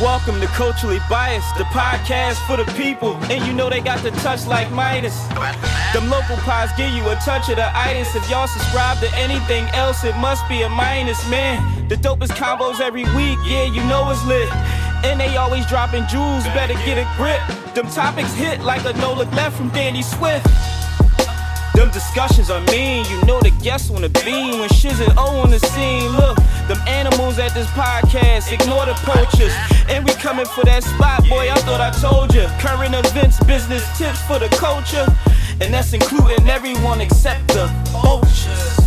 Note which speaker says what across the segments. Speaker 1: Welcome to Culturally Biased, the podcast for the people. And you know they got the touch like Midas. Them local pies give you a touch of the itis. If y'all subscribe to anything else, it must be a minus, man. The dopest combos every week, yeah, you know it's lit. And they always dropping jewels, better get a grip. Them topics hit like a no look left from Danny Swift. Them discussions are mean, you know the guests wanna be when shiz and O on the scene. Look, them animals at this podcast, ignore the poachers. And we coming for that spot, boy, I thought I told ya. Current events, business tips for the culture. And that's including everyone except the poachers.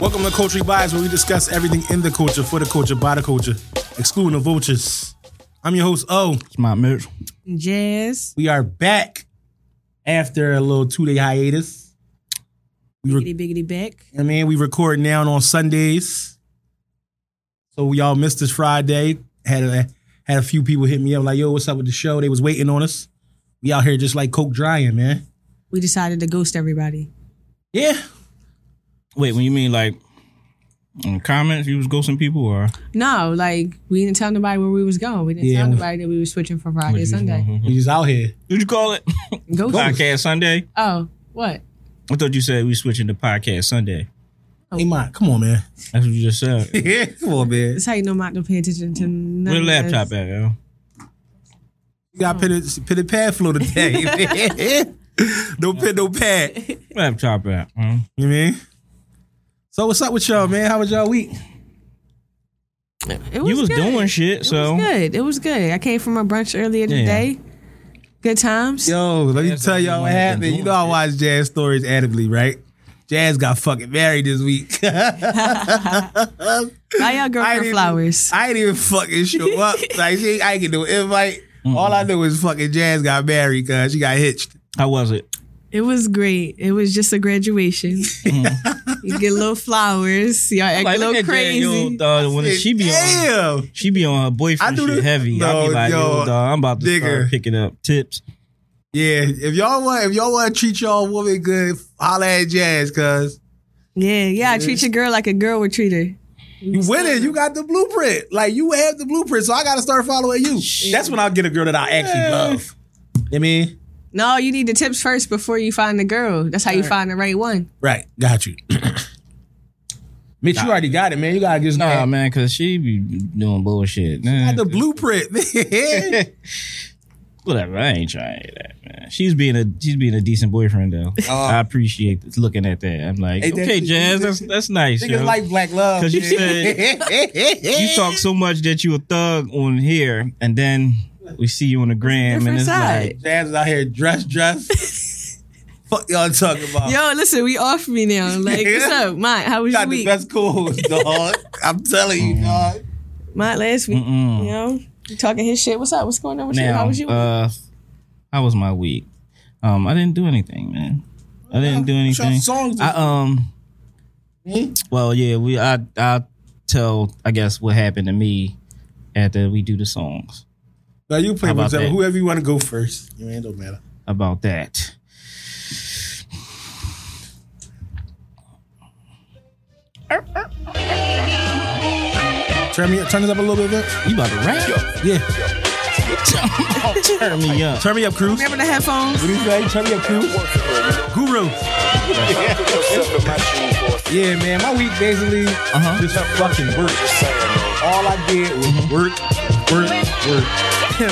Speaker 2: Welcome to Culture Bias, where we discuss everything in the culture, for the culture, by the culture, excluding the vultures. I'm your host, O.
Speaker 3: my merch.
Speaker 4: Jazz.
Speaker 2: We are back after a little two day hiatus. We re-
Speaker 4: Biggity biggity back.
Speaker 2: I mean, we record now on Sundays. So y'all missed this Friday. Had a had a few people hit me up like, yo, what's up with the show? They was waiting on us. We out here just like Coke drying, man.
Speaker 4: We decided to ghost everybody.
Speaker 2: Yeah.
Speaker 3: Wait, when you mean like in the comments, you was ghosting people or
Speaker 4: No, like we didn't tell nobody where we was going. We didn't
Speaker 2: Yeah.
Speaker 4: tell nobody that we were switching from Friday to Sunday.
Speaker 2: We just out here.
Speaker 3: what'd you call it?
Speaker 4: Ghost.
Speaker 3: podcast Sunday.
Speaker 4: Oh, what?
Speaker 3: I thought you said we switching to podcast Sunday.
Speaker 2: Hey, Mike, come on, man.
Speaker 3: That's what you just said.
Speaker 2: yeah, come on, man.
Speaker 4: That's how you know Mike don't pay attention to none
Speaker 3: Where the
Speaker 4: of this.
Speaker 3: laptop at, yo?
Speaker 2: You got pitted pitted pad flow today. man. no pit, no pad. You
Speaker 3: Laptop at? Huh?
Speaker 2: know what I mean? So what's up with y'all, man? How was y'all week?
Speaker 4: It was
Speaker 3: You was
Speaker 4: good.
Speaker 3: doing shit,
Speaker 4: It
Speaker 3: so
Speaker 4: was good. It was good. I came from a brunch earlier
Speaker 3: Yeah.
Speaker 4: today. Good times.
Speaker 2: Yo, let me
Speaker 3: Jazz
Speaker 2: tell
Speaker 3: don't
Speaker 2: y'all
Speaker 3: be
Speaker 2: what
Speaker 3: wanting to
Speaker 2: happened.
Speaker 3: do
Speaker 2: You know I
Speaker 3: it.
Speaker 2: watch Jazz stories avidly, right? Jazz got fucking married this week.
Speaker 4: Buy y'all girl
Speaker 2: I
Speaker 4: her
Speaker 2: didn't-
Speaker 4: flowers.
Speaker 2: I ain't even fucking show up. Like she, ain't- I ain't get no invite. All I know is fucking Jazz got married because she got hitched.
Speaker 3: how was it?
Speaker 4: it was great. It was just a graduation. you get little flowers. Y'all act
Speaker 3: Mm-hmm.
Speaker 4: a
Speaker 3: look
Speaker 4: little
Speaker 3: at
Speaker 4: crazy.
Speaker 3: Daniel, dawg, when she be on,
Speaker 2: Damn.
Speaker 3: she be on her boyfriend
Speaker 2: I do
Speaker 3: shit
Speaker 2: the-
Speaker 3: heavy. I
Speaker 2: No,
Speaker 3: be like, yo,
Speaker 2: yo,
Speaker 3: dawg, I'm about to
Speaker 2: nigga.
Speaker 3: start picking up tips.
Speaker 2: Yeah, if y'all want, if y'all want to treat y'all woman good, holla at Jazz, cause
Speaker 4: yeah, yeah. Treat your girl like a girl would treat her.
Speaker 2: You winning. You got the blueprint. Like you have the blueprint. So I gotta start following you. That's when I'll get a girl that I actually love. I mean,
Speaker 4: No, you need the tips first before you find the girl. That's how you find the right one.
Speaker 2: right? Got you. Mitch, you already got it, man. You gotta just
Speaker 3: Nah, man, cause she be doing bullshit.
Speaker 2: got
Speaker 3: Nah,
Speaker 2: the blueprint. man.
Speaker 3: Whatever, I ain't trying to hear that, man. She's being a she's being a decent boyfriend though. I appreciate this, looking at that. I'm like,
Speaker 2: Ain't Uh-huh. that
Speaker 3: okay,
Speaker 2: the-
Speaker 3: Jazz, that's that's nice.
Speaker 2: Niggas
Speaker 3: yo.
Speaker 2: like black love.
Speaker 3: 'Cause you
Speaker 2: man.
Speaker 3: you talk so much that you a thug on here, and then we see you on the gram, and
Speaker 4: Different
Speaker 3: it's
Speaker 4: side.
Speaker 3: like,
Speaker 2: Jazz is out here dress, dress. Fuck y'all talking about?
Speaker 4: Yo, listen, we off me now. Like, what's up, Mont? How
Speaker 2: you
Speaker 4: was your
Speaker 2: Oh. got the
Speaker 4: week?
Speaker 2: best clothes, dog. I'm telling you, dog.
Speaker 4: Mont last week.
Speaker 3: Mm-mm.
Speaker 4: You know, you talking his shit. What's up? What's going on with you?
Speaker 3: now,
Speaker 4: How was you?
Speaker 3: uh, how was my week? Um, I didn't do anything, man. I didn't do
Speaker 2: What y'all
Speaker 3: anything.
Speaker 2: songs
Speaker 3: I
Speaker 2: is-
Speaker 3: um. Well, yeah, we I I tell I guess what happened to me after we do the songs
Speaker 2: Now you play
Speaker 3: How about
Speaker 2: whatever,
Speaker 3: that?
Speaker 2: whoever you want to go first. You ain't don't matter.
Speaker 3: about that.
Speaker 2: Turn me, turn this up a little bit. Vince.
Speaker 3: You about to rap?
Speaker 2: Yeah,
Speaker 3: Turn me up.
Speaker 2: turn me up, Cruz.
Speaker 4: Remember the headphones?
Speaker 2: What do you say? Turn me up, Cruz. Guru. Yeah, man. My week basically
Speaker 3: Uh-huh. Mm-hmm.
Speaker 2: just fucking work. All I did was work, work, work.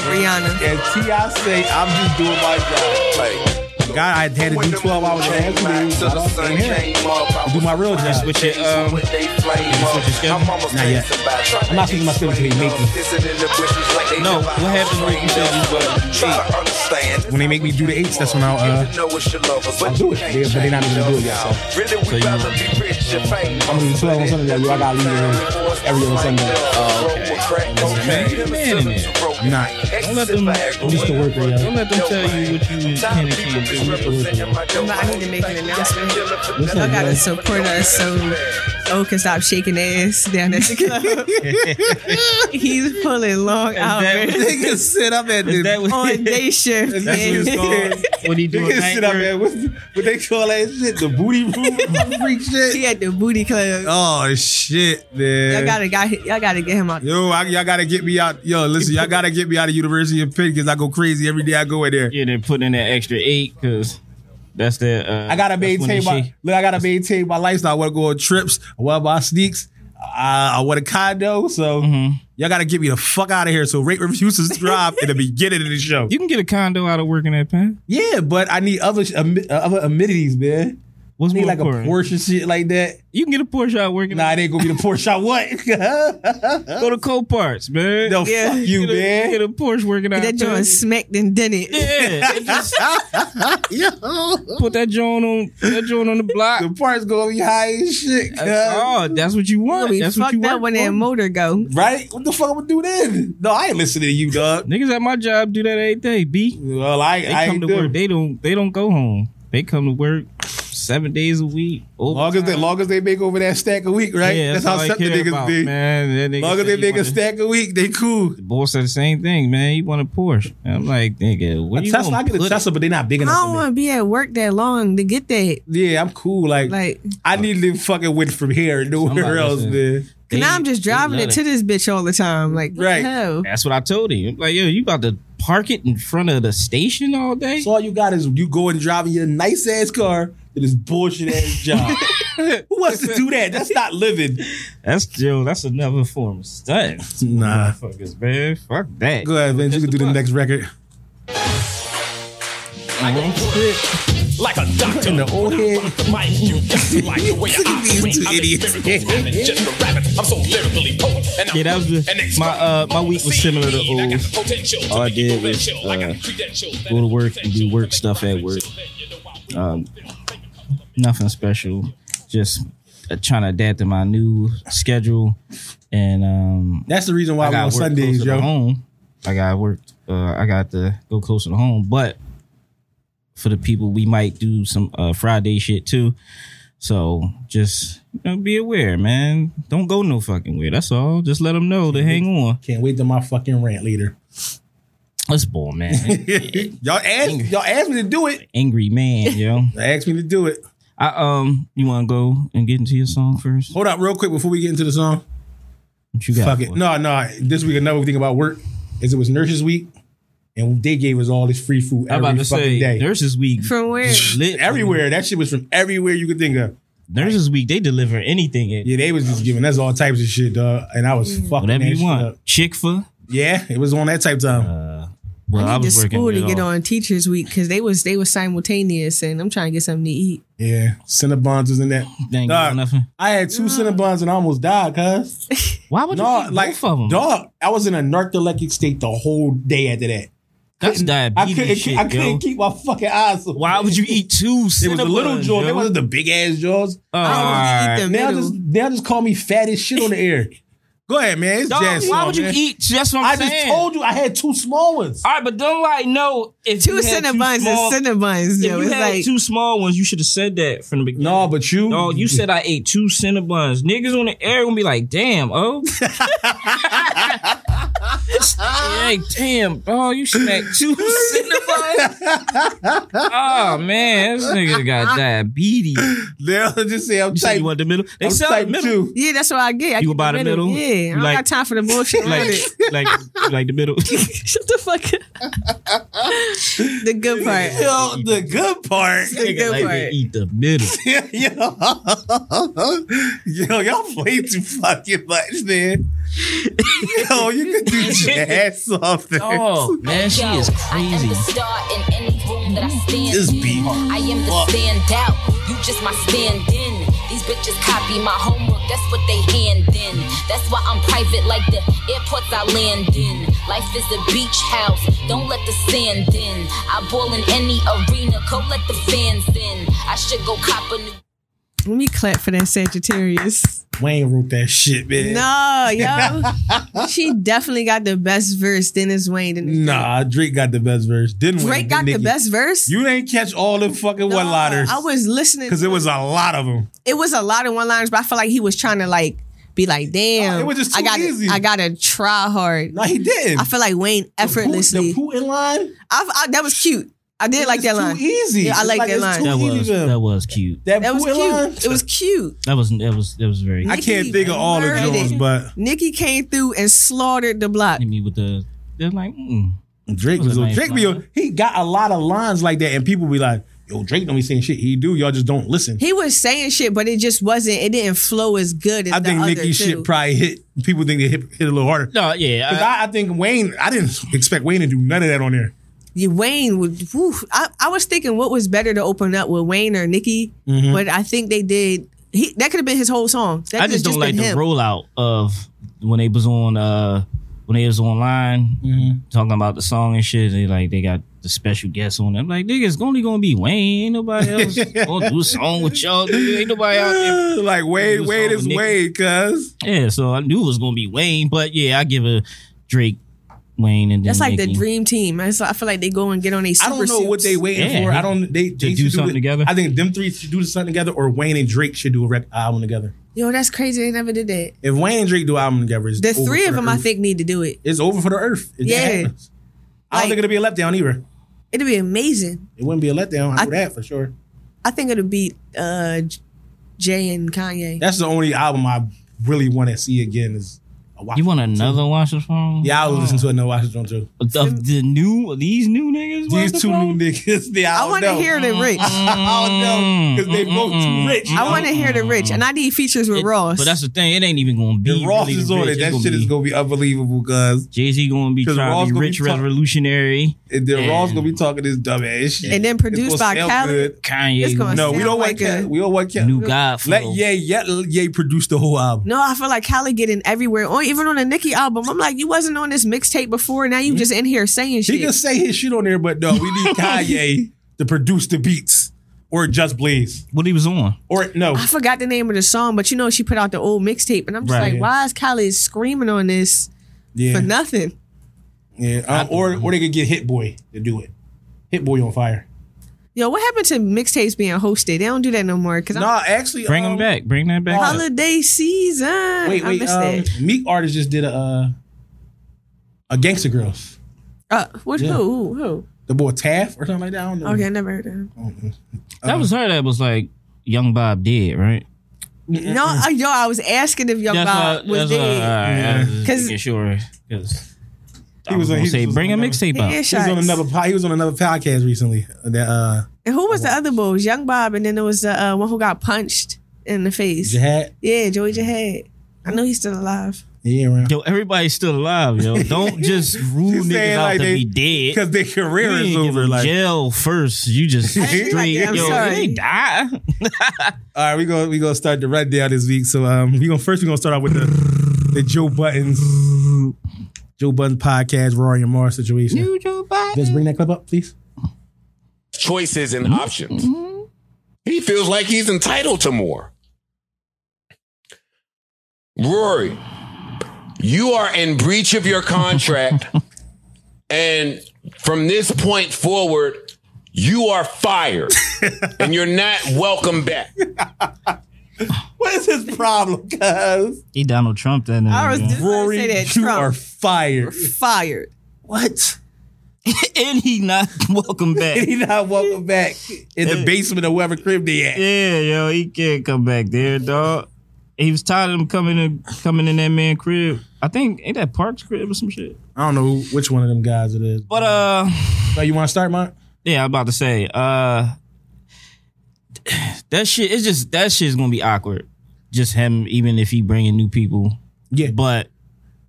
Speaker 4: Rihanna.
Speaker 2: And T.I. say, I'm just doing my job. God, I had to do 12 hours of activity. Do my real job.
Speaker 3: Switch it. Um,
Speaker 2: Not yet. I'm not speaking my schedule till they make me.
Speaker 3: no, what happened when you said you was about to cheat?
Speaker 2: When they make me do the eights, that's when I'll, uh, I'll do it. They, but they're not even gonna do it yet. So
Speaker 3: So you
Speaker 2: I'm gonna do 12 on Sunday. Yo, I gotta leave here every other Sunday.
Speaker 3: man, you the man in there.
Speaker 2: I'm not.
Speaker 3: Don't let them.
Speaker 2: I'm just a worker, yo.
Speaker 3: Don't let them tell you what you can and can't do.
Speaker 4: I need to make an announcement.
Speaker 2: Oh
Speaker 4: Y'all gotta support us so O can stop shaking ass down at the club. He's pulling long
Speaker 3: that-
Speaker 4: hours
Speaker 2: Niggas sit up at
Speaker 3: Is that
Speaker 2: the.
Speaker 3: what,
Speaker 4: on day shift.
Speaker 2: That's what it's
Speaker 4: man.
Speaker 2: called.
Speaker 3: what he doing?
Speaker 2: Niggas sit up
Speaker 3: night work?
Speaker 2: at what, what they call that shit? The booty room? Freak
Speaker 4: He
Speaker 2: shit.
Speaker 4: at the booty club.
Speaker 2: Oh shit, man.
Speaker 4: Y'all gotta got y'all gotta get him out.
Speaker 2: Yo, I, y'all gotta get me out. Yo, listen, y'all gotta get me out of University of Penn because I go crazy every day I go in there.
Speaker 3: Yeah, they're putting in that extra eight because that's that. Uh,
Speaker 2: I gotta
Speaker 3: that's when they
Speaker 2: maintain my
Speaker 3: shake.
Speaker 2: look. I gotta maintain my lifestyle. I want to go on trips. I want to buy sneaks. I, I want a condo. So
Speaker 3: Mm-hmm.
Speaker 2: y'all gotta get me the fuck out of here. So rate, review, subscribe in the beginning of the show.
Speaker 3: You can get a condo out of working at Penn.
Speaker 2: Yeah, but I need other sh- ami- uh, other amenities, man.
Speaker 3: What's
Speaker 2: I need
Speaker 3: more
Speaker 2: like a
Speaker 3: important?
Speaker 2: Porsche and shit like that.
Speaker 3: You can get a Porsche out working.
Speaker 2: Nah,
Speaker 3: at
Speaker 2: it ain't gonna be the Porsche I want.
Speaker 3: Go to Cold Parts, man.
Speaker 2: no,
Speaker 4: Yeah.
Speaker 2: fuck you,
Speaker 3: get a, Get
Speaker 2: man.
Speaker 3: a Porsche working out.
Speaker 4: That joint
Speaker 3: Penn.
Speaker 4: smacked and done it.
Speaker 3: Yeah, they just put that joint on that joint on the block.
Speaker 2: The parts gonna be high as shit.
Speaker 3: That's-
Speaker 2: cuz.
Speaker 3: oh, that's what you want.
Speaker 4: We
Speaker 3: That's what you
Speaker 4: fucked up
Speaker 3: want.
Speaker 4: when that motor go.
Speaker 2: Right? What the fuck I'm gonna do then? No, I ain't listening to you, dog.
Speaker 3: Niggas at my job do that every day. B.
Speaker 2: Well, I,
Speaker 3: They
Speaker 2: I
Speaker 3: come
Speaker 2: ain't
Speaker 3: to
Speaker 2: do.
Speaker 3: work. They don't. They don't go home. They come to work seven days a week.
Speaker 2: long as they
Speaker 3: overtime.
Speaker 2: long as they make over that stack a week, right?
Speaker 3: Yeah,
Speaker 2: that's, how
Speaker 3: all I
Speaker 2: set the
Speaker 3: care
Speaker 2: niggas
Speaker 3: about,
Speaker 2: be.
Speaker 3: Man, That nigga
Speaker 2: Long as
Speaker 3: said
Speaker 2: they
Speaker 3: he
Speaker 2: make a
Speaker 3: wanted-
Speaker 2: stack a week, they cool.
Speaker 3: The boy said the same thing, man. He want a Porsche. And I'm like, nigga, what you
Speaker 2: Tesla,
Speaker 3: gonna
Speaker 2: I get a
Speaker 3: put it-
Speaker 2: Tesla, but they not big
Speaker 4: I
Speaker 2: enough.
Speaker 4: don't
Speaker 2: for me.
Speaker 4: want to be at work that long to get that.
Speaker 2: yeah, I'm cool. Like,
Speaker 4: Like,
Speaker 2: I need to fucking win from here and nowhere
Speaker 3: Somebody
Speaker 2: else,
Speaker 3: said-
Speaker 2: man.
Speaker 4: and I'm
Speaker 3: They-
Speaker 4: just
Speaker 3: they
Speaker 4: driving
Speaker 3: love
Speaker 4: it to this bitch all the time. Like, what
Speaker 2: Right.
Speaker 4: the hell?
Speaker 3: That's what I told him. Like, yo, you about to park it in front of the station all day?
Speaker 2: So all you got is you go and driving your nice ass car to this bullshit ass job. Who wants to do that? That's not living.
Speaker 3: That's Joe. That's another form of stunt.
Speaker 2: Nah.
Speaker 3: Motherfuckers, man. Fuck that.
Speaker 2: Go ahead, Vince. You can do the
Speaker 3: Fuck.
Speaker 2: next record.
Speaker 5: Like a doctor.
Speaker 2: In the old head.
Speaker 5: Mind you, got to like the way I
Speaker 2: these
Speaker 5: operate.
Speaker 2: two
Speaker 5: I'm
Speaker 2: idiots.
Speaker 5: lyrical, I'm just a rabbit. I'm so lyrically poet. And I'm
Speaker 3: Yeah, that was the-
Speaker 5: an expert
Speaker 3: my, uh, my week was similar to
Speaker 5: I got
Speaker 3: O's.
Speaker 5: the potential to
Speaker 3: All I
Speaker 5: make you
Speaker 3: did was,
Speaker 5: provincial. I got
Speaker 3: uh,
Speaker 5: the credentials that
Speaker 3: go to
Speaker 5: are
Speaker 3: work and do work stuff at work. Um, nothing special. Just uh, trying to adapt to my new schedule. And um,
Speaker 2: That's the reason why
Speaker 3: I
Speaker 2: we're on
Speaker 3: got work
Speaker 2: Sundays,
Speaker 3: closer to
Speaker 2: yo.
Speaker 3: home. I got work. Uh, I got to go closer to home. But for the people, we might do some uh, Friday shit too. So just you know, be aware, man. Don't go no fucking where. That's all. Just let them know to hang on.
Speaker 2: Can't wait till my fucking rant later.
Speaker 3: That's bull, man.
Speaker 2: y'all asked y'all asked me to do it.
Speaker 3: Angry man, yo.
Speaker 2: They asked me to do it.
Speaker 3: I um, you want to go and get into your song first?
Speaker 2: Hold up, real quick, before we get into the song.
Speaker 3: What you got?
Speaker 2: Fuck it.
Speaker 3: for
Speaker 2: No, no. This week another thing about work is it was Nurses Week, and they gave us all this free food
Speaker 3: I'm
Speaker 2: every
Speaker 3: about
Speaker 2: fucking
Speaker 3: to say
Speaker 2: day.
Speaker 3: Nurses Week.
Speaker 4: From where?
Speaker 3: lit.
Speaker 2: everywhere. That shit was from everywhere you could think of.
Speaker 3: Nurses Week, they deliver anything.
Speaker 2: Yeah, they was just giving us all types of shit, dog. And I was fucking
Speaker 3: Whatever
Speaker 2: that
Speaker 3: you
Speaker 2: shit up.
Speaker 3: want. Uh, Chick fil.
Speaker 2: Yeah, it was on that type time.
Speaker 3: Well, I,
Speaker 4: I need the
Speaker 3: was working.
Speaker 4: school to
Speaker 3: it
Speaker 4: get
Speaker 3: all.
Speaker 4: on Teachers Week because they was they was simultaneous, and I'm trying to get something to eat.
Speaker 2: yeah, Cinnabons was in that.
Speaker 3: They ain't
Speaker 2: Dog,
Speaker 3: got nothing.
Speaker 2: I had two Cinnabons and I almost died, cuz.
Speaker 3: Why would you
Speaker 2: No,
Speaker 3: eat
Speaker 2: like
Speaker 3: both of them?
Speaker 2: dog. I was in a narcoleptic state the whole day after that.
Speaker 3: That's
Speaker 2: I
Speaker 3: diabetes
Speaker 2: couldn't,
Speaker 3: shit,
Speaker 2: I couldn't
Speaker 3: yo.
Speaker 2: keep my fucking eyes. open.
Speaker 3: Why would you eat two?
Speaker 2: It was the little jaws. It wasn't the big ass jaws.
Speaker 3: Oh,
Speaker 4: I
Speaker 3: Alright.
Speaker 4: only eat the
Speaker 2: Now
Speaker 4: middle.
Speaker 2: just now just call me fat as shit on the air. Go ahead, man. It's
Speaker 3: Dog,
Speaker 2: jazz
Speaker 3: why
Speaker 2: song,
Speaker 3: would you
Speaker 2: man.
Speaker 3: eat? That's what I'm
Speaker 2: I
Speaker 3: saying.
Speaker 2: just told you I had two small ones.
Speaker 3: All right, but don't like know if
Speaker 4: two
Speaker 3: you had
Speaker 4: Cinnabons
Speaker 3: two small,
Speaker 4: is Cinnabons.
Speaker 3: If
Speaker 4: Though.
Speaker 3: you
Speaker 4: It's
Speaker 3: had
Speaker 4: like
Speaker 3: two small ones, you should have said that from the beginning.
Speaker 2: No, but you.
Speaker 3: No, you said I ate two Cinnabons. Niggas on the air gonna be like, damn, oh. like, damn, oh, you smacked two Cinnabons? oh, man, this nigga got diabetes.
Speaker 2: Now just say I'm
Speaker 3: You said
Speaker 2: type.
Speaker 3: you want the middle? They
Speaker 2: I'm
Speaker 3: sell the
Speaker 2: type
Speaker 3: middle.
Speaker 2: two.
Speaker 4: yeah, that's what I get. I
Speaker 3: You
Speaker 4: get
Speaker 3: about the middle?
Speaker 4: Yeah, I
Speaker 3: You
Speaker 4: don't
Speaker 3: like-
Speaker 4: got time for the bullshit. around
Speaker 3: Like,
Speaker 4: it.
Speaker 3: like, like the middle.
Speaker 4: Shut the fuck up. the good part.
Speaker 2: Yo, the good part.
Speaker 4: The good
Speaker 3: like
Speaker 4: part.
Speaker 3: they eat the middle.
Speaker 2: yo, yo, y'all play too fucking much, man. Yo, you could do jazz off there.
Speaker 3: Oh, man, she is crazy.
Speaker 6: I am the star in any room that I stand
Speaker 2: This
Speaker 6: in.
Speaker 2: beat.
Speaker 6: I am the standout. You just my stand-in. These bitches copy my homework. That's what they hand in. That's why I'm private like the airports I land in. Life is a beach house. Don't let the sand in. I ball in any arena. Go let the fans in. I should go cop a new.
Speaker 4: Let me clap for that Sagittarius.
Speaker 2: Wayne wrote that shit, man.
Speaker 4: No, yo. she definitely got the best verse, Dennis Wayne. Dennis
Speaker 2: Nah, Drake got the best verse. Didn't Wayne,
Speaker 4: Drake got
Speaker 2: didn't
Speaker 4: the
Speaker 2: Nicki.
Speaker 4: best verse.
Speaker 2: You didn't catch all the fucking
Speaker 4: No,
Speaker 2: one liners
Speaker 4: I was listening.
Speaker 2: because it was a lot of them.
Speaker 4: it was a lot of one liners, but I feel like he was trying to like be like, damn,
Speaker 2: it was just
Speaker 4: I
Speaker 2: too
Speaker 4: gotta,
Speaker 2: easy.
Speaker 4: I gotta try hard.
Speaker 2: No, he didn't.
Speaker 4: I feel like Wayne effortlessly.
Speaker 2: The Putin line.
Speaker 4: I, I, that was cute. I did like
Speaker 2: it's
Speaker 4: that
Speaker 2: too
Speaker 4: line.
Speaker 2: easy.
Speaker 4: Yeah, I
Speaker 2: It's
Speaker 4: like
Speaker 2: like
Speaker 4: that
Speaker 2: it's
Speaker 4: line.
Speaker 2: too-
Speaker 3: That was
Speaker 2: Even.
Speaker 3: that was cute.
Speaker 2: That,
Speaker 4: That was
Speaker 2: Putin line.
Speaker 4: cute. It was cute.
Speaker 3: That was that was that was very.
Speaker 2: I
Speaker 3: I
Speaker 2: can't think of all the
Speaker 4: Murdered
Speaker 2: joints,
Speaker 4: it.
Speaker 2: but
Speaker 4: Nikki came through and slaughtered the block.
Speaker 2: Mm.
Speaker 3: me with the. They're like, mm.
Speaker 2: Drake
Speaker 3: That
Speaker 2: was
Speaker 3: was a
Speaker 2: a
Speaker 3: nice
Speaker 2: Drake. Be
Speaker 3: line.
Speaker 2: he got a lot of lines like that, and people be like, "Yo, Drake don't be saying shit. He do. Y'all just don't listen."
Speaker 4: He was saying shit, but it just wasn't. It didn't flow as good as
Speaker 2: I think
Speaker 4: the other
Speaker 2: Nicki
Speaker 4: two.
Speaker 2: shit probably hit. People think they hit, hit a little harder. 'Cause
Speaker 3: no, yeah, I-
Speaker 2: I, I think Wayne. I didn't expect Wayne to do none of that on there.
Speaker 4: Yeah, Wayne would. Whew, I, I was thinking what was better to open up with Wayne or Nicki, but I think they did. He, that could have been his whole song. That
Speaker 3: I
Speaker 4: could've
Speaker 3: just don't like
Speaker 4: been
Speaker 3: the
Speaker 4: him.
Speaker 3: rollout of when they was on uh when they was online
Speaker 2: Mm-hmm.
Speaker 3: talking about the song and shit. They like they got the special guests on. I'm like, nigga, it's only gonna be Wayne. Ain't nobody else gonna do a song with y'all. Nigga, ain't nobody out there.
Speaker 2: like Wayne,
Speaker 3: was
Speaker 2: Wayne
Speaker 3: on
Speaker 2: is
Speaker 3: with Nicki.
Speaker 2: Wayne, cuz
Speaker 3: Yeah, so I knew it was gonna be Wayne, but yeah, I give a Drake, Wayne, and then
Speaker 4: That's like the
Speaker 3: Nicki.
Speaker 4: dream team. That's- I feel like they go and get on a
Speaker 2: I don't
Speaker 4: super
Speaker 2: know what they
Speaker 4: suits.
Speaker 2: waiting
Speaker 3: Yeah.
Speaker 2: for. I don't. They, they
Speaker 3: do
Speaker 2: should
Speaker 3: something
Speaker 2: it-
Speaker 3: together?
Speaker 2: I think them three should do something together, or Wayne and Drake should do a rec- album together.
Speaker 4: Yo, that's crazy. They never did that.
Speaker 2: If Wayne and Drake do an album together, it's
Speaker 4: The
Speaker 2: over
Speaker 4: three
Speaker 2: for
Speaker 4: of them, I
Speaker 2: earth.
Speaker 4: think, need to do it.
Speaker 2: it's over for the earth. It
Speaker 4: Yeah.
Speaker 2: happens. I don't
Speaker 4: Like-
Speaker 2: think it'll be a letdown either.
Speaker 4: It'd be amazing.
Speaker 2: It wouldn't be a letdown. I know
Speaker 4: I-
Speaker 2: that for sure.
Speaker 4: I think it'd be uh, J- Jay and Kanye.
Speaker 2: That's the only album I really want to see again. Is a Watch
Speaker 3: You want another watch the phone?
Speaker 2: Yeah, I'll listen to it. No Washington too.
Speaker 3: Of the new these new niggas.
Speaker 2: These two new niggas. They, I,
Speaker 4: I want to hear the rich.
Speaker 2: I don't know because they both too rich.
Speaker 4: I want to hear the rich, and I need features with Ross.
Speaker 3: But that's the thing. It ain't even gonna be.
Speaker 2: If Ross
Speaker 3: really
Speaker 2: is
Speaker 3: the
Speaker 2: on
Speaker 3: rich,
Speaker 2: it,
Speaker 3: it's
Speaker 2: that
Speaker 3: gonna
Speaker 2: shit is
Speaker 3: be-
Speaker 2: gonna be unbelievable. Cause
Speaker 3: Jay Z gonna be
Speaker 2: 'Cause
Speaker 3: trying
Speaker 2: Ross
Speaker 3: to be
Speaker 2: gonna be
Speaker 3: rich
Speaker 2: talk-
Speaker 3: revolutionary.
Speaker 2: and then
Speaker 3: Yeah.
Speaker 2: Ross gonna be talking this dumb ass shit.
Speaker 4: And then
Speaker 2: It's
Speaker 4: produced
Speaker 2: gonna
Speaker 4: by
Speaker 2: sell
Speaker 4: Khaled.
Speaker 2: good.
Speaker 3: Kanye,
Speaker 4: It's gonna
Speaker 3: gonna
Speaker 2: No, we
Speaker 4: Sound
Speaker 2: don't want
Speaker 4: like
Speaker 2: Khaled.
Speaker 4: a-
Speaker 2: We don't want
Speaker 3: new
Speaker 2: Khaled.
Speaker 3: God.
Speaker 2: Let Ye, Ye, Ye produce the whole album.
Speaker 4: no, I feel like Khaled getting everywhere, or even on the Nicki album. I'm like, you wasn't on this mixtape before. Now you just in here saying
Speaker 2: Mm-hmm. He can
Speaker 4: shit.
Speaker 2: say his shit on there, but no, we need Kanye to produce the beats or Just Blaze
Speaker 3: What he was on?
Speaker 2: or no.
Speaker 4: I forgot the name of the song, but you know she put out the old mixtape, and I'm just
Speaker 3: Right.
Speaker 4: like, why is Khaled screaming on this
Speaker 2: Yeah,
Speaker 4: for nothing?
Speaker 2: yeah. Um, or or they could get Hit Boy to do it. Hit Boy on fire.
Speaker 4: Yo, what happened to mixtapes being hosted? They don't do that no more. Cause I'm
Speaker 2: Nah, actually,
Speaker 3: Bring
Speaker 2: um,
Speaker 3: him back. Bring that back. up.
Speaker 4: holiday season.
Speaker 2: Wait,
Speaker 4: I
Speaker 2: wait.
Speaker 4: missed
Speaker 2: Um,
Speaker 4: that.
Speaker 2: Meek artist just did a uh, a Gangsta Girls.
Speaker 4: Uh, what?
Speaker 2: yeah.
Speaker 4: Who? Who? Who?
Speaker 2: The boy Taff or something like that. I don't know.
Speaker 4: Okay, I never heard of him.
Speaker 3: That was her. That was like Young Bob dead, right?
Speaker 4: No, uh, yo, I was asking if Young Bob was dead.
Speaker 3: Because
Speaker 4: 'Cause-
Speaker 3: sure. 'cause I
Speaker 2: He
Speaker 3: was
Speaker 2: was on-
Speaker 3: gonna
Speaker 2: he
Speaker 3: say
Speaker 2: was
Speaker 3: bring a
Speaker 2: on another-
Speaker 3: mixtape
Speaker 4: He
Speaker 3: out.
Speaker 4: is
Speaker 2: He was
Speaker 4: shots.
Speaker 2: on another. po- He was on another podcast recently. That uh,
Speaker 4: And who was the other bulls? Young Bob, and then there was the uh, one who got punched in the face.
Speaker 2: Jihad.
Speaker 4: Yeah, Joey Jahad. I know he's still alive.
Speaker 2: Yeah, right.
Speaker 3: Yo, everybody's still alive. Yo, don't just rule
Speaker 2: She's
Speaker 3: niggas
Speaker 2: saying
Speaker 3: out
Speaker 2: like
Speaker 3: to
Speaker 2: they-
Speaker 3: be dead.
Speaker 2: Because their career
Speaker 3: You
Speaker 2: is
Speaker 3: ain't give
Speaker 2: over.
Speaker 3: them
Speaker 2: Like,
Speaker 3: jail first. You just
Speaker 4: didn't like
Speaker 3: straight.
Speaker 4: that. I'm
Speaker 3: yo,
Speaker 4: sorry.
Speaker 3: they die.
Speaker 2: all right, we go. We gonna start the rundown this week. So um, we gonna first we gonna start out with the the Joe Buttons, Joe Button podcast, Rory and Mars situation. Just bring that clip up, please.
Speaker 7: choices
Speaker 3: mm-hmm.
Speaker 7: and options. He feels like he's entitled to more. Rory, you are in breach of your contract. and from this point forward, you are fired and you're not welcome back.
Speaker 2: What is his problem, cuz?
Speaker 3: He Donald Trump. That
Speaker 4: I was
Speaker 3: nigga.
Speaker 4: just
Speaker 2: Rory,
Speaker 4: Rory, say that
Speaker 2: you
Speaker 4: Trump
Speaker 2: are fired.
Speaker 4: fired.
Speaker 2: What?
Speaker 3: and he not welcome back.
Speaker 2: He not welcome back in the basement of whoever crib they at.
Speaker 3: Yeah, yo, he can't come back there, dog. He was tired of him coming in, coming in that man crib. I think ain't that Parks crib or some shit.
Speaker 2: I don't know which one of them guys it is.
Speaker 3: But uh,
Speaker 2: So you want to start, Mark?
Speaker 3: yeah, I'm about to say uh, that shit. It's just that shit's gonna be awkward. Just him, even if he bringing new people.
Speaker 2: Yeah.
Speaker 3: But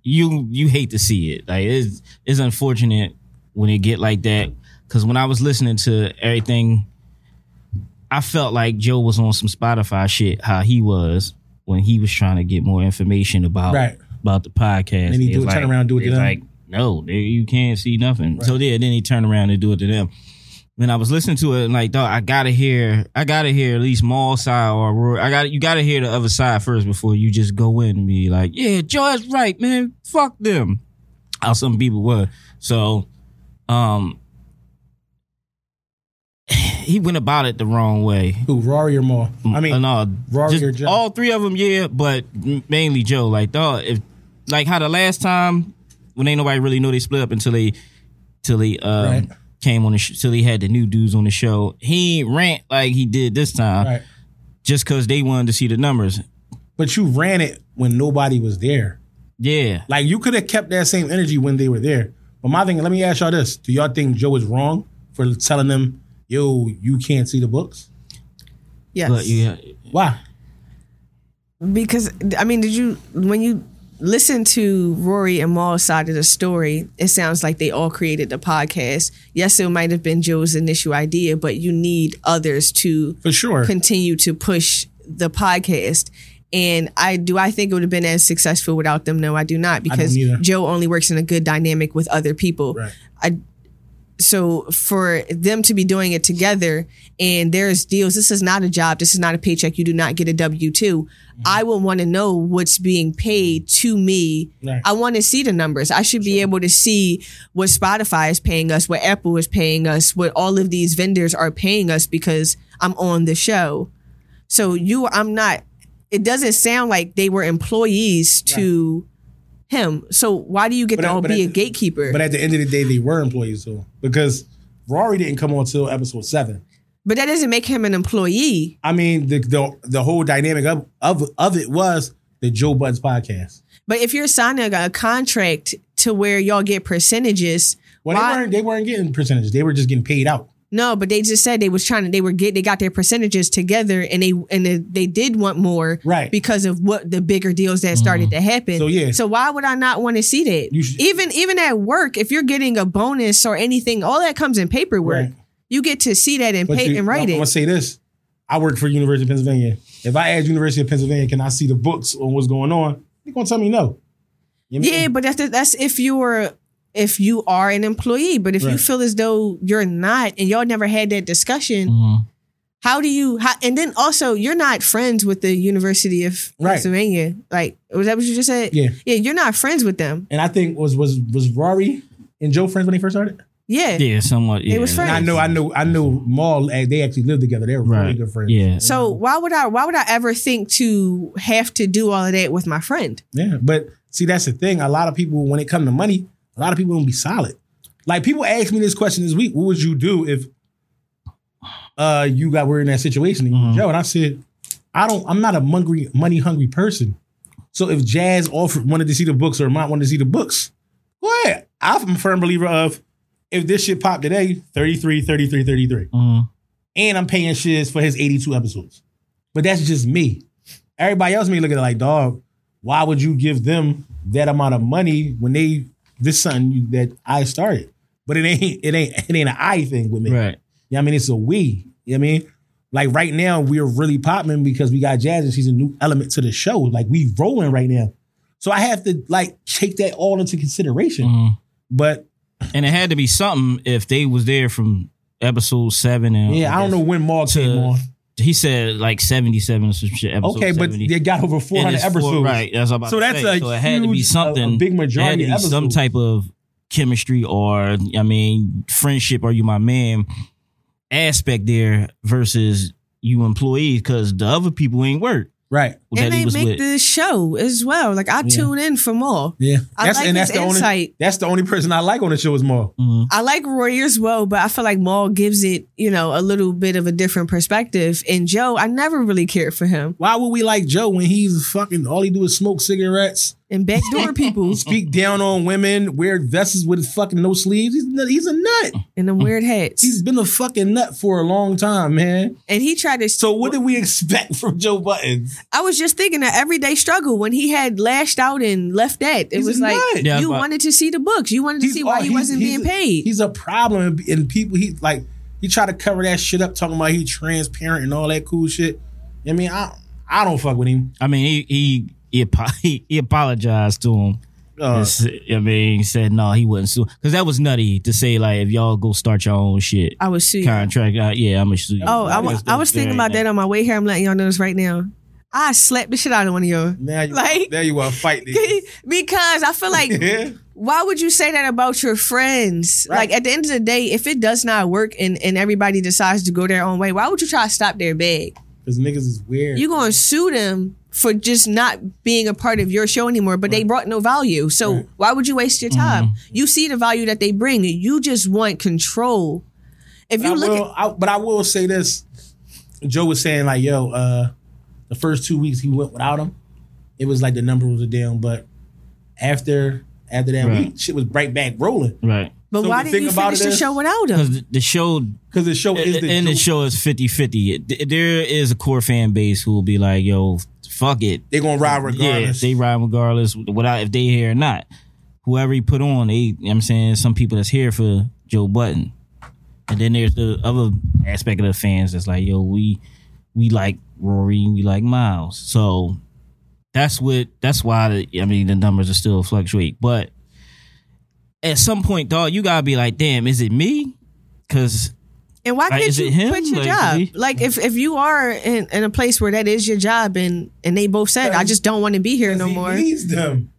Speaker 3: you you hate to see it. Like it's it's unfortunate when it get like that. Because when I was listening to everything, I felt like Joe was on some Spotify shit. How he was when he was trying to get more information about
Speaker 2: Right.
Speaker 3: about the podcast.
Speaker 2: And he
Speaker 3: They
Speaker 2: do
Speaker 3: was
Speaker 2: a turnaround, do it
Speaker 3: they
Speaker 2: to
Speaker 3: was
Speaker 2: them.
Speaker 3: Like no, they, you can't see nothing. So yeah, then he turned around and do it to them. when I was listening to it, I'm like, dog, I gotta hear, I gotta hear at least Mall side or Roy. I got to you gotta hear the other side first before you just go in and be like, yeah, Joy's right, man. Fuck them. How some people were. So, um, he went about it the wrong way.
Speaker 2: Who Rory or Maul? I mean,
Speaker 3: Uh, no,
Speaker 2: Rory
Speaker 3: just
Speaker 2: or Joe?
Speaker 3: all three of them, yeah, but m- mainly Joe. Like, dog, if like how the last time when ain't nobody really know they split up until they till they um,
Speaker 2: Right.
Speaker 3: came on the sh- till he had the new dudes on the show. He ain't rant like he did this time
Speaker 2: right.
Speaker 3: just because they wanted to see the numbers.
Speaker 2: But you ran it when nobody was there.
Speaker 3: Yeah,
Speaker 2: Like you could have kept that same energy when they were there. But my thing, let me ask y'all this: Do y'all think Joe is wrong for telling them, "Yo, you can't see the books"?
Speaker 4: Yes.
Speaker 3: but yeah,
Speaker 2: Why?
Speaker 4: Because I mean, did you when you listen to Rory and Maul's side of the story, it sounds like they all created the podcast. Yes, it might have been Joe's initial idea, but you need others to
Speaker 2: For sure.
Speaker 4: continue to push the podcast. And I do I think it would have been as successful without them? No, I do not because
Speaker 2: either.
Speaker 4: Joe only works in a good dynamic with other people.
Speaker 2: Right.
Speaker 4: I so for them to be doing it together and there's deals this is not a job this is not a paycheck you do not get a w2
Speaker 2: Mm-hmm.
Speaker 4: i will want to know what's being paid to me
Speaker 2: Right.
Speaker 4: i want to see the numbers i should be able to see what spotify is paying us what apple is paying us what all of these vendors are paying us because i'm on the show so you i'm not it doesn't sound like they were employees to him so why do you get
Speaker 2: But
Speaker 4: to
Speaker 2: I-
Speaker 4: all
Speaker 2: but
Speaker 4: be
Speaker 2: I-
Speaker 4: a gatekeeper
Speaker 2: But at the end of the day, they were employees though, because Rory didn't come on till episode seven.
Speaker 4: But that doesn't make him an employee.
Speaker 2: I mean, the the, the whole dynamic of, of of it was the Joe Buttons podcast.
Speaker 4: But if you're signing a contract to where y'all get percentages,
Speaker 2: Well,
Speaker 4: why?
Speaker 2: they weren't they weren't getting percentages; they were just getting paid out.
Speaker 4: no, but they just said they was trying to. They were get. They got their percentages together, and they and they, they did want more,
Speaker 2: Right. Mm-hmm.
Speaker 4: Because of what the bigger deals that started to happen.
Speaker 2: So, yeah.
Speaker 4: So why would I not want to see that?
Speaker 2: You should-
Speaker 4: even even at work, if you're getting a bonus or anything, all that comes in paperwork.
Speaker 2: Right.
Speaker 4: You get to see that in
Speaker 2: But
Speaker 4: paper
Speaker 2: you-
Speaker 4: and
Speaker 2: I'm
Speaker 4: writing.
Speaker 2: gonna say this: I work for University of Pennsylvania. If I ask University of Pennsylvania, can I see the books on what's going on? They're gonna tell me no. You know what I mean?
Speaker 4: Yeah, but that's that's if you're if you are an employee. But if you
Speaker 2: Right.
Speaker 4: feel as though you're not, and y'all never had that discussion,
Speaker 3: mm-hmm.
Speaker 4: how do you? How, and then also, you're not friends with the University of
Speaker 2: Right.
Speaker 4: Pennsylvania. Like, was that what you just said?
Speaker 2: Yeah.
Speaker 4: yeah. You're not friends with them.
Speaker 2: And I think was was was Rory and Joe friends when they first started.
Speaker 4: Yeah.
Speaker 3: yeah, somewhat. Yeah,
Speaker 4: was
Speaker 2: And I
Speaker 4: friends.
Speaker 2: know, I know, I know. Maul, eh, they actually lived together. They were really
Speaker 3: right?
Speaker 2: good friends.
Speaker 3: Yeah,
Speaker 4: So why would I? Why would I ever think to have to do all of that with my friend?
Speaker 2: Yeah, but see, that's the thing. A lot of people, when it comes to money, a lot of people don't be solid. Like people asked me this question this week: What would you do if uh you got were in that situation, and you were Joe? And I said, I don't. I'm not a hungry, money hungry person. So if Jazz offered wanted to see the books or Mont wanted to see the books, go ahead. I'm a firm believer of if this shit popped today, 33, 33, 33.
Speaker 3: Mm-hmm.
Speaker 2: And I'm paying shiz for his 82 episodes. But that's just me. Everybody else may look at it like, dog, why would you give them that amount of money when they this something you, that I started? But it ain't it ain't it ain't an I thing with me.
Speaker 3: right.
Speaker 2: You know what I mean? It's a we. You know what I mean? Like right now, we're really popping because we got Jazz and she's a new element to the show. Like we rolling right now. So I have to like take that all into consideration.
Speaker 3: Mm-hmm.
Speaker 2: But
Speaker 3: And it had to be something if they was there from episode seven and
Speaker 2: yeah, I don't know when Maul came
Speaker 3: to-
Speaker 2: on.
Speaker 3: He said like seventy seven or some shit. Episode
Speaker 2: Okay, but
Speaker 3: 70.
Speaker 2: they got over
Speaker 3: And
Speaker 2: 400
Speaker 3: it's four-
Speaker 2: episodes.
Speaker 3: right? That's what I'm about
Speaker 2: So
Speaker 3: to
Speaker 2: that's
Speaker 3: say.
Speaker 2: a
Speaker 3: so it had to be
Speaker 2: huge- a-
Speaker 3: something.
Speaker 2: a big majority
Speaker 3: it had to be
Speaker 2: of
Speaker 3: some
Speaker 2: episodes.
Speaker 3: type of chemistry or I mean friendship. Are you my man? Aspect there versus you employees because the other people ain't work.
Speaker 2: Right.
Speaker 3: that
Speaker 4: and
Speaker 3: he
Speaker 4: they
Speaker 3: was
Speaker 4: make
Speaker 3: with.
Speaker 4: the show as well. Like I tune in for more.
Speaker 2: Yeah.
Speaker 4: I like his
Speaker 2: the only
Speaker 4: insight.
Speaker 2: that's the only person I like on the show is Maul.
Speaker 3: Mm-hmm.
Speaker 4: I like Rory as well, but I feel like Maul gives it, you know, a little bit of a different perspective. And Joe, I never really cared for him.
Speaker 2: Why would we like Joe when he's fucking all he do is smoke cigarettes,
Speaker 4: And backdoor people
Speaker 2: speak down on women, wear vests with fucking no sleeves? He's, nut- he's a nut.
Speaker 3: Mm.
Speaker 4: and them weird hats.
Speaker 2: He's been a fucking nut for a long time, man.
Speaker 4: And he tried to.
Speaker 2: So what did we expect from Joe Buttons?
Speaker 4: I was just thinking that everyday struggle when he had lashed out and left that. It
Speaker 2: He's
Speaker 4: was
Speaker 2: a
Speaker 4: like
Speaker 2: nut.
Speaker 3: Yeah,
Speaker 4: you
Speaker 3: but-
Speaker 4: wanted to see the books. You wanted to see why
Speaker 2: all-
Speaker 4: he wasn't
Speaker 2: he's-
Speaker 4: being paid.
Speaker 2: He's a problem, and- and people he like he try to cover that shit up, talking about he transparent and all that cool shit. I mean, I I don't fuck with him.
Speaker 3: I mean, he he he, apo- he, he apologized to him
Speaker 2: Uh.
Speaker 3: It's- I mean, he said no, he wouldn't sue because that was nutty to say like if y'all go start your own shit
Speaker 4: I would sue you.
Speaker 3: contract. Uh, yeah, I'm gonna sue you.
Speaker 4: Oh, I, wa- I was thinking about that on my way here. I'm letting y'all know this right now. I slapped the shit out of one of y'all.
Speaker 2: Now you,
Speaker 4: Like-
Speaker 2: now you want to fight this.
Speaker 4: because I feel like
Speaker 2: Yeah.
Speaker 4: why would you say that about your friends? Like at the end of the day, if it does not work and, and everybody decides to go their own way, why would you try to stop their bag?
Speaker 2: Because niggas is weird.
Speaker 4: You're gonna sue them for just not being a part of your show anymore, but they brought no value. So why would you waste your time?
Speaker 2: Mm-hmm.
Speaker 4: You see the value that they bring. You just want control. If you
Speaker 2: I
Speaker 4: look
Speaker 2: will,
Speaker 4: at
Speaker 2: I, but I will say this. Joe was saying like, yo, uh, the first two weeks he went without him, it was like the number was down. But after after that
Speaker 3: Right.
Speaker 2: week, shit was right back rolling.
Speaker 3: right
Speaker 4: but
Speaker 2: so
Speaker 4: why
Speaker 2: the
Speaker 4: did
Speaker 2: thing
Speaker 4: you
Speaker 2: about
Speaker 4: finish
Speaker 2: it
Speaker 4: the
Speaker 2: is-
Speaker 4: show without them?
Speaker 3: because the show
Speaker 2: Cause the show is the
Speaker 3: and the
Speaker 2: Joe-
Speaker 3: show is 50-50. There is a core fan base who will be like, yo, fuck it.
Speaker 2: They gonna ride regardless.
Speaker 3: Yeah, they ride regardless without if they here or not. Whoever he put on, they you know what I'm saying some people that's here for Joe Button. And then there's the other aspect of the fans that's like, yo, we we like Rory, we like Miles. So that's what that's why the, I mean the numbers are still fluctuate. But at some point, dog, you gotta be like, damn, is it me? Cause
Speaker 4: And why
Speaker 3: Like,
Speaker 4: can't
Speaker 3: is
Speaker 4: you
Speaker 3: it him?
Speaker 4: quit your
Speaker 3: Like,
Speaker 4: job?
Speaker 3: he-
Speaker 4: like if, if you are in, in a place where that is your job and and they both said I just don't want to be here no
Speaker 2: he
Speaker 4: more. He,
Speaker 2: needs them.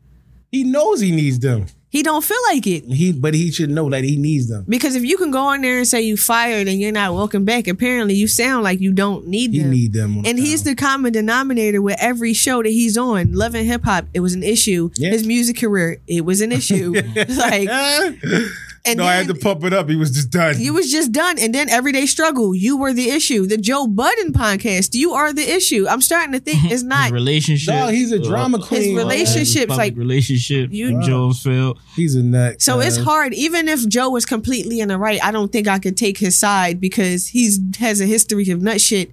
Speaker 2: He knows he needs them.
Speaker 4: don't feel like it.
Speaker 2: He but he should know that he needs them.
Speaker 4: Because if you can go on there and say you fired and you're not welcome back, apparently you sound like you don't need
Speaker 2: He
Speaker 4: them.
Speaker 2: need them. on
Speaker 4: and he's the common denominator with every show that he's on. Love and hip hop, it was an issue.
Speaker 2: Yeah.
Speaker 4: His music career, it was an issue. like
Speaker 2: time.
Speaker 4: and
Speaker 2: no, I had to
Speaker 4: then-
Speaker 2: pump it up. He was just done.
Speaker 4: You was just done, and then everyday struggle. You were the issue. The Joe Budden podcast. You are the issue. I'm starting to think it's not.
Speaker 3: his relationship.
Speaker 2: Dog, he's a drama queen.
Speaker 4: His relationship-
Speaker 3: His public
Speaker 4: like-
Speaker 3: relationship.
Speaker 4: You-
Speaker 3: You Jonesfield.
Speaker 2: He's a nut.
Speaker 4: So it's
Speaker 2: cuz.
Speaker 4: hard. Even if Joe was completely in the right, I don't think I could take his side because he's has a history of nut shit,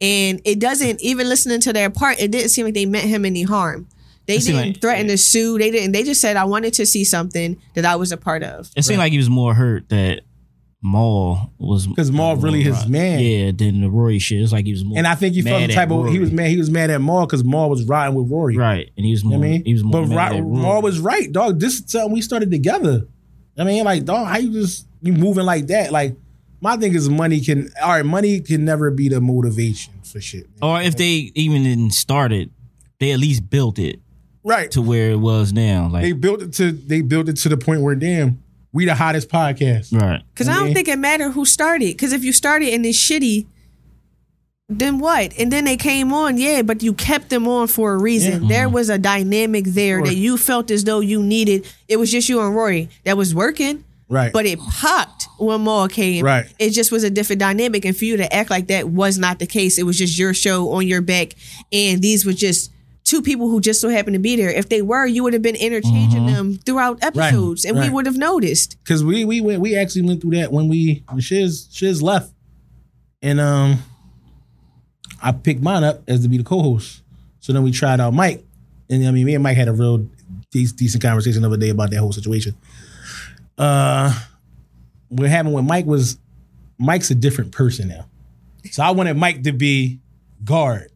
Speaker 4: and it doesn't even listening to their part. It didn't seem like they meant him any harm. They
Speaker 3: It seemed
Speaker 4: didn't
Speaker 3: like-
Speaker 4: threaten to sue. They didn't. They just said I wanted to see something that I was a part of.
Speaker 3: It seemed like he was more hurt that Maul was
Speaker 2: 'Cause Maul really his man.
Speaker 3: Yeah, than the Rory shit. It's like he was more.
Speaker 2: And I think he felt
Speaker 3: mad
Speaker 2: the
Speaker 3: at
Speaker 2: type of
Speaker 3: Rory.
Speaker 2: he was mad. He was mad at Maul because Maul was riding with Rory.
Speaker 3: Right, and he was
Speaker 2: You
Speaker 3: more.
Speaker 2: know what I mean,
Speaker 3: he was more.
Speaker 2: but
Speaker 3: mad
Speaker 2: Ro-
Speaker 3: at Rory.
Speaker 2: Maul was right, dog. This is something we started together. I mean, like, dog, how you just you moving like that? Like, my thing is money can all right, money can never be the motivation for shit. man.
Speaker 3: Or if they even didn't start it, they at least built it
Speaker 2: Right.
Speaker 3: to where it was now.
Speaker 2: They
Speaker 3: Like
Speaker 2: built it to they built it to the point where damn, we the hottest podcast.
Speaker 3: right.
Speaker 4: Because I don't think it mattered who started. Because if you started and it's shitty, then what? And then they came on, yeah, but you kept them on for a reason. There
Speaker 3: Mm-hmm.
Speaker 4: was a dynamic there that you felt as though you needed. It was just you and Rory that was working,
Speaker 2: Right.
Speaker 4: but it popped when Maul came.
Speaker 2: Right.
Speaker 4: It just was a different dynamic. And for you to act like that was not the case. It was just your show on your back. And these were just two people who just so happened to be there. If they were, you would have been interchanging them throughout episodes and
Speaker 2: Mm-hmm. Right.
Speaker 4: we would have noticed.
Speaker 2: Cause we we went we actually went through that when we when Shiz Shiz left, and um, I picked mine up as to be the co-host. So then we tried out Mike, and I mean me and Mike had a real de- decent conversation the other day about that whole situation. Uh, what happened with Mike was Mike's a different person now, so I wanted Mike to be guard,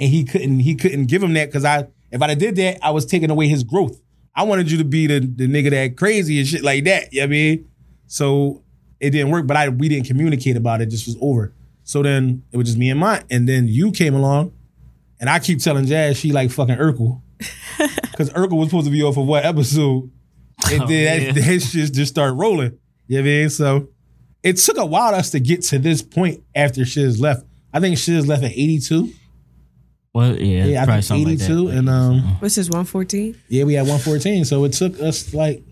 Speaker 2: and he couldn't he couldn't give him that because I if I did that I was taking away his growth. I wanted you to be the, the nigga that crazy and shit like that. You know what I mean? So it didn't work, but I we didn't communicate about it. it just was over. So then it was just me and mine. And then you came along, and I keep telling Jazz she like fucking Urkel. Because Urkel was supposed to be off of what episode? And
Speaker 3: Oh,
Speaker 2: then
Speaker 3: yeah.
Speaker 2: that, that shit just started rolling. You know what I mean? So it took a while to us to get to this point after Shiz left. I think Shiz left at 82.
Speaker 3: Well, yeah,
Speaker 2: Yeah, I
Speaker 3: probably
Speaker 2: think
Speaker 3: something
Speaker 2: 82.
Speaker 3: like that.
Speaker 2: and um
Speaker 4: What's this, 114?
Speaker 2: yeah, we had 114. So it took us like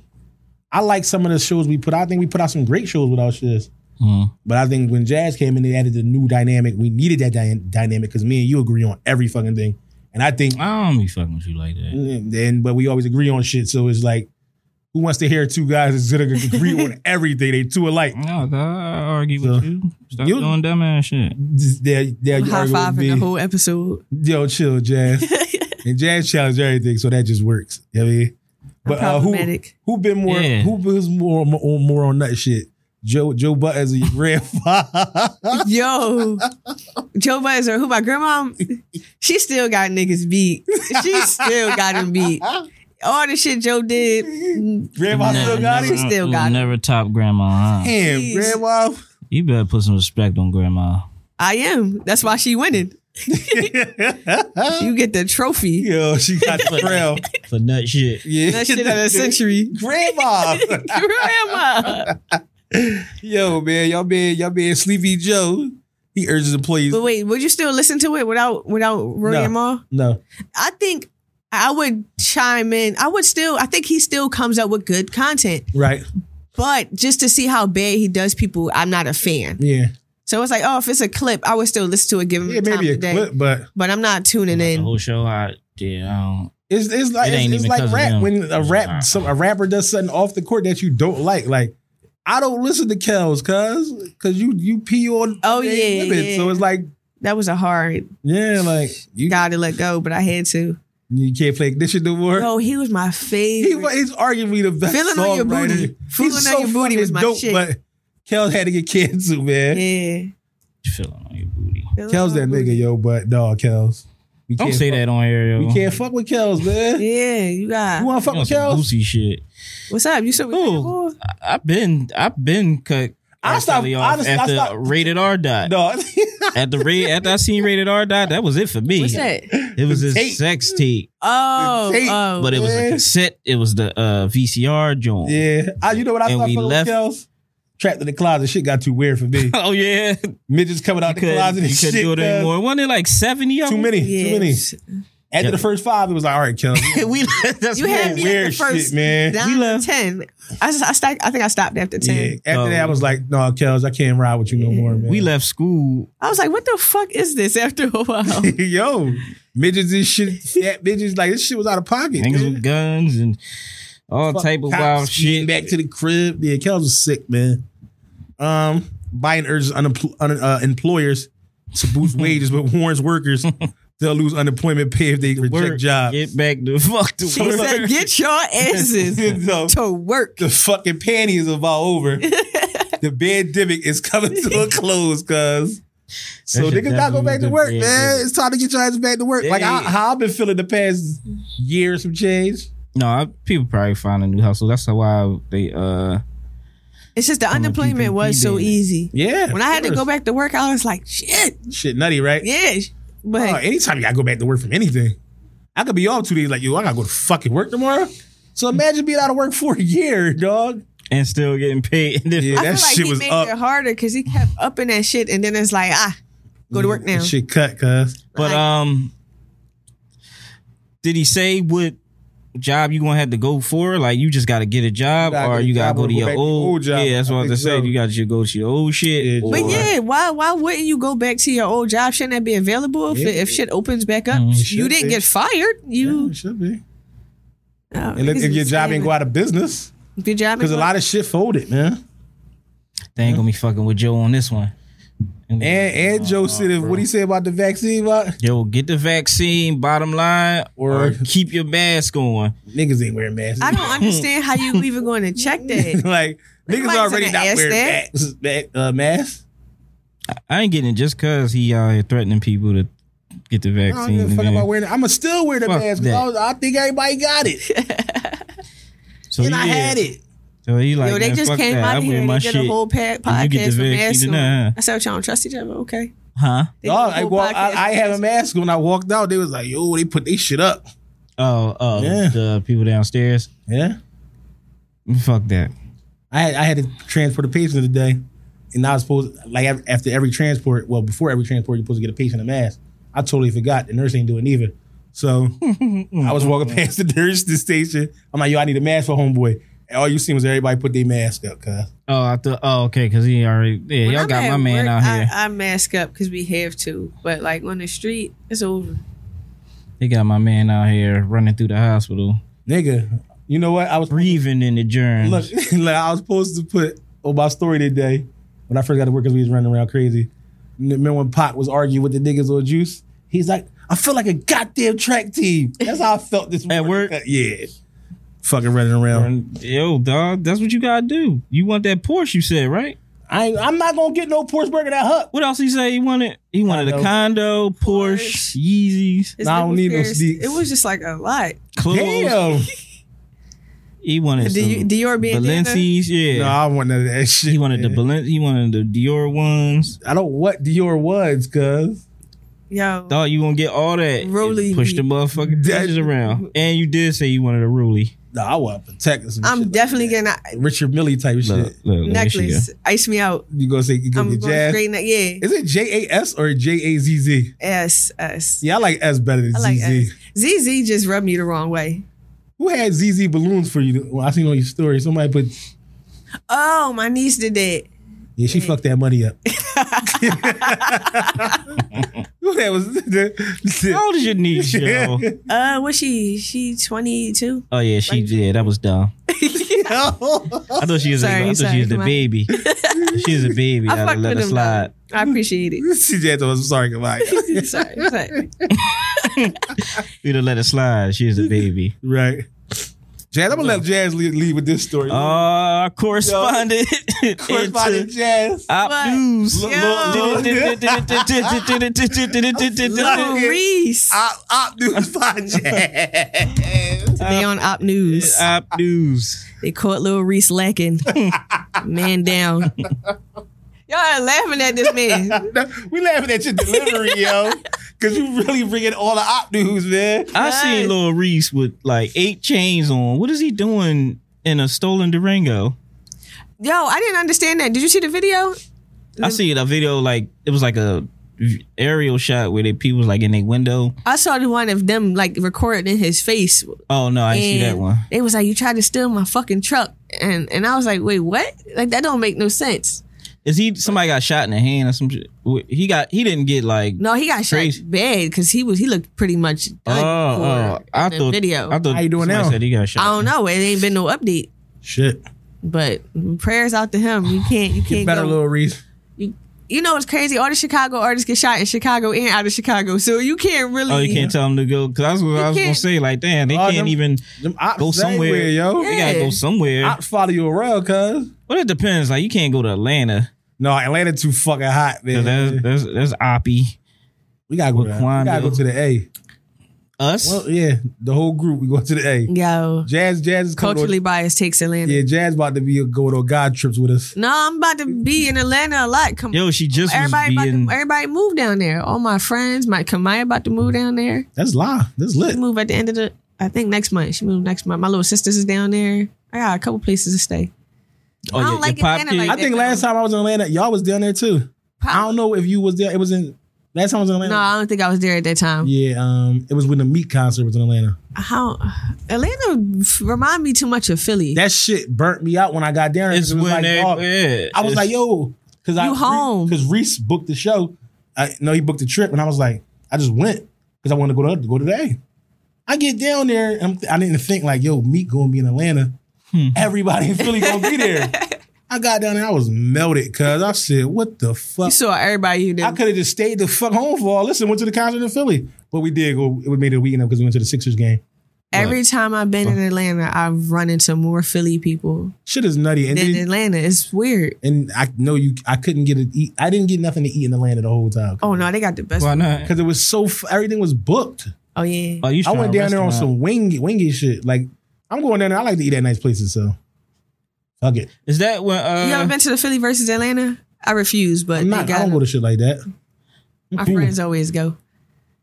Speaker 2: I like some of the shows we put out. I think we put out some great shows with our shiz.
Speaker 3: Mm-hmm.
Speaker 2: But I think when Jazz came in, they added the new dynamic. We needed that dy- dynamic because me and you agree on every fucking thing. And I think
Speaker 3: I don't be fucking with you like
Speaker 2: Mm.
Speaker 3: that.
Speaker 2: then but we always agree on shit. So it's like, who wants to hear two guys that's gonna agree on everything? They two alike.
Speaker 3: No, dog, I argue with
Speaker 2: So,
Speaker 3: you. Stop
Speaker 2: you-
Speaker 3: doing dumb ass shit.
Speaker 2: They're, they're
Speaker 4: High five in the whole episode.
Speaker 2: Yo, chill, Jazz. and Jazz challenged everything, so that just works. You know what I mean? But uh, who
Speaker 4: problematic.
Speaker 2: who been more
Speaker 3: Yeah.
Speaker 2: who been more more, more on that shit? Joe Joe Buttons or your grandfather?
Speaker 4: Yo, Joe Buzzer, who my grandma, she still got niggas beat. She still got him beat. all the shit Joe did. mm,
Speaker 2: Grandma still got
Speaker 4: She
Speaker 2: it.
Speaker 4: still
Speaker 3: We'll
Speaker 4: got it.
Speaker 3: never top grandma. Huh?
Speaker 2: Damn, grandma.
Speaker 3: You better put some respect on grandma.
Speaker 4: I am. That's why she winning. you get the trophy.
Speaker 2: Yo, she got the trail.
Speaker 3: For nut shit.
Speaker 2: Yeah.
Speaker 4: That shit of the century.
Speaker 2: Grandma.
Speaker 4: Grandma.
Speaker 2: Yo, man, y'all been y'all been Sleepy Joe. He urges employees.
Speaker 4: But wait, would you still listen to it without without Rory
Speaker 2: No.
Speaker 4: and Ma?
Speaker 2: No.
Speaker 4: I think I would chime in. I would still. I think he still comes up with good content,
Speaker 2: Right.
Speaker 4: but just to see how bad he does people, I'm not a fan.
Speaker 2: Yeah.
Speaker 4: So it's like, oh, if it's a clip, I would still listen to it, give him
Speaker 2: Yeah,
Speaker 4: time
Speaker 2: maybe
Speaker 4: of
Speaker 2: a
Speaker 4: day.
Speaker 2: clip, but
Speaker 4: But I'm not tuning
Speaker 3: The
Speaker 4: in.
Speaker 3: whole show, I, yeah, I don't.
Speaker 2: it's it's like
Speaker 3: It ain't
Speaker 2: it's, it's
Speaker 3: even
Speaker 2: like
Speaker 3: 'cause of
Speaker 2: rap
Speaker 3: them. uh-uh.
Speaker 2: when a
Speaker 3: Nah.
Speaker 2: rap some a rapper does something off the court that you don't like. Like I don't listen to Kells, cuz cuz you you pee on
Speaker 4: Oh,
Speaker 2: gay
Speaker 4: yeah,
Speaker 2: women.
Speaker 4: yeah.
Speaker 2: so it's like
Speaker 4: That was a hard
Speaker 2: yeah, like you
Speaker 4: guy to let go, but I had to.
Speaker 2: you can't play this shit no more.
Speaker 4: Yo, he was my
Speaker 2: He,
Speaker 4: favorite.
Speaker 2: wa- he's arguably the best
Speaker 4: Feeling on your
Speaker 2: songwriter.
Speaker 4: booty. Feeling on
Speaker 2: He's so
Speaker 4: your booty was
Speaker 2: fucking
Speaker 4: my
Speaker 2: dope,
Speaker 4: shit.
Speaker 2: but Kells had to get canceled, man.
Speaker 4: yeah.
Speaker 3: feeling on your booty.
Speaker 4: Feeling
Speaker 2: Kells
Speaker 4: my
Speaker 2: that nigga,
Speaker 4: booty.
Speaker 2: yo, but dog, Kells. We
Speaker 3: Don't
Speaker 2: can't
Speaker 3: say
Speaker 2: fuck-
Speaker 3: that on air, yo.
Speaker 2: We can't fuck with Kells, man.
Speaker 4: Yeah, you
Speaker 2: You
Speaker 4: got.
Speaker 2: wanna fuck
Speaker 3: You on
Speaker 2: with
Speaker 3: some
Speaker 2: Kells?
Speaker 3: Boosie shit.
Speaker 4: What's up? You said we
Speaker 3: Ooh.
Speaker 4: playing ball?
Speaker 3: I- I've been, I've been cut.
Speaker 2: I
Speaker 3: R.
Speaker 2: stopped-
Speaker 3: Kelly off
Speaker 2: honestly, I
Speaker 3: after
Speaker 2: stopped-
Speaker 3: rated R dot.
Speaker 2: No.
Speaker 3: At the rate after I seen rated R dot, that was it for me.
Speaker 4: What's that?
Speaker 3: It was his
Speaker 2: Tape.
Speaker 3: sex tape,
Speaker 4: Oh,
Speaker 2: tape.
Speaker 4: oh.
Speaker 3: but it was
Speaker 2: Yeah.
Speaker 3: a cassette. It was the uh, VCR joint.
Speaker 2: yeah. I, you know what I
Speaker 3: And
Speaker 2: stopped
Speaker 3: we
Speaker 2: fucking with
Speaker 3: left-
Speaker 2: Kells? Trapped in the closet. Shit got too weird for me.
Speaker 3: Oh yeah,
Speaker 2: Midgets coming out the
Speaker 3: couldn't,
Speaker 2: closet
Speaker 3: you
Speaker 2: and shit.
Speaker 3: couldn't do it
Speaker 2: cuz.
Speaker 3: anymore. Wasn't it like seventy of
Speaker 2: Too
Speaker 3: them?
Speaker 2: many. Too many.
Speaker 4: Yes.
Speaker 2: After
Speaker 3: Yeah.
Speaker 2: the first five, it was like, all right, Kells.
Speaker 3: we that's
Speaker 4: You had
Speaker 2: Weird,
Speaker 4: me at the
Speaker 2: weird
Speaker 4: first
Speaker 2: shit, man.
Speaker 4: nine
Speaker 3: We
Speaker 4: to
Speaker 3: left.
Speaker 4: ten. I, s- I, stopped, I think I stopped after ten.
Speaker 2: Yeah. After that, I was like, no, Kells, I can't ride with you no more, man.
Speaker 3: we left school.
Speaker 4: I was like, what the fuck is this? After a while,
Speaker 2: Yo, midgets and shit, fat midgets, like this shit was out of pocket.
Speaker 3: Niggas
Speaker 2: dude.
Speaker 3: with guns and all type of
Speaker 2: Cops
Speaker 3: wild
Speaker 2: speeding
Speaker 3: shit.
Speaker 2: Back to the crib. Yeah, Kells was sick, man. Um, Biden urges unempl- un- uh, employers to boost wages, but warns workers they'll lose unemployment pay if they reject
Speaker 3: Work.
Speaker 2: jobs.
Speaker 3: Get back to fuck to
Speaker 4: she
Speaker 3: work.
Speaker 4: said, "Get your asses
Speaker 2: So,
Speaker 4: to work."
Speaker 2: uh, the fucking panty is about over. the pandemic is coming to a close, cuz. So
Speaker 3: That shit
Speaker 2: niggas gotta go
Speaker 3: definitely
Speaker 2: back to
Speaker 3: been
Speaker 2: work, man.
Speaker 3: bad, bad.
Speaker 2: It's time to get your ass back to work. Like I,
Speaker 3: Yeah.
Speaker 2: how I've been feeling the past year or some change.
Speaker 3: No, I, people probably find a new house, so that's why they uh
Speaker 4: It's just the unemployment
Speaker 3: PPP
Speaker 4: was so
Speaker 3: ban.
Speaker 4: easy.
Speaker 2: Yeah.
Speaker 4: When I had to go
Speaker 2: back,
Speaker 4: back to work, I was like, "Shit,
Speaker 2: shit nutty, right?
Speaker 4: yeah." But
Speaker 2: Oh, anytime you gotta go back to work from anything, I could be off two days. Like yo, I gotta go to fucking work tomorrow. So imagine being out of work for a year, dog.
Speaker 3: and still getting paid. And then-
Speaker 2: Yeah,
Speaker 4: I
Speaker 2: that
Speaker 4: feel like
Speaker 2: shit
Speaker 4: he
Speaker 2: was
Speaker 4: made it
Speaker 2: up.
Speaker 4: harder because he kept upping that shit, and then it's like, ah, go to work now.
Speaker 2: That Mm, shit cut, cuz.
Speaker 3: But um, did he say what job you gonna have to go for? Like you just gotta get a job,
Speaker 2: Gotta
Speaker 3: or
Speaker 2: get a
Speaker 3: you gotta
Speaker 2: job
Speaker 3: go
Speaker 2: or
Speaker 3: to
Speaker 2: go
Speaker 3: your
Speaker 2: back to
Speaker 3: old,
Speaker 2: your old job.
Speaker 3: Yeah, that's
Speaker 2: I
Speaker 3: what I was
Speaker 2: think
Speaker 3: gonna say.
Speaker 2: so.
Speaker 3: You gotta just go to your old shit.
Speaker 2: Yeah,
Speaker 3: or-
Speaker 4: But yeah, why why wouldn't you go back to your old job? Shouldn't that be available if,
Speaker 2: Yeah. Mm-hmm.
Speaker 4: if shit opens back up?
Speaker 3: Mm, it
Speaker 4: you
Speaker 2: should
Speaker 4: didn't
Speaker 2: be.
Speaker 4: get fired. You
Speaker 2: Yeah, it should be.
Speaker 4: oh,
Speaker 2: And look,
Speaker 4: niggas
Speaker 2: if your
Speaker 4: be
Speaker 2: job ain't
Speaker 4: scamming.
Speaker 2: go out of business,
Speaker 4: If your job
Speaker 2: because a lot of shit folded, man.
Speaker 3: they ain't gonna be fucking with Joe on this one.
Speaker 2: And and Joe said, if- what he say about the vaccine? About
Speaker 3: Yo, get the vaccine. Bottom line, or,
Speaker 2: Or-
Speaker 3: keep your mask on.
Speaker 2: niggas ain't wearing masks.
Speaker 4: I don't understand how you even going to check that.
Speaker 2: like niggas
Speaker 4: Nobody's
Speaker 2: already
Speaker 4: gonna
Speaker 2: not
Speaker 4: ask
Speaker 2: wearing
Speaker 4: that.
Speaker 2: masks. ma- Uh, masks.
Speaker 3: I ain't getting it just cause he out here threatening people to get the
Speaker 2: I don't give
Speaker 3: vaccine.
Speaker 2: a fuck
Speaker 3: man.
Speaker 2: about wearing it. I'ma still wear the
Speaker 3: Fuck
Speaker 2: mask.
Speaker 3: that.
Speaker 2: 'cause I, I think everybody got it,
Speaker 3: so
Speaker 2: and I
Speaker 3: yeah.
Speaker 2: had it.
Speaker 3: So he like,
Speaker 4: Yo, they
Speaker 3: man,
Speaker 4: just
Speaker 3: fuck
Speaker 4: came
Speaker 3: that.
Speaker 4: out
Speaker 3: I
Speaker 4: of here
Speaker 3: wear
Speaker 4: and
Speaker 3: my
Speaker 4: they did a
Speaker 3: shit.
Speaker 4: whole pa-
Speaker 3: you get
Speaker 4: podcast
Speaker 3: the
Speaker 4: for
Speaker 3: vaccine,
Speaker 4: masks. on.
Speaker 3: nah.
Speaker 4: I said, "What, y'all don't trust each other, okay?
Speaker 3: Huh?
Speaker 4: They
Speaker 2: Dog,
Speaker 4: did a
Speaker 2: I,
Speaker 4: whole
Speaker 2: walk,
Speaker 4: podcast
Speaker 2: I, I
Speaker 4: for
Speaker 2: have a
Speaker 4: masks.
Speaker 2: mask. When I walked out, they was like, "Yo, they put they shit up."
Speaker 3: Oh, oh,
Speaker 2: Yeah.
Speaker 3: the people downstairs.
Speaker 2: Yeah,
Speaker 3: Fuck that.
Speaker 2: I had, I had to transport a patient today, and I was supposed like af- after every transport, well before every transport, you're supposed to get a patient a mask. I totally forgot. The nurse ain't doing it either. So I was walking past the nurse the station. I'm like, yo, I need a mask for homeboy. And all you seen was everybody put their mask up, cuz.
Speaker 3: Oh, I thought. Oh, okay, because he already. Yeah,
Speaker 4: When
Speaker 3: y'all
Speaker 4: I'm
Speaker 3: got
Speaker 4: at
Speaker 3: my man
Speaker 4: work,
Speaker 3: out here.
Speaker 4: I, I mask up because we have to, but like on the street, it's over.
Speaker 3: they got my man out here running through the hospital,
Speaker 2: Nigga, you know what? I was
Speaker 3: breathing in the germs.
Speaker 2: Look, like I was supposed to put on my story today when I first got to work because we was running around crazy. N- Remember when Pac was arguing with the niggas on juice? He's like, I feel like a goddamn track team. That's how I felt this
Speaker 3: At
Speaker 2: morning.
Speaker 3: work?
Speaker 2: Yeah. Fucking running around.
Speaker 3: And, yo, dog, that's what you gotta do. You want that Porsche? You said right.
Speaker 2: I ain't, I'm not gonna get no Porsche burger that hut.
Speaker 3: What else he say he wanted? He wanted a
Speaker 2: Condo.
Speaker 3: condo, Porsche, Yeezys,
Speaker 4: His
Speaker 2: Nah, I don't
Speaker 4: nipple
Speaker 2: need no
Speaker 4: pierced.
Speaker 2: sneaks.
Speaker 4: It was just like a lot.
Speaker 3: clothes.
Speaker 2: Damn.
Speaker 3: He wanted
Speaker 4: Do you-
Speaker 2: um,
Speaker 3: some
Speaker 4: Dior being
Speaker 3: Balenci's, yeah.
Speaker 2: No, I want none of that shit.
Speaker 3: he wanted the Balen- he wanted the Dior ones.
Speaker 2: I don't want Dior ones, cuz.
Speaker 4: Yo.
Speaker 3: Thought you gonna get all that.
Speaker 4: Roly.
Speaker 3: Push the motherfucking
Speaker 2: That-
Speaker 3: dishes around. And you did say you wanted a Ruly.
Speaker 2: No, I want protectors.
Speaker 4: I'm definitely getting a
Speaker 2: Richard Millie type
Speaker 3: Look,
Speaker 2: shit.
Speaker 3: look, look, here she
Speaker 4: necklace. Ice me out.
Speaker 2: You gonna say you gonna
Speaker 4: I'm
Speaker 2: get
Speaker 4: going
Speaker 2: jazz?
Speaker 4: straight now. Yeah.
Speaker 2: Is it J A S or J A Z Z?
Speaker 4: S S.
Speaker 2: Yeah, I like S better than
Speaker 4: I like
Speaker 2: ZZ.
Speaker 4: S. ZZ just rubbed me the wrong way.
Speaker 2: Who had ZZ balloons for you? Well, I seen on your story. Somebody put,
Speaker 4: Oh, my niece did that.
Speaker 2: yeah, she fucked that money up. Who that was?
Speaker 3: go. How old is your niece, yo?
Speaker 4: Uh, what she? She 22.
Speaker 3: Oh yeah, she did. That was dumb. I thought she was. a,
Speaker 4: Sorry,
Speaker 3: I thought
Speaker 4: sorry,
Speaker 3: she was the
Speaker 4: come on.
Speaker 3: baby. She's a baby. I,
Speaker 4: fucked
Speaker 3: let her
Speaker 4: with him,
Speaker 3: slide.
Speaker 4: though. I appreciate it.
Speaker 2: She just told us, I'm sorry, goodbye.
Speaker 4: sorry, sorry.
Speaker 3: We'd have let her slide. She's a baby.
Speaker 2: right. Jazz, I'm gonna let Jazz leave, leave with this story.
Speaker 3: Uh, correspondent.
Speaker 2: Correspondent Jazz.
Speaker 3: Op
Speaker 4: What?
Speaker 3: news.
Speaker 4: Yo. Lil-
Speaker 2: Lil-
Speaker 3: I
Speaker 4: Oh, Reese.
Speaker 3: Ah.
Speaker 2: Op, op news by Jazz.
Speaker 4: they on Op News.
Speaker 3: Op news.
Speaker 4: They caught little Reese lacking. man down. Y'all are laughing at this man.
Speaker 2: we laughing at your delivery, yo. Cause you really bringing all the op news, man.
Speaker 3: I seen Lil Reese with like eight chains on. What is he doing in a stolen Durango?
Speaker 4: Yo, I didn't understand that. Did you see the video?
Speaker 3: I see a video like it was like a aerial shot where they people was like in their window.
Speaker 4: I saw the one of them like recording in his face.
Speaker 3: Oh no, I didn't see that
Speaker 4: And
Speaker 3: one.
Speaker 4: They was like, "You tried to steal my fucking truck," and and I was like, "Wait, what? Like that don't make no sense."
Speaker 3: Is he somebody got shot in the hand or some? shit? He got he didn't get like.
Speaker 4: No, he got
Speaker 3: Crazy.
Speaker 4: shot bad because he was he looked pretty much done
Speaker 3: Oh, oh,
Speaker 4: for
Speaker 3: I
Speaker 4: the
Speaker 3: thought
Speaker 4: video.
Speaker 3: I thought
Speaker 2: How you doing
Speaker 3: somebody
Speaker 2: now?
Speaker 3: Said he got shot.
Speaker 4: I don't know. It ain't been no update,
Speaker 2: Shit.
Speaker 4: but prayers out to him. You can't you can't
Speaker 2: Better
Speaker 4: go-
Speaker 2: little Reese.
Speaker 4: you, you know what's crazy? All the Chicago artists get shot in Chicago and out of Chicago, so you can't really.
Speaker 3: Oh, you can't tell them to go because I was, I was gonna
Speaker 4: can't-
Speaker 3: say like, damn, they
Speaker 2: Oh,
Speaker 3: can't
Speaker 2: them-
Speaker 3: even
Speaker 2: Them ops
Speaker 3: go somewhere,
Speaker 2: yo.
Speaker 3: They gotta
Speaker 4: Yeah.
Speaker 3: go somewhere.
Speaker 2: Ops follow you around, cuz.
Speaker 3: well, it depends. Like, you can't go to Atlanta.
Speaker 2: No, Atlanta too fucking hot,
Speaker 3: 'cause
Speaker 2: man.
Speaker 3: That's that's that's oppy.
Speaker 2: we gotta go. To, we
Speaker 3: Laquan
Speaker 2: gotta go
Speaker 3: Bill.
Speaker 2: to the A.
Speaker 3: Us.
Speaker 2: Well, yeah, the whole group we go to the A.
Speaker 4: Yo,
Speaker 2: Jazz, Jazz is coming.
Speaker 4: culturally
Speaker 2: On,
Speaker 4: biased takes Atlanta.
Speaker 2: yeah, Jazz about to be going on God trips with us.
Speaker 4: No, I'm about to be in Atlanta a lot. Come,
Speaker 3: Yo, she just
Speaker 4: everybody,
Speaker 3: was
Speaker 4: about
Speaker 3: being.
Speaker 4: to, everybody move down there. All my friends, my Kamaya about to move down there.
Speaker 2: That's live. That's
Speaker 4: She
Speaker 2: lit.
Speaker 4: move at the end of the, I think next month. She moved next month. My little sisters is down there. I got a couple places to stay.
Speaker 3: oh,
Speaker 4: I
Speaker 3: yeah,
Speaker 4: don't
Speaker 3: your
Speaker 4: like
Speaker 3: pop
Speaker 4: Atlanta
Speaker 3: kid-
Speaker 4: like
Speaker 2: I think last time I was in Atlanta, y'all was down there too. I don't know if you was there. It was in last time I was in Atlanta.
Speaker 4: No, I don't think I was there at that time.
Speaker 2: Yeah, um, it was when the Meat concert was in Atlanta.
Speaker 4: How Atlanta f- remind me too much of Philly.
Speaker 2: That shit burnt me out when I got down there.
Speaker 3: It's
Speaker 2: It was
Speaker 3: when
Speaker 2: like,
Speaker 3: they-
Speaker 2: dog,
Speaker 3: yeah,
Speaker 2: I was
Speaker 3: it's-
Speaker 2: like, yo, because I
Speaker 4: You home.
Speaker 2: because Reese booked the show. I, no, he booked the trip, and I was like, I just went because I wanted to go to go today. I get down there, and I'm, th- I didn't think like, yo, Meat gonna be in Atlanta.
Speaker 3: Hmm.
Speaker 2: Everybody in Philly gonna be there. I got down there, I was melted, cause I said, what the
Speaker 4: you
Speaker 2: fuck?
Speaker 4: saw everybody you
Speaker 2: I
Speaker 4: did.
Speaker 2: could have just stayed the fuck home for all. Listen, went to the concert in Philly, but we did go. It made it a weekend because we went to the Sixers game.
Speaker 4: Every time I've been in Atlanta, I've run into more Philly people
Speaker 2: Shit is nutty, and
Speaker 4: than
Speaker 2: then,
Speaker 4: Atlanta. It's weird.
Speaker 2: and I know you. I couldn't get it. Eat, I didn't get nothing to eat in Atlanta the whole time.
Speaker 4: Oh no, they got the best.
Speaker 3: Why not?
Speaker 2: Because it was so f- everything was booked.
Speaker 4: Oh yeah.
Speaker 3: Oh, you
Speaker 2: I went
Speaker 3: trying
Speaker 2: down there on
Speaker 3: restaurant.
Speaker 2: some wingy wingy shit. Like I'm going down there. I like to eat at nice places, so fuck it.
Speaker 3: Is that when?
Speaker 4: you ever
Speaker 3: Uh,
Speaker 4: been to the Philly versus Atlanta? I refuse, but
Speaker 2: I'm not.
Speaker 4: they
Speaker 2: I
Speaker 4: got
Speaker 2: don't go to shit like that.
Speaker 4: my friends always go.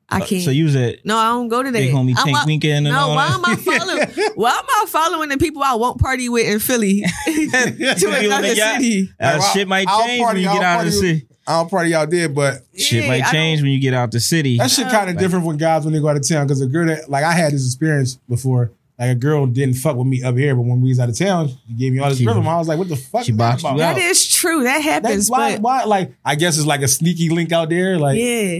Speaker 2: Uh,
Speaker 4: I can't.
Speaker 3: so you was at
Speaker 4: no, I don't go to that.
Speaker 3: Big Homie
Speaker 4: I'm
Speaker 3: Tank
Speaker 4: a-
Speaker 3: Weekend and
Speaker 4: no,
Speaker 3: all
Speaker 4: why
Speaker 3: that?
Speaker 4: am I following? why am I following the people I won't party with in Philly to
Speaker 3: You on
Speaker 4: another
Speaker 3: the yacht?
Speaker 4: city?
Speaker 3: Uh,
Speaker 8: Like,
Speaker 3: shit might
Speaker 8: I'll- I'll
Speaker 3: change
Speaker 8: party-
Speaker 3: when you
Speaker 8: I'll
Speaker 3: get out of the
Speaker 8: party
Speaker 3: city.
Speaker 8: I'll probably out there, but
Speaker 3: Shit
Speaker 4: Yeah, I
Speaker 3: might
Speaker 4: don't-
Speaker 3: change when you get out the city.
Speaker 8: that shit kind of different with guys when they go out of town. Because a girl that like I had this experience before. Like a girl didn't fuck with me up here, but when we was out of town, she gave me all this
Speaker 3: She-
Speaker 8: rhythm. I was like, "What the fuck?"
Speaker 3: she
Speaker 8: is that
Speaker 3: boxed you
Speaker 8: about?
Speaker 3: out.
Speaker 4: That is true. That happens.
Speaker 8: That's why,
Speaker 4: but
Speaker 8: why, like, I guess it's like a sneaky link out there. Like,
Speaker 4: yeah,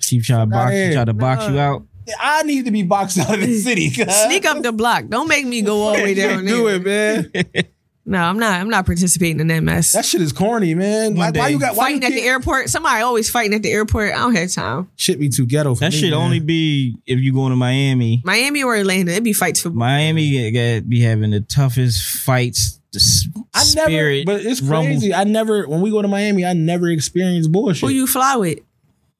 Speaker 3: She trying to box,
Speaker 8: Not
Speaker 3: she
Speaker 8: in.
Speaker 3: trying to box you out.
Speaker 8: I need to be boxed out of the city.
Speaker 4: Mm. sneak up the block. Don't make me go all the way down there.
Speaker 8: Do it, man.
Speaker 4: No, I'm not. I'm not participating in that mess.
Speaker 8: That shit is corny, man. Like, why
Speaker 3: day.
Speaker 8: you got why you
Speaker 4: fighting at the
Speaker 8: can't-
Speaker 4: airport. Somebody always fighting at the airport. I don't have time.
Speaker 2: Shit be too ghetto. For
Speaker 3: That
Speaker 2: me,
Speaker 3: should
Speaker 2: man.
Speaker 3: only be if you going to Miami.
Speaker 4: Miami or Atlanta, it'd be fights for.
Speaker 3: Miami got be having the toughest fights. The s-
Speaker 2: I never.
Speaker 3: spirit,
Speaker 2: but it's
Speaker 3: rumble.
Speaker 2: crazy. I never. When we go to Miami, I never experience bullshit.
Speaker 4: who you fly with.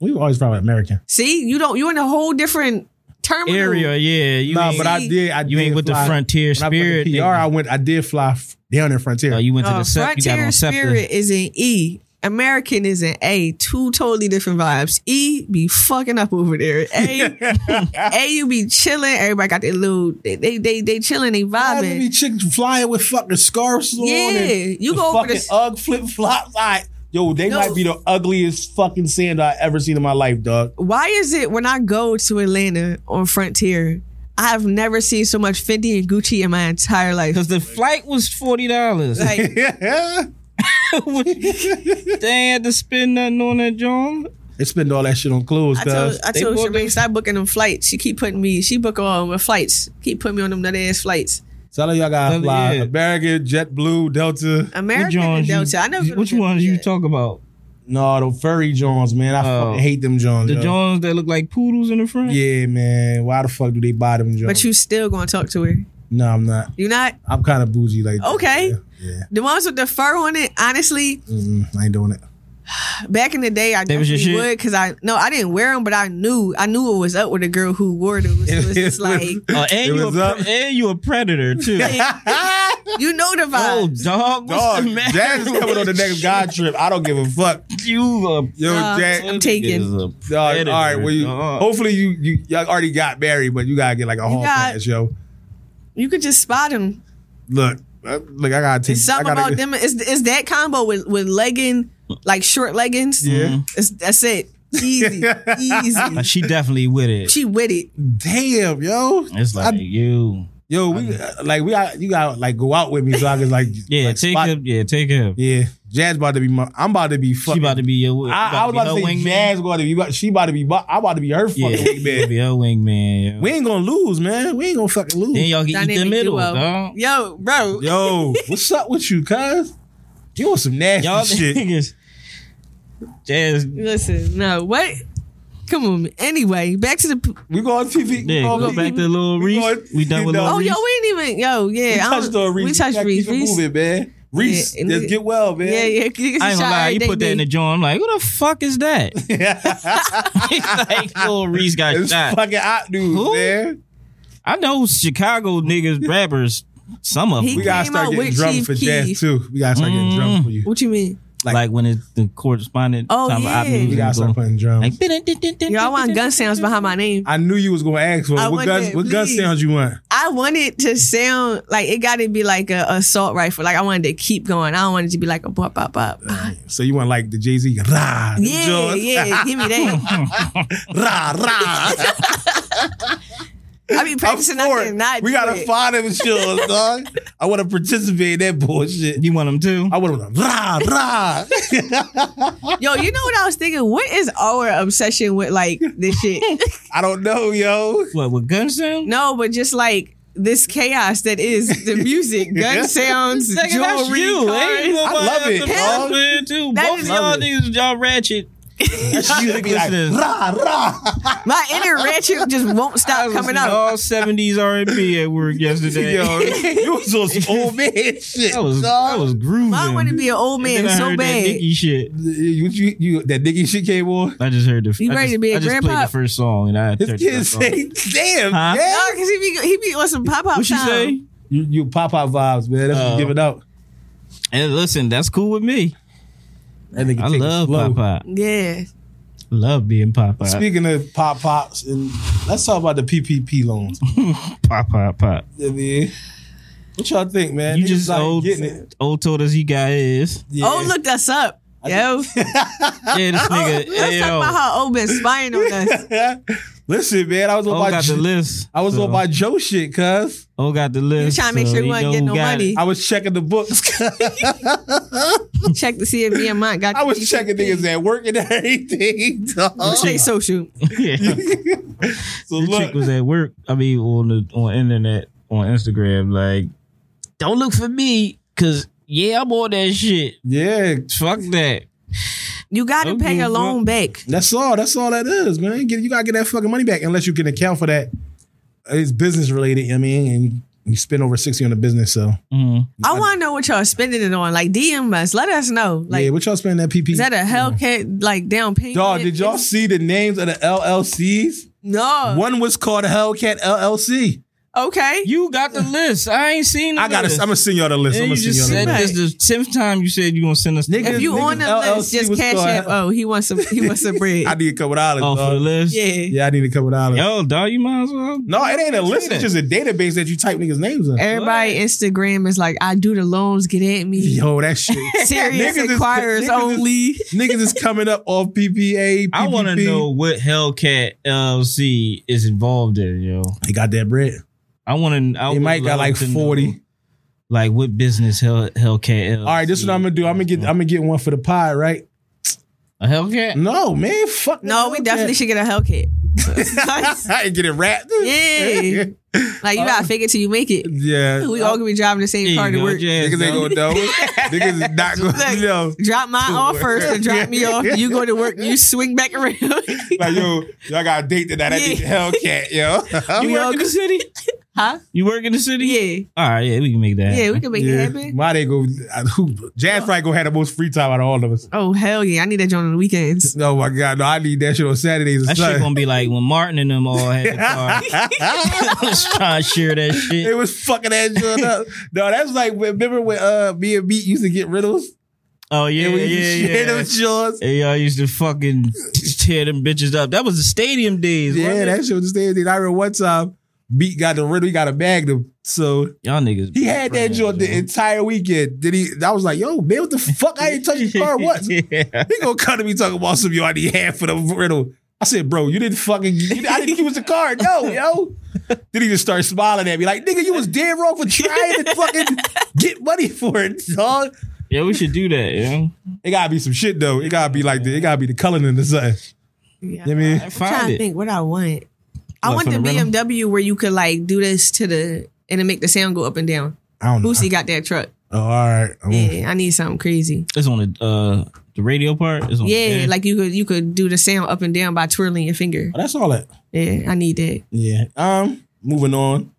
Speaker 2: we were always probably American.
Speaker 4: See, you don't. You in a whole different terminal.
Speaker 3: area. Yeah, you
Speaker 2: nah,
Speaker 3: ain't-
Speaker 2: but I did. I
Speaker 3: you
Speaker 2: did
Speaker 3: ain't with the
Speaker 2: fly-
Speaker 3: frontier
Speaker 2: When I went to
Speaker 3: spirit.
Speaker 2: PR,
Speaker 3: nigga.
Speaker 2: I went. I did fly f- down in frontier.
Speaker 3: Oh, you went to
Speaker 4: Uh,
Speaker 3: the sep- you got
Speaker 4: Frontier
Speaker 3: on
Speaker 4: Spirit
Speaker 3: scepter.
Speaker 4: is an E. American is an A. Two totally different vibes. E be fucking up over there. A, A you be chilling. Everybody got their little they they they, they chilling. They
Speaker 2: Why do
Speaker 4: vibing.
Speaker 2: these chicks flying with fucking scarves on.
Speaker 4: Yeah,
Speaker 2: and
Speaker 4: you
Speaker 2: the
Speaker 4: go over
Speaker 2: fucking
Speaker 4: this-
Speaker 2: UGG flip flops. I yo, they
Speaker 4: No.
Speaker 2: might be the ugliest fucking sand I ever seen in my life, dog.
Speaker 4: Why is it when I go to Atlanta on Frontier, I've never seen so much Fendi and Gucci in my entire life.
Speaker 3: Because the flight was forty dollars.
Speaker 4: Like
Speaker 2: Yeah,
Speaker 3: they ain't had to spend nothing on that John.
Speaker 2: they spend all that shit on clothes,
Speaker 4: I told
Speaker 2: cuz.
Speaker 4: I
Speaker 3: They
Speaker 4: told
Speaker 3: booked
Speaker 4: Shireen,
Speaker 3: it.
Speaker 4: stop booking them flights. She keep putting me. She book all my flights. Keep putting me on them nut ass flights.
Speaker 2: Tell her y'all gotta
Speaker 3: Hell
Speaker 2: fly
Speaker 3: yeah.
Speaker 2: American, JetBlue, Delta.
Speaker 4: American and Delta.
Speaker 3: You,
Speaker 4: I never.
Speaker 3: Which ones you talk about?
Speaker 2: No, the furry Johns, man. I
Speaker 3: Oh.
Speaker 2: fucking hate them Johns.
Speaker 3: The
Speaker 2: yo.
Speaker 3: Johns that look like poodles in the front.
Speaker 2: Yeah, man. Why the fuck do they buy them Johns?
Speaker 4: But you still gonna talk to her?
Speaker 2: no, I'm not.
Speaker 4: You not?
Speaker 2: I'm kind of bougie like that.
Speaker 4: Okay.
Speaker 2: Yeah, yeah.
Speaker 4: The ones with the fur on it, honestly,
Speaker 2: Mm, I ain't doing it.
Speaker 4: back in the day, I
Speaker 3: That was your
Speaker 4: definitely
Speaker 3: shit?
Speaker 4: would because I no, I didn't wear them, but I knew I knew it was up with a girl who wore them. So it's just like
Speaker 3: Uh,
Speaker 2: It
Speaker 3: and you a
Speaker 2: was
Speaker 3: pre-
Speaker 2: up.
Speaker 3: and you a predator too.
Speaker 4: you know the
Speaker 3: oh
Speaker 4: vibe.
Speaker 3: dog, what's
Speaker 2: Dog,
Speaker 3: the matter
Speaker 2: Jazz is coming on the
Speaker 3: with
Speaker 2: next God trip. I don't give a fuck.
Speaker 3: You a
Speaker 2: Yo,
Speaker 4: Uh,
Speaker 2: Jack.
Speaker 4: I'm taking.
Speaker 3: is a
Speaker 2: Dog, all
Speaker 3: predator, Uh-huh.
Speaker 2: right, well, you,
Speaker 3: dog.
Speaker 2: hopefully you, you y'all already got married, but you gotta get like a hall
Speaker 4: got-
Speaker 2: pass, yo.
Speaker 4: You could just spot them.
Speaker 2: Look, uh, look, I gotta take.
Speaker 4: It's
Speaker 2: I
Speaker 4: something
Speaker 2: gotta
Speaker 4: about
Speaker 2: get-
Speaker 4: them. Is is that combo with with legging like short leggings? Mm-hmm.
Speaker 2: Yeah.
Speaker 4: It's, that's it. Easy, easy.
Speaker 3: Like, she definitely with it.
Speaker 4: She with it.
Speaker 2: Damn, yo,
Speaker 3: it's like
Speaker 2: I-
Speaker 3: you.
Speaker 2: yo, we uh, like we got you got like go out with me so I can like
Speaker 3: Yeah,
Speaker 2: like,
Speaker 3: take
Speaker 2: spot-
Speaker 3: him. Yeah, take him.
Speaker 2: Yeah, Jazz about to be my. I'm about to be
Speaker 3: She
Speaker 2: fucking.
Speaker 3: about to be your. wi-
Speaker 2: I, I was
Speaker 3: be
Speaker 2: about to
Speaker 3: her
Speaker 2: say Jazz going to be. about- She about to be. my- I'm about to be her fucking
Speaker 3: Yeah, she
Speaker 2: wingman.
Speaker 3: about to be her wingman. yo.
Speaker 2: We ain't gonna lose, man. We ain't gonna fucking lose.
Speaker 3: Then y'all get eat the
Speaker 4: Dynamic
Speaker 3: middle,
Speaker 4: duo.
Speaker 3: dog.
Speaker 4: Yo, bro.
Speaker 2: Yo, what's up with you, cuz? You on some nasty
Speaker 3: Y'all
Speaker 2: shit.
Speaker 3: niggas. Jazz.
Speaker 4: Listen, no, what? Come on. Anyway, back to the. p-
Speaker 2: We go on TV.
Speaker 3: Yeah,
Speaker 2: on
Speaker 3: go
Speaker 2: TV.
Speaker 3: back to little
Speaker 2: We
Speaker 3: Reese.
Speaker 2: Oh, going-
Speaker 3: We done with
Speaker 2: you know,
Speaker 3: little
Speaker 4: Oh,
Speaker 3: Reese.
Speaker 4: yo, we ain't even. Yo, yeah.
Speaker 2: We
Speaker 4: I don't-
Speaker 2: touched on Reese.
Speaker 4: We touched
Speaker 2: gotta
Speaker 4: Reese.
Speaker 2: Keep it
Speaker 4: Reese.
Speaker 2: moving, man. Reese,
Speaker 4: Yeah, and
Speaker 2: just
Speaker 4: we-
Speaker 2: get well, man.
Speaker 4: Yeah, yeah. You
Speaker 3: I ain't gonna lie, you put that in the joint. I'm like, who the fuck is that? It's like, little Reese got
Speaker 2: It's
Speaker 3: shot.
Speaker 2: fucking hot news,
Speaker 3: Who?
Speaker 2: man.
Speaker 3: I know Chicago niggas, rappers, some of
Speaker 4: He
Speaker 3: them.
Speaker 2: We gotta
Speaker 4: Came
Speaker 2: start
Speaker 4: out
Speaker 2: getting
Speaker 4: with
Speaker 2: drunk
Speaker 4: Chief
Speaker 2: for
Speaker 4: Keef.
Speaker 2: jazz too. We gotta start getting drunk for you.
Speaker 4: What you mean?
Speaker 3: Like, when it's the correspondent.
Speaker 4: Oh,
Speaker 3: time of
Speaker 4: yeah.
Speaker 3: op music
Speaker 2: We gotta
Speaker 3: go.
Speaker 2: start playing drums.
Speaker 3: Like,
Speaker 4: Yo, I want gun sounds behind my name.
Speaker 2: I knew you was gonna ask for
Speaker 4: I
Speaker 2: it. what
Speaker 4: want
Speaker 2: guns.
Speaker 4: that,
Speaker 2: what gun
Speaker 4: please.
Speaker 2: sounds you want?
Speaker 4: I want it to sound like it got to be like a assault rifle. Like I wanted to keep going. I don't want it to be like a bop bop bop.
Speaker 3: Uh,
Speaker 2: So you want like the Jay Z? Rah, them
Speaker 4: Yeah,
Speaker 2: joints.
Speaker 4: yeah. Give me that.
Speaker 2: rah, rah.
Speaker 4: I be
Speaker 2: I'm
Speaker 4: practicing. I
Speaker 2: for it.
Speaker 4: cannot.
Speaker 2: We
Speaker 4: do
Speaker 2: gotta
Speaker 4: it.
Speaker 2: find them shows, dog. I want to participate in that bullshit.
Speaker 3: You want them too?
Speaker 2: I want to rah, rah.
Speaker 4: Yo, you know what I was thinking? What is our obsession with like this shit?
Speaker 2: I don't know, yo.
Speaker 3: What, with gun sound?
Speaker 4: no, but just like this chaos that is the music, gun sounds,
Speaker 3: Nigga, that's
Speaker 4: jewelry,
Speaker 3: you. Ain't
Speaker 4: cars.
Speaker 3: nobody
Speaker 2: love
Speaker 3: else
Speaker 2: it, dog.
Speaker 3: a player, too.
Speaker 4: That
Speaker 3: Both
Speaker 4: is-
Speaker 3: of y'all
Speaker 2: Love it.
Speaker 3: niggas, y'all ratchet.
Speaker 2: She would be like,
Speaker 3: Listen.
Speaker 2: rah, rah.
Speaker 4: My inner ratchet just won't
Speaker 3: I
Speaker 4: stop
Speaker 3: was listening
Speaker 4: coming
Speaker 3: to
Speaker 4: up.
Speaker 3: all seventies R and B at work yesterday.
Speaker 2: Yo, you was on some old man shit.
Speaker 3: I was I
Speaker 2: dog.
Speaker 3: was grooving.
Speaker 4: I want to be an old man
Speaker 3: And then I
Speaker 4: so
Speaker 3: heard That
Speaker 4: bad.
Speaker 3: Nicki shit.
Speaker 2: you, you, you, that nigga shit came on.
Speaker 3: I just heard the.
Speaker 4: You
Speaker 3: I
Speaker 4: ready
Speaker 3: just,
Speaker 4: to be a
Speaker 3: I just played
Speaker 4: grandpa?
Speaker 3: the first song and I had
Speaker 2: This
Speaker 3: 30
Speaker 2: kid
Speaker 3: songs.
Speaker 2: say, damn,
Speaker 3: Huh?
Speaker 2: yeah.
Speaker 4: No, because he be he be on some pop pop.
Speaker 3: What she say?
Speaker 2: You, you pop out vibes, man. That's what
Speaker 3: Oh.
Speaker 2: you giving out.
Speaker 3: And listen, that's cool with me.
Speaker 2: That nigga
Speaker 3: I
Speaker 2: take it
Speaker 3: love
Speaker 2: slow.
Speaker 3: Pop Pop.
Speaker 4: Yeah.
Speaker 3: Love being Pop Pop.
Speaker 2: Speaking of pop pops, and let's talk about the PPP loans.
Speaker 3: Pop Pop Pop.
Speaker 2: I mean, what y'all think, man?
Speaker 3: You
Speaker 2: Niggas
Speaker 3: just
Speaker 2: like
Speaker 3: old.
Speaker 2: getting it.
Speaker 3: Old told us he got his.
Speaker 2: Yeah.
Speaker 4: Oh, look us up. Yo, let's talk
Speaker 3: Yeah, this nigga.
Speaker 4: about
Speaker 3: Yo,
Speaker 4: how old been spying on us.
Speaker 2: Listen, man, I was on
Speaker 3: old
Speaker 2: my
Speaker 3: got the
Speaker 2: J-
Speaker 3: list.
Speaker 2: I was on my Joe shit, cuz.
Speaker 3: Oh, got the list.
Speaker 4: trying to make
Speaker 3: so
Speaker 4: sure you
Speaker 3: he
Speaker 4: wasn't
Speaker 3: know
Speaker 4: getting
Speaker 3: who
Speaker 4: no
Speaker 3: got
Speaker 4: money.
Speaker 3: it.
Speaker 2: I was checking the books.
Speaker 4: Check to see if me and Mont got.
Speaker 2: I
Speaker 4: the
Speaker 2: was checking
Speaker 4: PPP.
Speaker 2: niggas at work and everything. dog.
Speaker 4: Stay social.
Speaker 3: Yeah.
Speaker 2: So
Speaker 3: The chick was at work. I mean, on the on internet on Instagram, like, don't look for me, cause yeah, I'm on that shit.
Speaker 2: yeah,
Speaker 3: Fuck that.
Speaker 4: You got to
Speaker 3: Don't
Speaker 4: pay
Speaker 3: give
Speaker 4: your
Speaker 3: a
Speaker 4: loan back.
Speaker 2: that's all. That's all that is, man. You, get, you gotta get that fucking money back unless you can account for that. It's business related. I mean, and you spend over sixty on the business. So
Speaker 3: Mhm.
Speaker 4: I want to know what y'all spending it on. Like DM us. Let us know. Like
Speaker 2: yeah, what y'all spend that PP?
Speaker 4: is that a Hellcat like down payment?
Speaker 2: Dog, did y'all see the names of the LLCs?
Speaker 4: No.
Speaker 2: One was called Hellcat LLC.
Speaker 4: Okay.
Speaker 3: You got the list. I ain't seen. The
Speaker 2: I gotta.
Speaker 3: List.
Speaker 2: I'm gonna send y'all the list. I'm
Speaker 3: And you
Speaker 2: gonna send
Speaker 3: just
Speaker 2: y'all the
Speaker 3: said
Speaker 2: list.
Speaker 3: this the tenth time you said you gonna send us.
Speaker 2: Niggas-
Speaker 4: if you
Speaker 2: niggas
Speaker 4: on the list,
Speaker 2: LLC
Speaker 4: just
Speaker 2: was
Speaker 4: cash
Speaker 2: called-
Speaker 4: app. Oh, he wants some. He wants some bread.
Speaker 2: I need a couple dollars.
Speaker 3: off the
Speaker 2: dog.
Speaker 3: list.
Speaker 4: yeah.
Speaker 2: uh, Yeah, I need a couple dollars.
Speaker 3: Yo, dog, you might as well.
Speaker 2: No, it ain't a list. It's
Speaker 3: Listen.
Speaker 2: just a database that you type niggas' names in.
Speaker 4: Everybody Instagram is like, I do the loans. Get at me.
Speaker 2: Yo, that shit.
Speaker 4: Serious
Speaker 2: Niggas is-
Speaker 4: inquirers
Speaker 2: niggas is-
Speaker 4: only.
Speaker 2: niggas is coming up off PPA.
Speaker 3: I want to
Speaker 2: PPP.
Speaker 3: know what Hellcat LLC is involved in, yo.
Speaker 2: They got that bread.
Speaker 3: I want to. I
Speaker 2: They
Speaker 3: would
Speaker 2: might got
Speaker 3: love
Speaker 2: like
Speaker 3: to know,
Speaker 2: forty.
Speaker 3: like what business Hell Hellcat LLC?
Speaker 2: All right, this is what I'm gonna do. I'm gonna get. I'm gonna get one for the Mm, pie, right?
Speaker 3: a Hellcat.
Speaker 2: No, man, fuck.
Speaker 4: No, we definitely should get a Hellcat.
Speaker 2: I get it wrapped.
Speaker 4: Yeah. like you gotta fake it till you make it.
Speaker 2: yeah.
Speaker 4: We all gonna be driving the
Speaker 3: There
Speaker 4: same
Speaker 3: you
Speaker 4: car to
Speaker 3: go,
Speaker 4: work.
Speaker 3: Jazz,
Speaker 2: Niggas ain't
Speaker 3: dog.
Speaker 2: gonna know. Niggas is not gonna
Speaker 4: Look.
Speaker 2: know.
Speaker 4: Drop my off first and drop me off.
Speaker 2: Yeah.
Speaker 4: You go to work, you swing back around.
Speaker 2: Like yo, y'all got a date tonight. I need the Hellcat, yo.
Speaker 3: You work in the city?
Speaker 4: huh?
Speaker 3: You work in the city?
Speaker 4: Yeah.
Speaker 3: All right, yeah, we can make that.
Speaker 4: Yeah, we can make it
Speaker 2: Yeah.
Speaker 4: happen.
Speaker 2: Why they go? I- Who? Jazz probably gonna have the most free time out of all of us.
Speaker 4: Oh hell yeah! I need that joint on the weekends.
Speaker 2: Oh my god, no! I need that shit on Saturdays and
Speaker 3: That shit
Speaker 2: Sundays.
Speaker 3: gonna be like when Martin and them all had the car. Let's try to share that shit.
Speaker 2: It was fucking that shit up. No, that's like remember when uh me and Beat used to get riddles
Speaker 3: oh yeah,
Speaker 2: and we used to
Speaker 3: yeah,
Speaker 2: share
Speaker 3: yeah.
Speaker 2: them shorts.
Speaker 3: Hey, y'all used to fucking tear them bitches up. That was the stadium days.
Speaker 2: Yeah,
Speaker 3: wasn't it?
Speaker 2: that shit was the same thing. I remember one time Beat got the riddle, he got a magnum. So
Speaker 3: y'all niggas.
Speaker 2: he had that joint the entire weekend. Did he I was like, yo, man, what the fuck? I ain't touch his car once. He
Speaker 3: yeah.
Speaker 2: gonna come to me talking about some yo, I need half for the riddle. I said, bro, you didn't fucking you didn't- I didn't give us the card. No, yo. Then he just started smiling at me like, nigga, you was dead wrong for trying to fucking get money for it, dog.
Speaker 3: yeah, we should do that. You know,
Speaker 2: It gotta be some shit though. It gotta be like the, it gotta be the Cullinan or something.
Speaker 4: Yeah.
Speaker 2: You know what I mean?
Speaker 3: I
Speaker 4: I'm trying
Speaker 3: find
Speaker 4: to
Speaker 3: it.
Speaker 4: think what I want. I
Speaker 3: What,
Speaker 4: want
Speaker 3: for
Speaker 4: the
Speaker 3: the rental?
Speaker 4: BMW where you could like do this to the and it make the sound go up and down.
Speaker 2: I don't know.
Speaker 4: Boosie got that truck.
Speaker 2: Oh, all right. I'm-
Speaker 4: Yeah, I need something crazy.
Speaker 3: It's on the uh the radio part. It's on
Speaker 4: Yeah,
Speaker 3: the-
Speaker 4: like you could you could do the sound up and down by twirling your finger.
Speaker 2: Oh, that's all that.
Speaker 4: Yeah, I need that.
Speaker 2: Yeah. Um, moving on.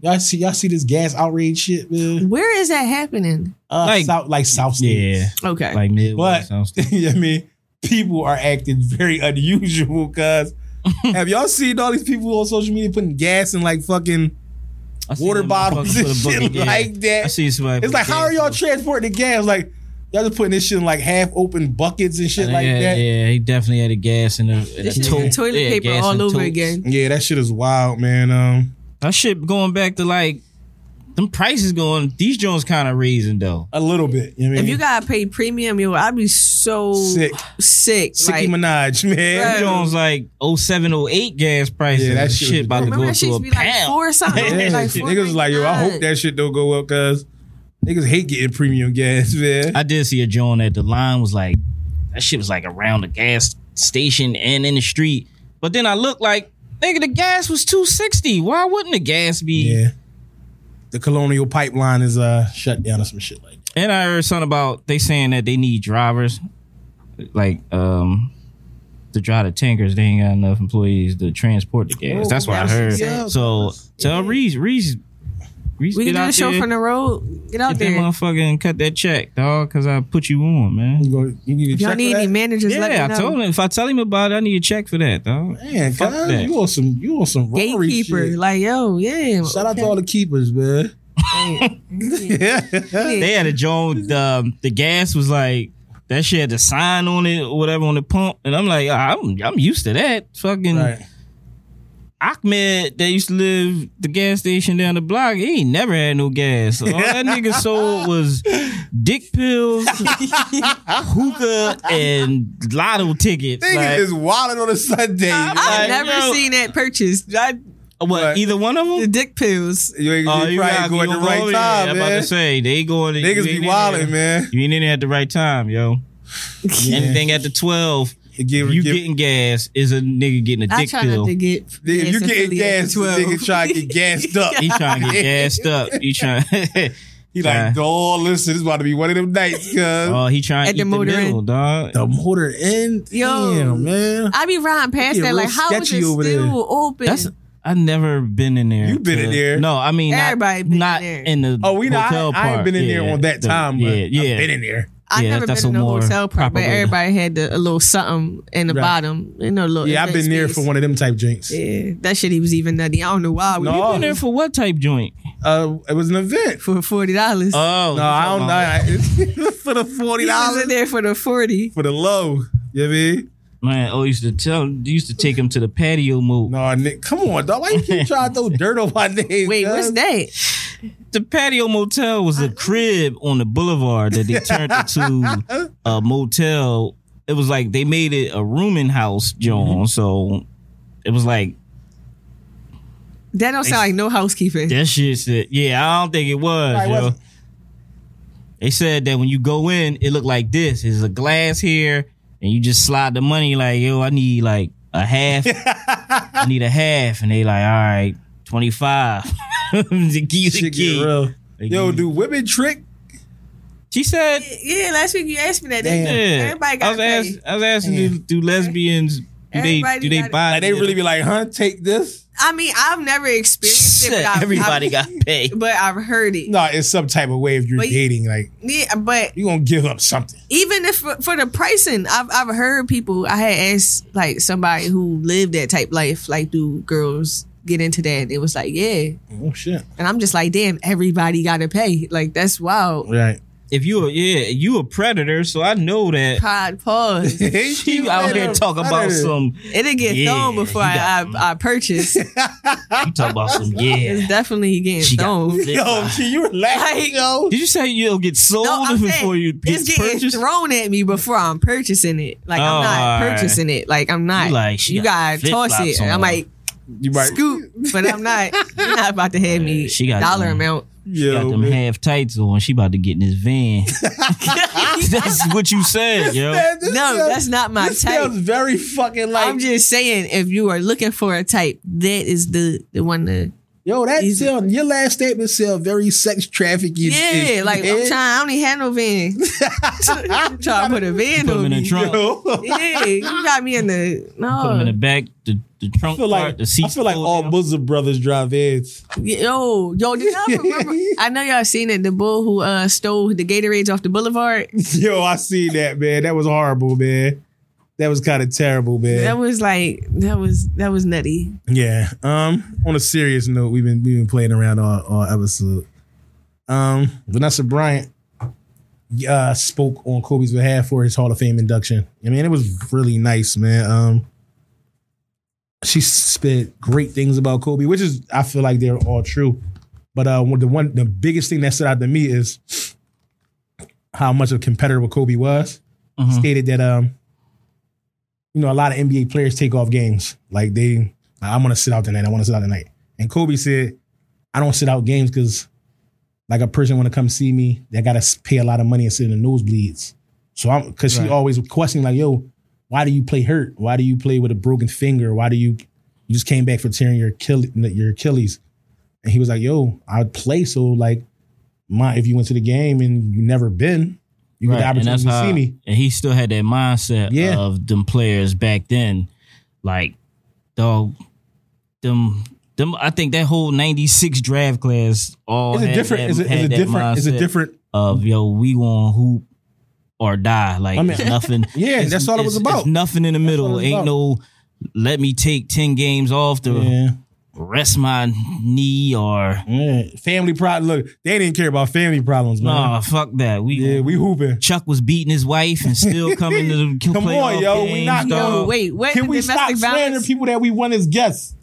Speaker 2: Y'all see y'all see this gas outrage shit, man?
Speaker 4: Where is that happening?
Speaker 2: Uh,
Speaker 3: Like-
Speaker 2: South, like South
Speaker 3: yeah,
Speaker 2: States.
Speaker 4: Okay.
Speaker 3: like
Speaker 2: But
Speaker 3: Midwest. sounds-
Speaker 2: you know what I mean, people are acting very unusual cuz have y'all seen all these people on social media putting gas in like fucking
Speaker 3: I seen
Speaker 2: water
Speaker 3: them
Speaker 2: bottles and
Speaker 3: motherfuckers put a
Speaker 2: shit
Speaker 3: bucket- yeah.
Speaker 2: like
Speaker 3: I
Speaker 2: that?
Speaker 3: see somebody.
Speaker 2: It's like,
Speaker 3: put
Speaker 2: how are y'all
Speaker 3: gas-
Speaker 2: transporting the gas? Like, y'all just putting this shit in like half open buckets and shit like
Speaker 3: yeah,
Speaker 2: that. Yeah.
Speaker 3: Yeah, he definitely had a gas in the
Speaker 4: This is toilet
Speaker 3: yeah,
Speaker 4: paper
Speaker 3: gas in
Speaker 4: all over
Speaker 3: totes.
Speaker 4: again.
Speaker 2: that shit is wild, man. Um,
Speaker 3: That shit going back to like them prices going. These Jones kind of raising though.
Speaker 2: a little bit. You know what I
Speaker 4: If
Speaker 2: mean?
Speaker 4: you gotta pay premium, yo, I'd be so
Speaker 2: sick,
Speaker 4: sick. Sick.
Speaker 2: Sicky
Speaker 4: like,
Speaker 2: Minaj, man.
Speaker 4: Right.
Speaker 3: Them Jones like 07, 08 gas prices.
Speaker 2: Yeah,
Speaker 3: Yeah,
Speaker 2: that
Speaker 3: that
Speaker 2: shit
Speaker 3: shit,
Speaker 2: was
Speaker 3: about to
Speaker 4: remember
Speaker 3: go
Speaker 4: that
Speaker 3: to
Speaker 4: shit
Speaker 3: a
Speaker 4: used to be like
Speaker 3: pound.
Speaker 4: four or something.
Speaker 2: Yeah,
Speaker 4: Like
Speaker 2: shit.
Speaker 4: four
Speaker 2: niggas was like, yo, I hope that shit don't go up because niggas hate getting premium gas, man.
Speaker 3: I did see a Joan at the line was like that shit was like around the gas station and in the street. But then I looked like nigga, the gas was two sixty. Why wouldn't the gas be?
Speaker 2: yeah. The colonial pipeline is uh shut down or some shit like that.
Speaker 3: And I heard something about they saying that they need drivers, like um, to drive the tankers. They ain't got enough employees to transport the gas. That's what I heard.
Speaker 4: yeah.
Speaker 3: So tell Reese, Reese, Reese,
Speaker 4: We
Speaker 3: get
Speaker 4: can do
Speaker 3: out
Speaker 4: the show
Speaker 3: there,
Speaker 4: from the road. Get out
Speaker 3: Get that
Speaker 4: there.
Speaker 3: motherfucker and cut that check, dog, because I put you on, man.
Speaker 2: You go you need to
Speaker 4: If
Speaker 2: check
Speaker 4: y'all need
Speaker 2: for
Speaker 4: any
Speaker 2: that?
Speaker 4: managers, let me
Speaker 3: Yeah,
Speaker 4: know.
Speaker 3: I told him if I tell him about it, I need a check for that, dog.
Speaker 2: Man,
Speaker 3: Fuck
Speaker 2: cuz,
Speaker 3: that.
Speaker 2: you on some you on some Rory
Speaker 4: Gatekeeper.
Speaker 2: shit.
Speaker 4: Like, yo, yeah.
Speaker 2: Shout out to all the keepers, man. yeah.
Speaker 3: They had a joint. um, The, the gas was like that shit had the sign on it or whatever on the pump, and I'm like, "Ah, I'm I'm used to that. Fucking
Speaker 2: Right.
Speaker 3: Ahmed that used to live the gas station down the block, he ain't never had no gas. So all that nigga sold was dick pills, hookah, and lotto tickets.
Speaker 2: Niggas
Speaker 3: Like,
Speaker 2: is wilding on a Sunday.
Speaker 4: I've
Speaker 3: like,
Speaker 4: never
Speaker 3: you know-
Speaker 4: seen that purchased. I,
Speaker 3: what? Either one of
Speaker 4: the
Speaker 3: them?
Speaker 4: dick pills.
Speaker 2: you ain't
Speaker 3: Oh,
Speaker 2: you probably
Speaker 3: gotta
Speaker 2: going
Speaker 3: be
Speaker 2: at the right
Speaker 3: involved.
Speaker 2: time,
Speaker 3: I'm about
Speaker 2: man.
Speaker 3: to say they going. you
Speaker 2: Niggas
Speaker 3: ain't
Speaker 2: be
Speaker 3: in there.
Speaker 2: wilding, man.
Speaker 3: You ain't in there at the right time, yo. Anything at the twelve,
Speaker 2: Give,
Speaker 3: you
Speaker 2: give-
Speaker 3: getting gas is a nigga getting a
Speaker 4: I
Speaker 3: dick
Speaker 4: try
Speaker 3: pill.
Speaker 4: not to get.
Speaker 2: nigga, if you
Speaker 4: gas
Speaker 2: getting
Speaker 4: affiliated
Speaker 2: gas,
Speaker 4: to
Speaker 2: nigga try to get gassed up.
Speaker 3: He trying to get gassed up. He trying.
Speaker 2: He
Speaker 3: Yeah.
Speaker 2: like, dog, listen, this about to be one of them nights, cuz.
Speaker 3: oh, he trying to
Speaker 4: At
Speaker 3: eat the,
Speaker 4: the motor
Speaker 3: middle, dog.
Speaker 2: the motor end.
Speaker 4: Yo.
Speaker 2: Damn, man.
Speaker 4: I be riding past
Speaker 2: Get
Speaker 4: that.
Speaker 2: real
Speaker 4: Like, how is it
Speaker 2: sketchy over
Speaker 4: still
Speaker 2: there.
Speaker 4: open?
Speaker 3: That's I never been in there.
Speaker 2: You been in
Speaker 3: to-
Speaker 2: there.
Speaker 3: No, I mean not-
Speaker 4: Everybody been in
Speaker 3: not
Speaker 4: there.
Speaker 3: in the
Speaker 2: Oh, we not.
Speaker 3: hotel
Speaker 2: I, I ain't
Speaker 3: part.
Speaker 2: been in
Speaker 3: Yeah,
Speaker 2: there on that
Speaker 3: the-
Speaker 2: time, but
Speaker 3: yeah, yeah.
Speaker 2: I've been in there.
Speaker 4: I've
Speaker 3: Yeah,
Speaker 4: never
Speaker 3: that's
Speaker 4: been in
Speaker 3: a
Speaker 4: a
Speaker 3: more
Speaker 4: hotel part,
Speaker 3: proper
Speaker 4: but
Speaker 3: way to-
Speaker 4: everybody had the, a little something in the
Speaker 2: Right.
Speaker 4: bottom, you know, little.
Speaker 2: Yeah, I've been
Speaker 4: event
Speaker 2: there
Speaker 4: space.
Speaker 2: for one of them type drinks.
Speaker 4: Yeah, that shit. He was even nutty. I don't know why.
Speaker 2: No.
Speaker 3: You been there for what type joint?
Speaker 2: Uh, it was an event.
Speaker 4: for forty dollars.
Speaker 2: Uh,
Speaker 3: Oh,
Speaker 2: No, I don't know. I- for the forty
Speaker 4: he was
Speaker 2: dollars
Speaker 4: in there for the forty.
Speaker 2: for the low. You know what I mean?
Speaker 3: Man, oh, used to tell, used to take him to the patio move.
Speaker 2: No, Nick, come on, dog. Why you keep trying to throw dirt on my name?
Speaker 4: Wait,
Speaker 2: cuz?
Speaker 4: what's that?
Speaker 3: The patio motel was a crib on the boulevard that they turned into a motel. It was like they made it a rooming house, John.
Speaker 2: Mm-hmm.
Speaker 3: So it was like
Speaker 4: That don't sound like no housekeeping.
Speaker 3: that shit. Said, yeah, I don't think it was.
Speaker 2: Right,
Speaker 3: yo.
Speaker 2: wasn't-
Speaker 3: They said that when you go in, it looked like this. It's a glass here, and you just slide the money. Like yo, I need like a half. I need a half, and they like all right, twenty five. the key, the
Speaker 2: Shit get
Speaker 3: key.
Speaker 2: real. Yo, do women trick?
Speaker 3: She said
Speaker 4: Yeah, last week you asked me that.
Speaker 2: Damn.
Speaker 3: Yeah.
Speaker 4: Everybody
Speaker 3: I
Speaker 4: got
Speaker 3: was,
Speaker 4: paid.
Speaker 3: ask, I was asking, do, do lesbians do
Speaker 4: Everybody
Speaker 3: they do they
Speaker 4: got-
Speaker 3: buy?
Speaker 2: Like they really be like, huh? Take this?
Speaker 4: I mean, I've never experienced it,
Speaker 3: Shit,
Speaker 4: but I've,
Speaker 3: everybody
Speaker 4: I've-
Speaker 3: got paid.
Speaker 4: But I've heard it.
Speaker 2: No, it's some type of way if you're
Speaker 4: But you-
Speaker 2: dating. Like
Speaker 4: Yeah, but
Speaker 2: you gonna give up something.
Speaker 4: even if for, for the pricing, I've I've heard people. I had asked like somebody who lived that type life, like do girls get into that? It was like, yeah,
Speaker 2: Oh shit.
Speaker 4: and I'm just like, damn, everybody got to pay. Like that's wild.
Speaker 2: Right.
Speaker 3: If you a, yeah, you a predator, so I know that
Speaker 4: Pod pause.
Speaker 3: she out here talking about some.
Speaker 4: It'll get
Speaker 3: Yeah,
Speaker 4: thrown before
Speaker 3: he
Speaker 4: I,
Speaker 3: got-
Speaker 4: I I purchase.
Speaker 3: You talking about some? Yeah,
Speaker 4: It's definitely getting
Speaker 3: she got.
Speaker 4: thrown.
Speaker 3: flipped
Speaker 2: Yo,
Speaker 3: by.
Speaker 2: can you relax?
Speaker 4: Like,
Speaker 2: yo.
Speaker 3: Did you say you'll get sold
Speaker 4: No, I'm
Speaker 3: before you
Speaker 4: saying
Speaker 3: get
Speaker 4: it's getting
Speaker 3: purchased?
Speaker 4: thrown at me before I'm purchasing it. Like
Speaker 3: Oh,
Speaker 4: I'm
Speaker 3: all
Speaker 4: not
Speaker 3: right.
Speaker 4: purchasing it. Like I'm not.
Speaker 3: You like, she
Speaker 4: you
Speaker 3: got
Speaker 4: gotta toss
Speaker 3: flip-flops
Speaker 4: it. And I'm
Speaker 3: on.
Speaker 4: like
Speaker 2: You might.
Speaker 4: scoop, but I'm not. You're not about to have me.
Speaker 3: she got
Speaker 4: dollar
Speaker 3: them.
Speaker 4: amount.
Speaker 3: She got
Speaker 2: Yo,
Speaker 3: them
Speaker 2: man.
Speaker 3: half tights on. She about to get in this van. That's what you said, yo.
Speaker 2: Man, this
Speaker 4: No,
Speaker 2: sounds-
Speaker 4: that's not my
Speaker 2: This
Speaker 4: type.
Speaker 2: sounds very fucking like.
Speaker 4: I'm just saying, if you are looking for a type, that is the the one that.
Speaker 2: yo, that
Speaker 4: Easy.
Speaker 2: sound, your last statement sound very sex trafficking.
Speaker 4: Yeah,
Speaker 2: ish,
Speaker 4: like I'm
Speaker 2: man.
Speaker 4: trying. I only had no van. trying to put a van
Speaker 3: Put
Speaker 4: on
Speaker 3: them in
Speaker 4: me.
Speaker 3: the trunk.
Speaker 2: Yo.
Speaker 4: Yeah, you got me in the
Speaker 3: Put them in the
Speaker 4: no.
Speaker 3: back. The, the trunk
Speaker 2: I feel
Speaker 3: part.
Speaker 2: like,
Speaker 3: The seat.
Speaker 2: I feel like all Muslim brothers drive vans.
Speaker 4: Yo, yo, did y'all remember? I know y'all seen it. The bull who uh stole the Gatorades off the boulevard.
Speaker 2: Yo, I seen that, man. That was horrible, man. That was kind of terrible, man.
Speaker 4: That was like that was that was nutty.
Speaker 2: Yeah. Um. On a serious note, we've been we've been playing around all, all episode. Um. Vanessa Bryant uh, spoke on Kobe's behalf for his Hall of Fame induction. I mean, it was really nice, man. Um. She spit great things about Kobe, which is I feel like they're all true. But uh, one- the one the biggest thing that stood out to me is how much of a competitor Kobe was.
Speaker 3: Mm-hmm.
Speaker 2: Stated that um, you know, a lot of NBA players take off games. Like they, I want to sit out tonight. I want to sit out tonight. And Kobe said, I don't sit out games because, like, a person want to come see me. They got to pay a lot of money and sit in the nosebleeds. So I'm because she always questioning like, yo, why do you play hurt? Why do you play with a broken finger? Why do you you just came back for tearing your Achilles, your Achilles? And he was like, yo, I play so like, my if you went to the game and you never been, you get the
Speaker 3: Right,
Speaker 2: opportunity to
Speaker 3: how-
Speaker 2: see me.
Speaker 3: And he still had that mindset
Speaker 2: Yeah.
Speaker 3: of them players back then. Like, dog, them, them. I think that whole '96 draft class all
Speaker 2: It's a
Speaker 3: had
Speaker 2: different.
Speaker 3: That,
Speaker 2: It's a,
Speaker 3: had
Speaker 2: it's a
Speaker 3: that
Speaker 2: different. It's a
Speaker 3: mindset
Speaker 2: different.
Speaker 3: of yo, we going hoop or die. Like
Speaker 2: I mean-
Speaker 3: it's nothing.
Speaker 2: Yeah,
Speaker 3: it's-
Speaker 2: that's all it was
Speaker 3: it's- it's
Speaker 2: about.
Speaker 3: nothing in the
Speaker 2: all
Speaker 3: middle.
Speaker 2: it was
Speaker 3: Ain't no. Let me take ten games off to
Speaker 2: Yeah.
Speaker 3: rest my knee or
Speaker 2: Yeah, family problem. Look, they didn't care about family problems, man.
Speaker 3: no fuck that. We
Speaker 2: Yeah, we hooping.
Speaker 3: Chuck was beating his wife and still coming to the
Speaker 2: Come
Speaker 3: playoff
Speaker 2: on, yo, we
Speaker 3: games,
Speaker 2: not-
Speaker 3: dog.
Speaker 4: Yo,
Speaker 2: Uh,
Speaker 4: wait, what?
Speaker 2: Can we stop
Speaker 4: domestic
Speaker 2: slandering
Speaker 4: violence?
Speaker 2: people that we want as guests?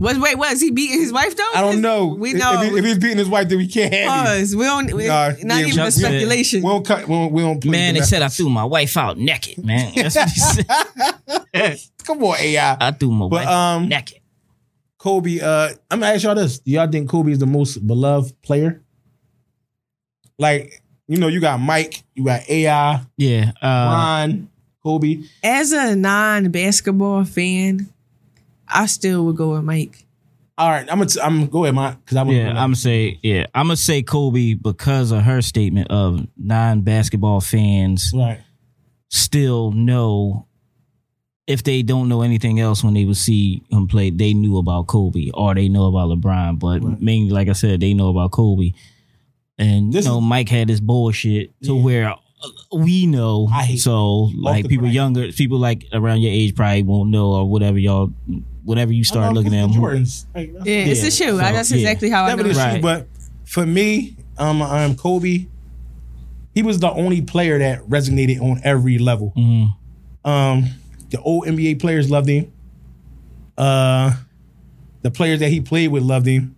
Speaker 4: Was wait, was he beating his wife though?
Speaker 2: I don't know.
Speaker 4: We
Speaker 2: If-
Speaker 4: know.
Speaker 2: if, he- if he's beating his wife, then we can't have him.
Speaker 4: Pause. We don't.
Speaker 2: Nah,
Speaker 4: it's not
Speaker 2: yeah,
Speaker 4: even
Speaker 3: Chuck
Speaker 4: a
Speaker 3: said-
Speaker 2: We
Speaker 4: speculation.
Speaker 2: don't cut. We don't, we don't play
Speaker 3: Man, they
Speaker 2: domestic-
Speaker 3: said I threw my wife out naked, man. That's what he said.
Speaker 2: Come on, AI.
Speaker 3: I threw my
Speaker 2: But,
Speaker 3: wife
Speaker 2: um,
Speaker 3: out naked.
Speaker 2: Kobe. Uh, I'm gonna ask y'all this: Do y'all think Kobe is the most beloved player? Like, you know, you got Mike, you got
Speaker 3: Uh-huh.
Speaker 2: AI,
Speaker 3: Yeah. Uh,
Speaker 2: Ron, Kobe.
Speaker 4: As a non-basketball fan, I still would go with Mike.
Speaker 2: All right, I'm gonna. T- I'm go ahead, Mike, because I'm.
Speaker 3: yeah, I'm gonna say yeah, I'm gonna say Kobe because of her statement of non-basketball fans
Speaker 2: right.
Speaker 3: still know if they don't know anything else when they would see him play, they knew about Kobe or they know about LeBron, but mainly like I said, they know about Kobe. And
Speaker 2: This
Speaker 3: you know, Mike had this bullshit to where uh, we know.
Speaker 2: I hate
Speaker 3: so like
Speaker 2: the
Speaker 3: people
Speaker 2: brain.
Speaker 3: younger, people like around your age probably won't know or whatever y'all, whenever you start looking at them.
Speaker 2: Jordans. Like,
Speaker 4: Yeah, it's the
Speaker 3: Yeah, so,
Speaker 4: shoe. I that's
Speaker 3: yeah.
Speaker 4: exactly how I
Speaker 2: Never
Speaker 4: know.
Speaker 2: the
Speaker 3: Right.
Speaker 2: shoe, but for me, um, um, Kobe, he was the only player that resonated on every level.
Speaker 3: Mm-hmm.
Speaker 2: Um, the old NBA players loved him. Uh, the players that he played with loved him.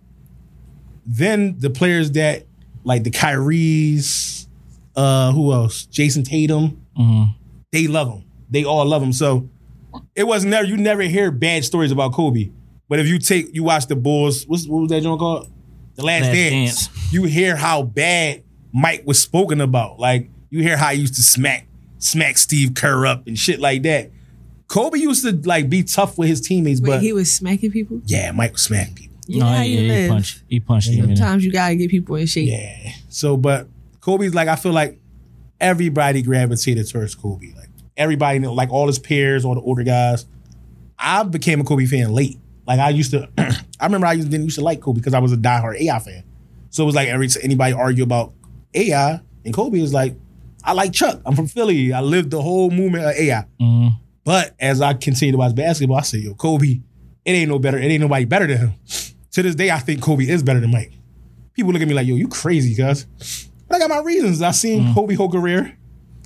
Speaker 2: Then the players that like the Kyrie's, uh, who else? Jason Tatum. They love him. They all love him. So it was never you never hear bad stories about Kobe. But if you take you watch the Bulls, what's, what was that joint called? The Last,
Speaker 3: Last
Speaker 2: Dance. You hear how bad Mike was spoken about. Like you hear how he used to smack smack Steve Kerr up and shit like that. Kobe used to like be tough with his teammates,
Speaker 4: Wait,
Speaker 2: but
Speaker 4: he was smacking people.
Speaker 2: yeah, Mike was smacking people.
Speaker 4: You
Speaker 3: No,
Speaker 4: know how
Speaker 3: he,
Speaker 4: you
Speaker 3: yeah, he
Speaker 4: live.
Speaker 3: punched. He punched him. in the-
Speaker 4: Sometimes you gotta get people in shape.
Speaker 2: Yeah. So, but Kobe's like, I feel like everybody gravitated towards Kobe. Like everybody, knew, like all his peers, all the older guys. I became a Kobe fan late. Like I used to, I remember I used, didn't used to like Kobe because I was a diehard AI fan. So it was like every t- anybody argue about AI and Kobe is like, I like Chuck. I'm from Philly. I lived the whole movement of AI. But as I continue to watch basketball, I say, yo, Kobe, it ain't no better. It ain't nobody better than him. To this day, I think Kobe is better than Mike people look at me like, yo, you crazy, cuz. But I got my reasons. I seen
Speaker 3: Mm.
Speaker 2: Kobe whole career,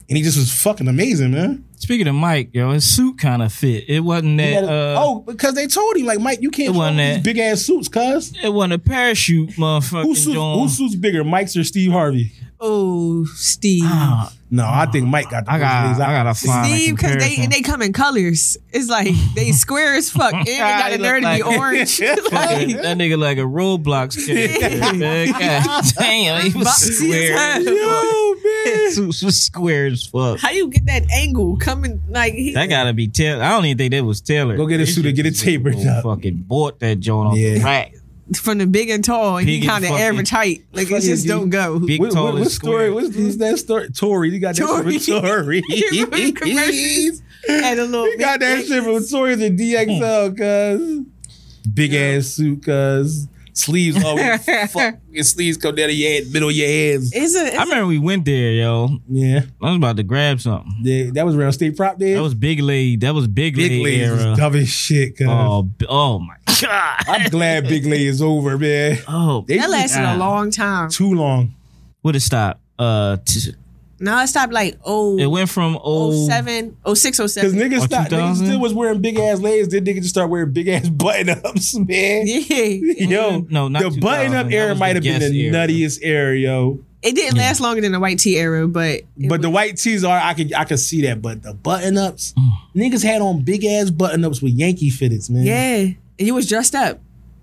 Speaker 2: and he just was fucking amazing, man.
Speaker 3: Speaking of Mike, yo, his suit kind of fit. It wasn't
Speaker 2: He
Speaker 3: that.
Speaker 2: had a-
Speaker 3: uh,
Speaker 2: oh, because they told him, like, Mike, you
Speaker 3: It
Speaker 2: can't
Speaker 3: wasn't
Speaker 2: wear these
Speaker 3: that-
Speaker 2: big ass suits, cuz.
Speaker 3: it wasn't a parachute, motherfucking.
Speaker 2: Who suits,
Speaker 3: joint.
Speaker 2: who suits bigger, Mike's or Steve Harvey?
Speaker 4: Oh, Steve.
Speaker 3: Ah,
Speaker 2: No, I think Mike got the
Speaker 3: I got.
Speaker 2: most
Speaker 3: I got a find a
Speaker 4: Steve, because they
Speaker 3: comparison.
Speaker 4: they come in colors. It's like they square as fuck, and they got
Speaker 3: They
Speaker 4: a
Speaker 3: look
Speaker 4: nerd to be
Speaker 3: like-
Speaker 4: orange.
Speaker 3: Fucking-
Speaker 4: like,
Speaker 3: that nigga like a Roblox character. man. God damn, he was
Speaker 4: boxy
Speaker 3: square.
Speaker 4: as hell.
Speaker 3: His suits was square as fuck.
Speaker 4: How you get that angle coming? Like he,
Speaker 3: That gotta be Taylor. I don't even think that was Taylor.
Speaker 2: Go get a
Speaker 3: They
Speaker 2: suit and get it tapered
Speaker 3: just
Speaker 2: up.
Speaker 3: Fucking bought that joint off the
Speaker 2: Yeah.
Speaker 3: rack.
Speaker 4: from the big and tall, and
Speaker 3: Big
Speaker 4: he
Speaker 3: and
Speaker 4: kind of
Speaker 3: fucking-
Speaker 4: average height. Like it just
Speaker 2: you-
Speaker 4: don't go.
Speaker 3: Big,
Speaker 2: What,
Speaker 3: tall,
Speaker 2: what,
Speaker 3: and
Speaker 2: what story?
Speaker 3: square.
Speaker 2: What's, what's that story? Tory, you got that
Speaker 4: Tory.
Speaker 2: shit from Tory.
Speaker 4: You remember the commercials? and a little
Speaker 2: You got that shit from Tory's and DXL, cuz. Hmm. Big ass suit, cuz. Sleeves always fuck. Your sleeves come down to your head, middle of your hands.
Speaker 4: It's a,
Speaker 3: I remember we went there, yo.
Speaker 2: Yeah.
Speaker 3: I was about to grab something.
Speaker 2: Yeah, that was around state prop days.
Speaker 3: That was Big Lady. That was Big,
Speaker 2: Big
Speaker 3: Lady
Speaker 2: Lay
Speaker 3: era.
Speaker 2: is dumb as shit. cuz.
Speaker 3: Oh, b- oh my god.
Speaker 2: I'm glad Big Lay is over, man.
Speaker 3: Oh,
Speaker 2: They
Speaker 4: that lasted a
Speaker 3: God.
Speaker 4: long time.
Speaker 2: too long.
Speaker 3: what it stop? Uh, t-
Speaker 4: Now it stopped like oh
Speaker 3: it went from old.
Speaker 4: 07, 06,
Speaker 2: Cause
Speaker 4: 07.
Speaker 2: niggas
Speaker 3: Or
Speaker 2: stopped, niggas
Speaker 3: 2000?
Speaker 2: still was wearing big ass legs. Then niggas just start wearing big ass button ups, man.
Speaker 4: Yeah, it
Speaker 2: Yo,
Speaker 3: No, not
Speaker 2: the button
Speaker 3: 2000.
Speaker 2: up
Speaker 3: That
Speaker 2: era
Speaker 3: was the
Speaker 2: might have been
Speaker 3: guess
Speaker 2: the
Speaker 3: era.
Speaker 2: nuttiest era, yo.
Speaker 4: didn't last longer than the white tee era, but it
Speaker 2: But the white tees are, I could, I could see that. But the button ups,
Speaker 3: Mm.
Speaker 2: niggas had on big ass button ups with Yankee fitteds, man.
Speaker 4: Yeah. And you was dressed up.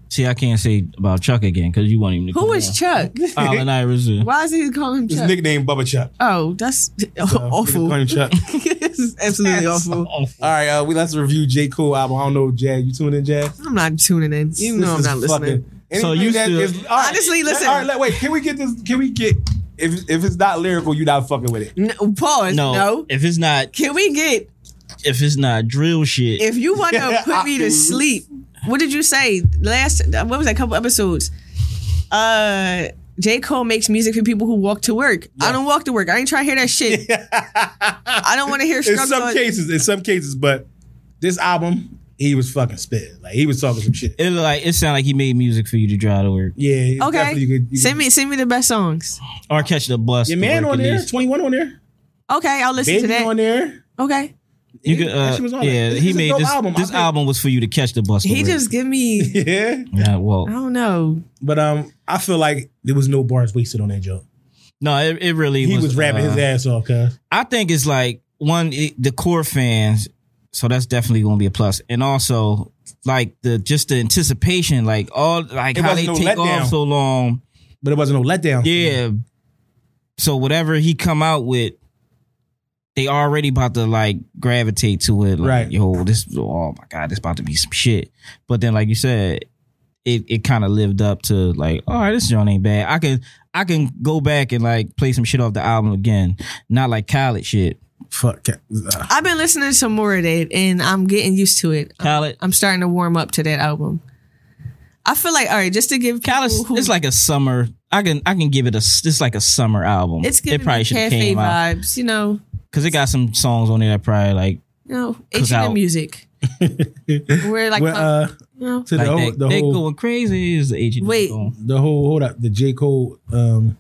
Speaker 3: See, I can't say about Chuck again because you want him to.
Speaker 4: Who was Chuck?
Speaker 3: Chuck? Allen Iverson.
Speaker 4: Why is he calling him
Speaker 2: His
Speaker 4: Chuck?
Speaker 2: nickname Bubba Chuck.
Speaker 4: oh, that's awful.
Speaker 2: Call him Chuck.
Speaker 4: this is absolutely awful.
Speaker 3: Oh,
Speaker 2: All right, uh, we let's review J Cole album. I don't know, Jazz. You tuning in, Jazz?
Speaker 4: I'm not tuning in. You know I'm
Speaker 2: This
Speaker 4: not
Speaker 2: is fucking-
Speaker 4: listening.
Speaker 2: anything
Speaker 3: So you
Speaker 2: that
Speaker 3: still-
Speaker 2: is- all right,
Speaker 4: Honestly,
Speaker 2: let-
Speaker 4: listen.
Speaker 2: All right, let- wait. Can we get this? Can we get if if it's not lyrical, you not fucking with it.
Speaker 4: No, pause.
Speaker 3: No,
Speaker 4: No.
Speaker 3: If it's not,
Speaker 4: Can we get
Speaker 3: if it's not drill shit,
Speaker 4: if you want to put me
Speaker 2: I-
Speaker 4: to sleep? What did you say last? What was that? Couple episodes. Uh, J Cole makes music for people who walk to work. I don't walk to work. I ain't trying to hear that shit. I don't want to hear
Speaker 2: In
Speaker 4: struggle.
Speaker 2: some
Speaker 4: on-
Speaker 2: cases, in some cases, but this album, he was fucking spitting. Like he was talking some shit.
Speaker 3: it look like it sound like he made music for you to drive to work
Speaker 2: Yeah. it's
Speaker 4: okay,
Speaker 2: definitely You could, you
Speaker 4: send
Speaker 2: could-
Speaker 4: me send me the best songs.
Speaker 3: or catch the bus.
Speaker 2: Your
Speaker 3: to
Speaker 2: man
Speaker 3: work
Speaker 2: on
Speaker 3: at
Speaker 2: there,
Speaker 3: least.
Speaker 2: twenty one on there,
Speaker 4: Okay, I'll listen to
Speaker 2: baby
Speaker 4: that.
Speaker 2: on there.
Speaker 4: okay,
Speaker 3: You could, uh,
Speaker 2: That shit was on
Speaker 3: yeah,
Speaker 2: there. This
Speaker 3: he
Speaker 2: is a
Speaker 3: made
Speaker 2: dope
Speaker 3: this.
Speaker 2: album. I
Speaker 3: This
Speaker 2: think-
Speaker 3: album was for you to catch the bus. to
Speaker 4: he
Speaker 3: work.
Speaker 4: just give me.
Speaker 2: Yeah,
Speaker 3: yeah, well,
Speaker 4: I don't know.
Speaker 2: but um, I feel like there was no bars wasted on that joke.
Speaker 3: no, it, it really
Speaker 2: He, was, rapping
Speaker 3: uh,
Speaker 2: his ass off, cuz.
Speaker 3: I think it's like one it, the core fans, so that's definitely going to be a plus. And also like the just the anticipation, like all like
Speaker 2: It
Speaker 3: how they
Speaker 2: wasn't no
Speaker 3: take
Speaker 2: letdown.
Speaker 3: off so long.
Speaker 2: But it wasn't no letdown.
Speaker 3: Yeah. So whatever he come out with, they already about to like gravitate to it. Like,
Speaker 2: Right.
Speaker 3: yo, this oh my God, this about to be some shit. But then like you said, it, it kind of lived up to like, all right, this joint ain't bad. I can I can go back and like play some shit off the album again. Not like Khaled shit.
Speaker 2: Fuck. uh,
Speaker 4: I've been listening to some more of that, and I'm getting used to it.
Speaker 3: Khaled.
Speaker 4: I'm starting to warm up to that album. I feel like all right, just to give
Speaker 3: Callous,
Speaker 4: people who-
Speaker 3: it's like a summer. I can I can give it a. s- It's like a summer album.
Speaker 4: it's
Speaker 3: it
Speaker 4: giving
Speaker 3: probably
Speaker 4: me
Speaker 3: should have
Speaker 4: cafe
Speaker 3: came out
Speaker 4: vibes, you know,
Speaker 3: because it got some songs on there that probably like
Speaker 4: you know,
Speaker 3: Cause
Speaker 4: H
Speaker 3: I'll-
Speaker 4: and music. We're like,
Speaker 2: Well, uh,
Speaker 4: you know,
Speaker 2: to the
Speaker 3: like
Speaker 2: whole,
Speaker 3: that,
Speaker 2: the
Speaker 3: they
Speaker 2: whole,
Speaker 3: going crazy is the agent.
Speaker 4: Wait.
Speaker 2: the whole hold up the J Cole. Um,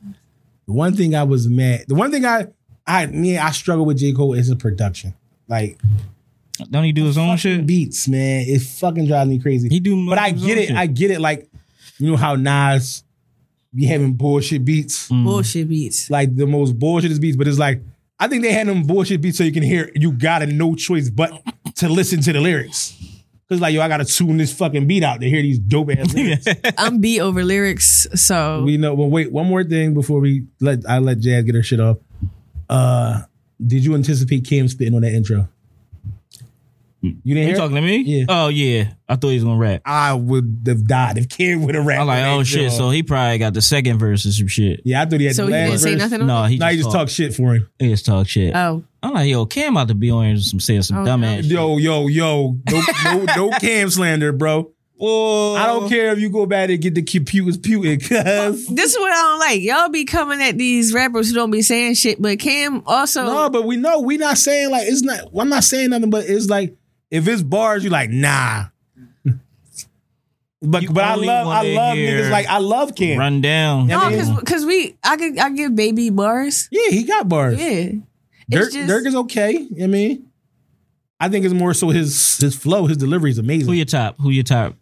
Speaker 2: the one thing I was mad. The one thing I I me I struggle with J Cole is his production. Like
Speaker 3: don't he do his own shit?
Speaker 2: beats, man, it fucking drives me crazy.
Speaker 3: He do,
Speaker 2: but I
Speaker 3: his own
Speaker 2: get it.
Speaker 3: shit.
Speaker 2: I get it. Like you know how Nas be having bullshit beats,
Speaker 4: bullshit beats.
Speaker 2: like the most bullshit beats. But it's like I think they had them bullshit beats so you can hear. You got a no choice but to listen to the lyrics. Cause like yo, I gotta tune this fucking beat out to hear these dope ass. lyrics.
Speaker 4: I'm beat over lyrics, so
Speaker 2: We know. Well, wait. One more thing before we let I let Jazz get her shit off. Uh, did you anticipate Cam spitting on that intro? You didn't
Speaker 3: You
Speaker 2: hear? it?
Speaker 3: Hmm. talking to me?
Speaker 2: Yeah.
Speaker 3: Oh yeah. I thought he was gonna rap.
Speaker 2: I would have died if Cam would have rapped.
Speaker 3: I'm like,
Speaker 2: on that
Speaker 3: oh shit.
Speaker 2: intro.
Speaker 3: So he probably got the second verse or some shit.
Speaker 2: yeah, I thought he had.
Speaker 4: so
Speaker 2: the last
Speaker 4: he didn't say
Speaker 2: verse.
Speaker 4: nothing. on
Speaker 3: No, he
Speaker 2: Now
Speaker 3: just,
Speaker 2: you just
Speaker 3: talk,
Speaker 2: talk shit for him.
Speaker 3: He just talk shit.
Speaker 4: it? Oh,
Speaker 3: I'm like, yo, Cam about to be on here some saying some
Speaker 4: Oh,
Speaker 3: dumb
Speaker 4: no.
Speaker 3: ass. shit.
Speaker 2: Yo, yo, yo, no, no, no Cam slander, bro.
Speaker 3: Whoa.
Speaker 2: I don't care if you go back and get the computers puted, cause
Speaker 4: this is what I don't like. Y'all be coming at these rappers who don't be saying shit, but Cam also
Speaker 2: no. But we know we not saying like it's not. I'm not saying nothing, but it's like if it's bars, you like nah. But
Speaker 3: You
Speaker 2: but I
Speaker 3: only
Speaker 2: love I
Speaker 3: wanna
Speaker 2: love
Speaker 3: hear
Speaker 2: niggas like I love Cam.
Speaker 3: Run down.
Speaker 4: no, because we I could I give baby bars.
Speaker 2: Yeah, he got bars.
Speaker 4: Yeah,
Speaker 2: Dirk,
Speaker 4: it's just-
Speaker 2: Dirk is okay. I mean, I think it's more so his his flow, his delivery is
Speaker 3: Who
Speaker 2: amazing.
Speaker 3: your top? Who your top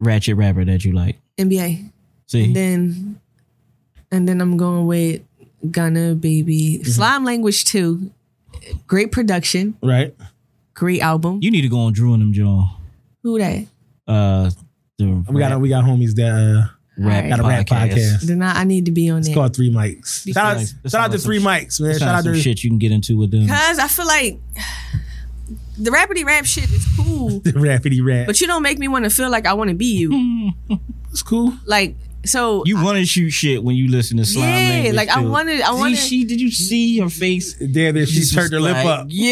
Speaker 3: ratchet rapper that you like?
Speaker 4: NBA.
Speaker 3: See,
Speaker 4: And then and then I'm going with Gunna Baby. Slime Language 2. Great production.
Speaker 2: Right?
Speaker 4: Great album.
Speaker 3: you need to go on Drew and them John.
Speaker 4: Who that?
Speaker 3: Uh, the
Speaker 2: We got we got homies that uh,
Speaker 3: rap,
Speaker 2: got a rap podcast.
Speaker 4: Then I, I need to be on
Speaker 2: It's
Speaker 4: that.
Speaker 2: called Three Mics. Shout out,
Speaker 3: Like,
Speaker 2: shout
Speaker 3: that
Speaker 2: out
Speaker 3: sounds
Speaker 2: to
Speaker 3: like
Speaker 2: Three
Speaker 3: some
Speaker 2: Mics, man.
Speaker 3: That's
Speaker 2: Shout out
Speaker 3: some
Speaker 2: to
Speaker 3: shit you can get into with them.
Speaker 4: Cause I feel like the rapidy rap shit is cool,
Speaker 2: the Rapidy Rap.
Speaker 4: but you don't make me want to feel like I want to be you.
Speaker 2: It's cool.
Speaker 4: Like so
Speaker 3: You want to shoot shit when you listen to slime
Speaker 4: Yeah,
Speaker 3: language.
Speaker 4: like, I
Speaker 3: too.
Speaker 4: wanted- I
Speaker 3: See,
Speaker 4: wanted-
Speaker 3: She did you see her face?
Speaker 2: There, there. She
Speaker 3: She's
Speaker 2: turned her
Speaker 3: just
Speaker 2: lip
Speaker 3: like,
Speaker 2: up.
Speaker 3: Yeah,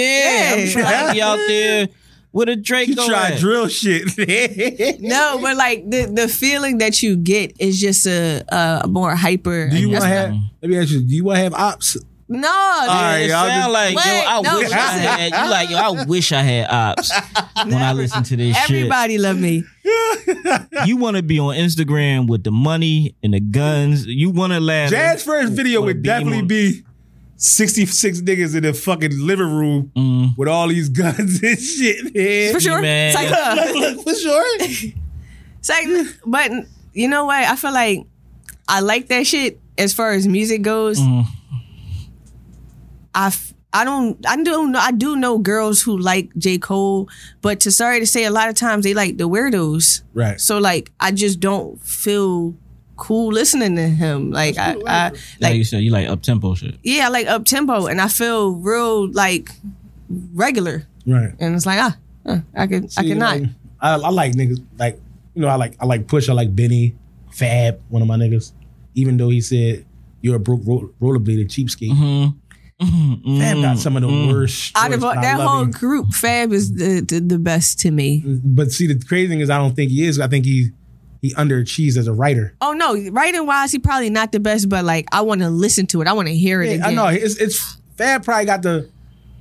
Speaker 3: I'm
Speaker 4: Yeah.
Speaker 3: trying to be out there with a Drake.
Speaker 2: You try
Speaker 3: at.
Speaker 2: drill shit.
Speaker 4: no, but like the the feeling that you get is just a a more hyper.
Speaker 2: do you want
Speaker 4: That's
Speaker 2: to have? Let me ask you. Do you want to have ops?
Speaker 4: not- No,
Speaker 3: Yeah,
Speaker 2: right,
Speaker 3: it
Speaker 2: y'all
Speaker 3: sound like yo,
Speaker 4: Wait,
Speaker 3: I
Speaker 4: no,
Speaker 3: wish I had. You like yo, I wish I had ops when I listen to this
Speaker 4: everybody love me.
Speaker 3: shit. You want to be on Instagram with the money and the guns. You want to laugh.
Speaker 2: Jazz first video
Speaker 3: Wanna
Speaker 2: would
Speaker 3: be
Speaker 2: definitely
Speaker 3: more-
Speaker 2: be 66 niggas in the fucking living room with all these guns and shit. man.
Speaker 4: For sure.
Speaker 3: man.
Speaker 4: It's like, huh.
Speaker 2: Look, look, for sure.
Speaker 4: It's like, but you know what? I feel like I like that shit as far as music goes.
Speaker 2: Mm.
Speaker 4: I f- I don't I do know I do know girls who like J Cole, but to sorry to say, a lot of times they like the weirdos.
Speaker 2: Right.
Speaker 4: So like I just don't feel cool listening to him. Like I, I
Speaker 3: Like
Speaker 4: like
Speaker 3: you said, you like up tempo shit.
Speaker 4: yeah, I like up tempo and I feel real like regular.
Speaker 2: Right.
Speaker 4: And it's like ah, huh, I could I
Speaker 2: See,
Speaker 4: could not.
Speaker 2: like, I, I like niggas like you know I like I like Push I like Benny Fab one of my niggas even though he said you're a broke ro- rollerblader cheapskate Fab got some of the worst
Speaker 4: Out of
Speaker 2: joints, but I
Speaker 4: that
Speaker 2: love
Speaker 4: whole
Speaker 2: him. Mm.
Speaker 4: group, Fab is the, the the best to me.
Speaker 2: but see the crazy thing is I don't think he is I think he he underachieves as a writer
Speaker 4: Oh no, writing wise, he probably not the best, but like I want to listen to it. I want to hear it
Speaker 2: Yeah,
Speaker 4: again.
Speaker 2: I know it's it's Fab probably got the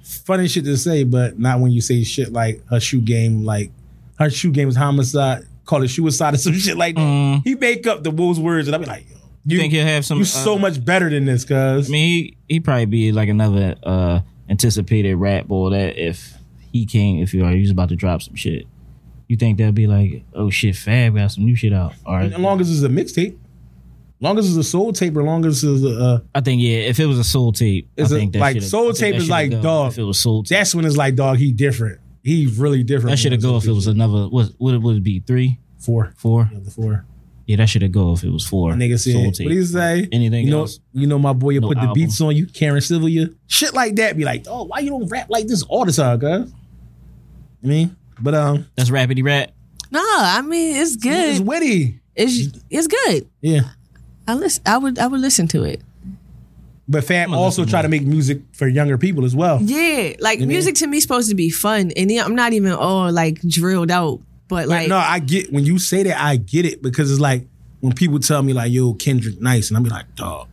Speaker 2: funny shit to say but not when you say shit like her shoe game like her shoe game is homicide call it suicide or some shit like that he make up the wolves words and I be like yo,
Speaker 3: Mm. You think he'll have some?
Speaker 2: You
Speaker 3: uh,
Speaker 2: so much better than this, cuz.
Speaker 3: I mean, he he probably be like another uh anticipated rap or that if he came if you are he's about to drop some shit. You think they'll be like, oh shit, Fab got some new shit out? All right.
Speaker 2: As long as it's a mixtape, long as it's a soul tape, or long as it's a uh,
Speaker 3: I think yeah. If it was a soul tape,
Speaker 2: It's
Speaker 3: I
Speaker 2: a-
Speaker 3: think that
Speaker 2: like,
Speaker 3: should've-
Speaker 2: soul
Speaker 3: I think
Speaker 2: tape
Speaker 3: that
Speaker 2: is
Speaker 3: should've
Speaker 2: like
Speaker 3: go
Speaker 2: dog.
Speaker 3: If it was soul tape,
Speaker 2: that's when it's like dog. He different. He really different.
Speaker 3: that should have go if it was another. What what would it be? Three,
Speaker 2: four,
Speaker 3: four?
Speaker 2: the four.
Speaker 3: Yeah, that should have go if it was four.
Speaker 2: Nigga
Speaker 3: soul
Speaker 2: said,
Speaker 3: tape.
Speaker 2: "What do you say?
Speaker 3: Anything
Speaker 2: you know,
Speaker 3: else?
Speaker 2: You know, my boy, you
Speaker 3: No
Speaker 2: put the
Speaker 3: album.
Speaker 2: beats on you, Karen Sylvia, shit like that. Be like, oh, why you don't rap like this all the time, cuz? I mean, but um,
Speaker 3: That's rapidy rap.
Speaker 4: no, I mean it's
Speaker 2: it's
Speaker 4: good.
Speaker 2: witty.
Speaker 4: It's it's good.
Speaker 2: Yeah,
Speaker 4: I listen. I would I would listen to it.
Speaker 2: but Fab
Speaker 3: gonna
Speaker 2: also
Speaker 3: listen
Speaker 2: try to make music for younger people as well.
Speaker 4: Yeah, like music to me is supposed to be fun, and yeah, I'm not even all like drilled out. but like
Speaker 2: no, I get when you say that, I get it because it's like when people tell me like, "Yo, Kendrick, nice," and I'm be like, "Dog,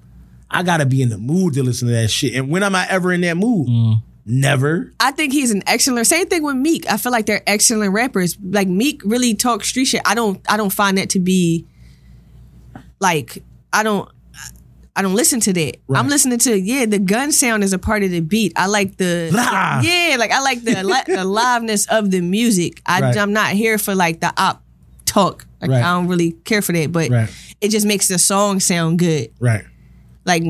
Speaker 2: I gotta be in the mood to listen to that shit." And when am I ever in that mood?
Speaker 3: Mm.
Speaker 2: Never.
Speaker 4: I think he's an excellent. Same thing with Meek. I feel like they're excellent rappers. Like Meek really talks street shit. I don't. I don't find that to be like. I don't. I don't listen to that. I'm listening to yeah. The gun sound is a part of the beat. I like the
Speaker 2: Live.
Speaker 4: yeah. Like I like the, li- the liveness of the music. I,
Speaker 2: Right.
Speaker 4: I'm not here for like the op talk. Like
Speaker 2: Right.
Speaker 4: I don't really care for that. But
Speaker 2: Right.
Speaker 4: it just makes the song sound good.
Speaker 2: Right.
Speaker 4: Like.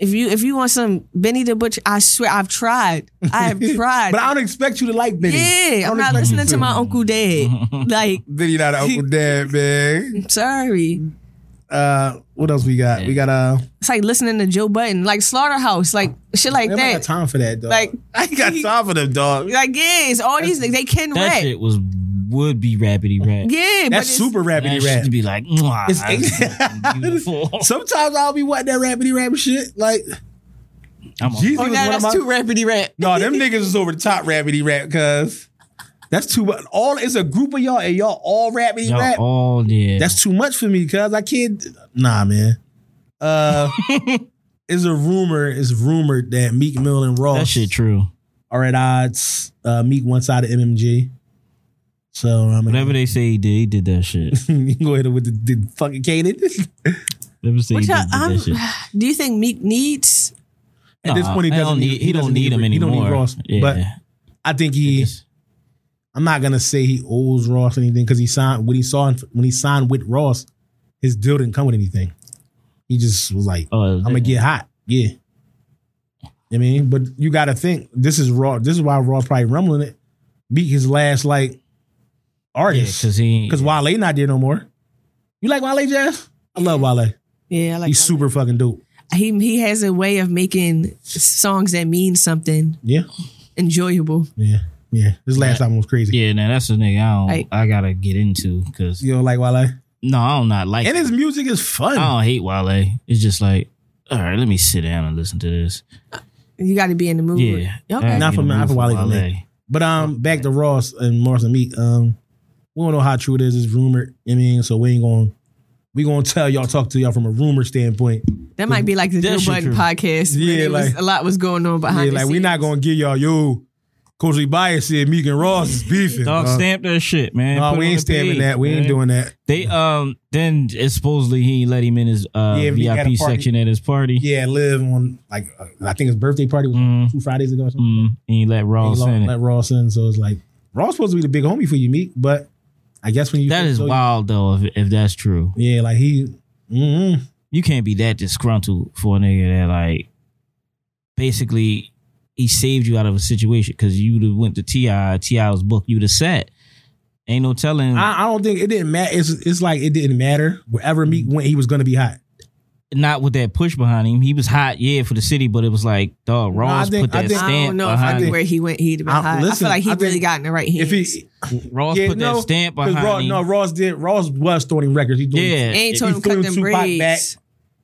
Speaker 4: If you if you want some Benny the Butcher, I swear I've tried. I have tried.
Speaker 2: But I don't expect you to like Benny.
Speaker 4: Yeah, I'm not listening to my uncle dad. like,
Speaker 2: Benny not an Uncle Dad, man.
Speaker 4: sorry,
Speaker 2: Uh, what else we got? We got uh.
Speaker 4: it's like listening to Joe Button, like Slaughterhouse, like shit like
Speaker 2: Man, I ain't got
Speaker 4: that.
Speaker 2: time for that, dog.
Speaker 4: Like,
Speaker 2: I ain't got time for them, dog.
Speaker 4: like yeah, it's all these. They can
Speaker 3: That
Speaker 4: rap.
Speaker 3: shit was would be rapidy rap.
Speaker 4: Yeah, but
Speaker 2: That's
Speaker 4: it's-
Speaker 2: super
Speaker 3: That
Speaker 2: rapidy
Speaker 3: shit
Speaker 2: rap.
Speaker 3: to be like, "Mwah,
Speaker 2: It's-
Speaker 3: I'm beautiful.
Speaker 2: Sometimes I'll be wanting that rapidy rap shit. Like
Speaker 3: I'm a-
Speaker 2: Jeezy
Speaker 4: Oh,
Speaker 2: was
Speaker 4: now
Speaker 2: one of
Speaker 4: that's
Speaker 2: my.
Speaker 4: too rapidy rap.
Speaker 2: no, them niggas is over the top rapidy rap, cause that's too much. All it's a group of y'all and y'all all rapidy
Speaker 3: Y'all
Speaker 2: rap.
Speaker 3: all did.
Speaker 2: that's too much for me, cause I can't. Nah, man. Uh, it's a rumor. It's rumored that Meek Mill and Ross
Speaker 3: that shit true.
Speaker 2: are at odds. Uh, Meek one side of MMG. So I'm gonna
Speaker 3: Whatever they say he did, he did that shit.
Speaker 2: you can go ahead with the, the fucking Kanan.
Speaker 3: Whatever say he
Speaker 4: Which
Speaker 3: did,
Speaker 4: I,
Speaker 3: did
Speaker 4: I'm,
Speaker 3: that shit.
Speaker 4: do you think Meek needs?
Speaker 2: At this
Speaker 3: Nah,
Speaker 2: point, he
Speaker 3: I
Speaker 2: doesn't
Speaker 3: don't
Speaker 2: need-
Speaker 3: need.
Speaker 2: he
Speaker 3: He don't
Speaker 2: doesn't
Speaker 3: need
Speaker 2: need
Speaker 3: him
Speaker 2: Rick- he don't
Speaker 3: anymore.
Speaker 2: need Ross,
Speaker 3: yeah.
Speaker 2: but- I think he. I'm not gonna say he owes Ross anything because he signed when he saw when he signed with Ross, his deal didn't come with anything. He just was like,
Speaker 3: Oh,
Speaker 2: "I'm gonna get hot." Yeah, I mean, but you got to think this is Raw. This is why Raw probably rumbling it. Meet his last like artist
Speaker 3: because he
Speaker 2: because Wale not there no more. You like Wale Jazz? I love Wale.
Speaker 4: Yeah, I like
Speaker 2: He's
Speaker 4: that.
Speaker 2: super fucking dope.
Speaker 4: he he has a way of making songs that mean something
Speaker 2: Yeah,
Speaker 4: enjoyable.
Speaker 2: yeah, yeah. His last album was crazy.
Speaker 3: Yeah, now that's a nigga I don't.
Speaker 4: Like-
Speaker 3: I gotta get into because
Speaker 2: You don't like Wale?
Speaker 3: no, I don't not like.
Speaker 2: And
Speaker 3: it.
Speaker 2: his music is fun.
Speaker 4: Oh.
Speaker 3: I don't hate Wale. It's just like, all right, let me sit down and listen to this.
Speaker 4: You got to be in the mood.
Speaker 3: Yeah,
Speaker 4: Okay.
Speaker 3: I
Speaker 2: Not
Speaker 3: get
Speaker 2: for
Speaker 3: in
Speaker 2: me-
Speaker 3: the
Speaker 2: not
Speaker 3: mood
Speaker 2: for Wale to me. But
Speaker 4: Oh.
Speaker 2: um, back to Ross and Morris and Meek. Um, we don't know how true it is. It's rumored. I mean, so we ain't going. to We gonna tell y'all, talk to y'all from a rumor standpoint.
Speaker 4: That might be like the
Speaker 3: That
Speaker 4: Joe
Speaker 3: shit
Speaker 4: Button
Speaker 3: true.
Speaker 4: podcast.
Speaker 2: Yeah,
Speaker 4: Yeah,
Speaker 2: like-
Speaker 4: a lot was going on behind.
Speaker 2: Yeah,
Speaker 4: the
Speaker 2: like we
Speaker 4: scenes.
Speaker 2: not gonna give y'all. Yo, culturally biased said Meek and Ross is beefing.
Speaker 3: Dog,
Speaker 2: dog.
Speaker 3: stamp that shit, man.
Speaker 2: Uh, No,
Speaker 3: Put
Speaker 2: we
Speaker 3: it on
Speaker 2: ain't
Speaker 3: the
Speaker 2: stamping
Speaker 3: page,
Speaker 2: that. We ain't
Speaker 3: man.
Speaker 2: doing that.
Speaker 3: They um then it's supposedly he ain't let him in his uh
Speaker 2: Yeah, we had a party.
Speaker 3: VIP section at his party.
Speaker 2: Yeah, live on like uh, I think his birthday party was
Speaker 3: Mm,
Speaker 2: two Fridays ago or something.
Speaker 3: mm, and he let Ross
Speaker 2: Ain't
Speaker 3: in
Speaker 2: let
Speaker 3: it.
Speaker 2: Ross in, so it's like Ross supposed to be the big homie for you, Meek. But I guess when you
Speaker 3: That is
Speaker 2: so-
Speaker 3: wild though. If, if that's true,
Speaker 2: Yeah, like he. Mm-hmm.
Speaker 3: you can't be that disgruntled for a nigga that like basically he saved you out of a situation because you would have went to Ti. Ti was booked. You'd have sat. Ain't no telling.
Speaker 2: I, I don't think it didn't matter. It's, it's like it didn't matter. Wherever Meek
Speaker 3: Mm-hmm.
Speaker 2: went, he was going to be hot.
Speaker 3: not with that push behind him. He was hot, yeah, for the city, but it was like, dog,
Speaker 2: I
Speaker 3: Ross
Speaker 2: think-
Speaker 3: put that
Speaker 2: I think-
Speaker 4: I don't
Speaker 3: stamp
Speaker 4: know if I
Speaker 3: behind
Speaker 4: think
Speaker 3: him.
Speaker 4: where he went, he'd have been
Speaker 2: I-
Speaker 4: hot.
Speaker 2: listen,
Speaker 4: I feel like he
Speaker 2: I
Speaker 4: really
Speaker 2: think-
Speaker 4: got in the right hands.
Speaker 2: If he
Speaker 3: Ross
Speaker 2: yeah,
Speaker 3: put
Speaker 2: no,
Speaker 3: that stamp
Speaker 2: 'cause
Speaker 3: behind
Speaker 2: Ross,
Speaker 3: him.
Speaker 2: no, Ross did. Ross was throwing records. He doing,
Speaker 3: yeah,
Speaker 4: and he
Speaker 3: it-
Speaker 4: told him
Speaker 2: threw
Speaker 4: cut
Speaker 2: him
Speaker 4: them
Speaker 2: Tupac
Speaker 4: braids.
Speaker 2: back.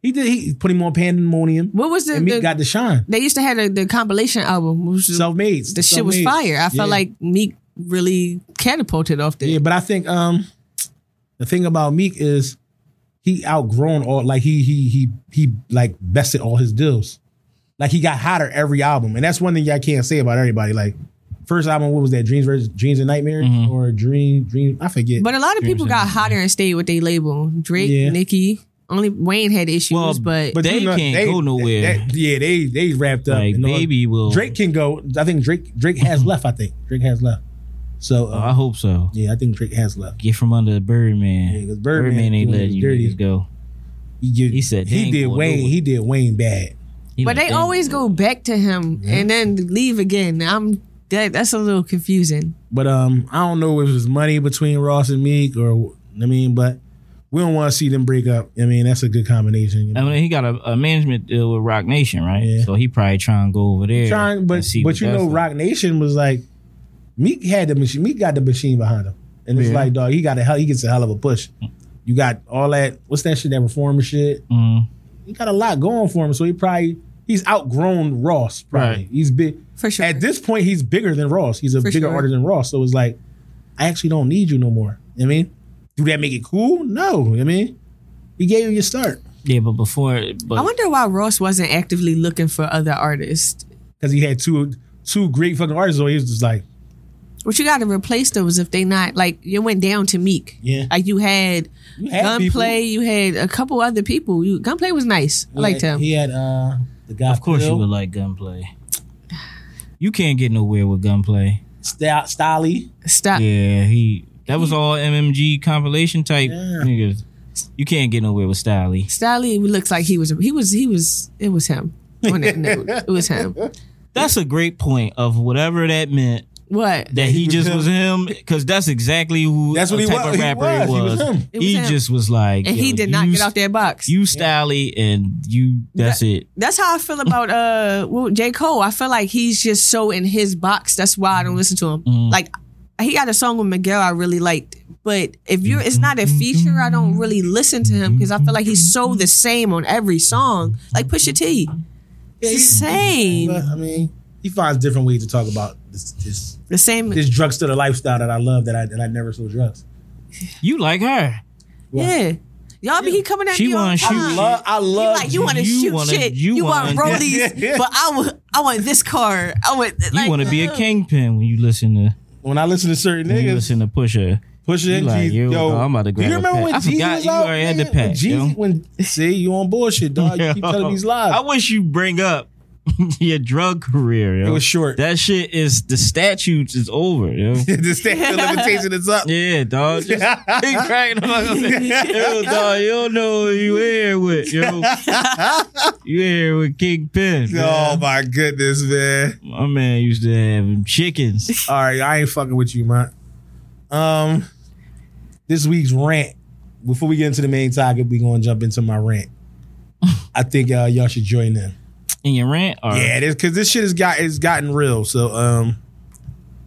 Speaker 2: he did. He put him on Pandemonium,
Speaker 4: What was the,
Speaker 2: and Meek
Speaker 4: the-
Speaker 2: got the shine.
Speaker 4: they used to have the, the compilation album. Which was,
Speaker 2: Self made.
Speaker 4: the shit was fire. I felt like Meek really catapulted off that.
Speaker 2: Yeah, but I think um, the thing about Meek is he outgrown all. Like he he he he like bested all his deals. Like he got hotter every album, and that's one thing y'all can't say about everybody. Like first album, what was that? Dreams versus Dreams and Nightmares
Speaker 3: Mm-hmm.
Speaker 2: or Dream Dream? I forget.
Speaker 4: But a lot of people got hotter and stayed with their label. Drake,
Speaker 2: Yeah.
Speaker 4: Nicki, only Wayne had issues,
Speaker 3: Well,
Speaker 4: but,
Speaker 3: but- They can't go nowhere.
Speaker 2: that- yeah, uh, they they wrapped up.
Speaker 3: like
Speaker 2: and all-
Speaker 3: baby uh, Mm-hmm. will.
Speaker 2: Drake can go. I think Drake Drake has left. I think Drake has left. So
Speaker 3: I
Speaker 2: uh,
Speaker 3: hope so.
Speaker 2: yeah, I think Drake has left.
Speaker 3: Get from under Birdman.
Speaker 2: Yeah, 'cause Birdman
Speaker 3: Birdman,
Speaker 2: doing
Speaker 3: ain't letting
Speaker 2: his
Speaker 3: you
Speaker 2: dirty.
Speaker 3: niggas go.
Speaker 2: He, did-
Speaker 3: He said they
Speaker 2: he
Speaker 3: ain't
Speaker 2: did
Speaker 3: gonna
Speaker 2: Wayne.
Speaker 3: do it.
Speaker 2: He did Wayne bad.
Speaker 3: He
Speaker 4: but
Speaker 3: let
Speaker 4: they
Speaker 3: them
Speaker 4: always go back to him and then leave again. I'm that, that's a little confusing.
Speaker 2: But um, I don't know if it was money between Ross and Meek or I mean, but we don't want to see them break up. I mean, that's a good combination. You
Speaker 3: I
Speaker 2: know?
Speaker 3: mean, he got a, a management deal with Rock Nation, right?
Speaker 2: Yeah.
Speaker 3: So he probably trying to go over there.
Speaker 2: Trying,
Speaker 3: and
Speaker 2: but
Speaker 3: see
Speaker 2: but
Speaker 3: what
Speaker 2: you
Speaker 3: that's
Speaker 2: know,
Speaker 3: like.
Speaker 2: Rock Nation was like Meek had the machine. Meek got the machine behind him, and it's like dog, he got a hell. He gets a hell of a push. You got all that. What's that shit? That reformer shit.
Speaker 3: Mm.
Speaker 2: He got a lot going for him, so he probably he's outgrown Ross. Probably
Speaker 3: Right.
Speaker 2: he's big.
Speaker 4: For sure.
Speaker 2: At this point, he's bigger than Ross. He's a
Speaker 4: For
Speaker 2: bigger
Speaker 4: sure.
Speaker 2: artist than Ross. So it's like I actually don't need you no more. You know what I mean, do that make it cool? No. You know what I mean, we gave you your start
Speaker 3: Yeah, but before, but
Speaker 4: I wonder why Ross wasn't actively looking for other artists.
Speaker 2: because he had two two great fucking artists. So he was just like,
Speaker 4: What you got to replace those if they not like you went down to Meek.
Speaker 2: Yeah.
Speaker 4: like you had,
Speaker 2: had
Speaker 4: Gunplay. You had a couple other people. You, Gunplay was nice. I liked him.
Speaker 2: He had uh, the guy.
Speaker 3: of course you
Speaker 2: Phil,
Speaker 3: would like gunplay. You can't get nowhere with gunplay.
Speaker 2: Sta- Stiley.
Speaker 4: Stop.
Speaker 3: Yeah, he. That was all MMG compilation type niggas. You can't get nowhere with Styley.
Speaker 4: Staley looks like he was. He was. He was. It was him. On that note, it was him.
Speaker 3: That's a great point of whatever that meant.
Speaker 4: What?
Speaker 3: That he just was him, because that's exactly who
Speaker 2: That's what
Speaker 3: the
Speaker 2: he
Speaker 3: type
Speaker 2: wa-
Speaker 3: of
Speaker 2: he
Speaker 3: rapper
Speaker 2: was. He was him.
Speaker 4: It was
Speaker 3: he
Speaker 4: him.
Speaker 3: just was like,
Speaker 4: and he
Speaker 3: yo,
Speaker 4: did not
Speaker 3: you
Speaker 4: get out that box.
Speaker 3: you Styley and you that's it.
Speaker 4: That's how I feel about uh well, J. Cole. I feel like he's just so in his box. That's why I don't listen to him.
Speaker 3: Mm.
Speaker 4: Like he got a song with Miguel I really liked. But if you're it's not a feature, I don't really listen to him because I feel like he's so the same on every song. Like Pusha T. It's the
Speaker 2: But
Speaker 4: same.
Speaker 2: I mean, he finds different ways to talk about this this
Speaker 4: The same
Speaker 2: this drugstore lifestyle that I love that I that I never sold drugs.
Speaker 3: You like her.
Speaker 4: Yeah. Y'all be he coming at
Speaker 3: She
Speaker 4: me all
Speaker 3: wanna
Speaker 4: the
Speaker 3: shoot
Speaker 4: time.
Speaker 3: shit.
Speaker 2: Love, I
Speaker 4: He
Speaker 2: love
Speaker 4: like you want to
Speaker 3: you
Speaker 4: shoot
Speaker 3: wanna-
Speaker 4: shit.
Speaker 3: you
Speaker 4: You, want
Speaker 3: wanna-
Speaker 4: rollies, but I want I want this car. I want
Speaker 3: You
Speaker 4: like,
Speaker 3: want to be a
Speaker 4: ugh.
Speaker 3: kingpin when you listen to
Speaker 2: when I listen to certain
Speaker 3: when you
Speaker 2: niggas.
Speaker 3: listen to Pusha.
Speaker 2: Push
Speaker 3: You
Speaker 2: it,
Speaker 3: like, yo, dog, I'm about to grab
Speaker 2: Do
Speaker 3: a
Speaker 2: you remember
Speaker 3: pack.
Speaker 2: when
Speaker 3: I forgot
Speaker 2: Jeezy was
Speaker 3: you
Speaker 2: out?
Speaker 3: already had the
Speaker 2: nigga?
Speaker 3: pack, yo.
Speaker 2: Jeezy, when see you on bullshit, dog. You keep telling these lies.
Speaker 3: I wish you bring up your drug career. Yo.
Speaker 2: It was short.
Speaker 3: That shit is the statutes is over. Yo.
Speaker 2: the statute of limitation is up.
Speaker 3: Yeah, dog. Just keep cracking the fuck up. Yo, dog, you don't know who you here with, yo. you here with Kingpin.
Speaker 2: Oh my goodness, man.
Speaker 3: My man used to have chickens.
Speaker 2: All right, I ain't fucking with you, man. Um, this week's rant. Before we get into the main topic, we gonna jump into my rant. I think uh, y'all should join in.
Speaker 3: In your rant? Or
Speaker 2: Yeah, this because this shit has got it's gotten real. So um,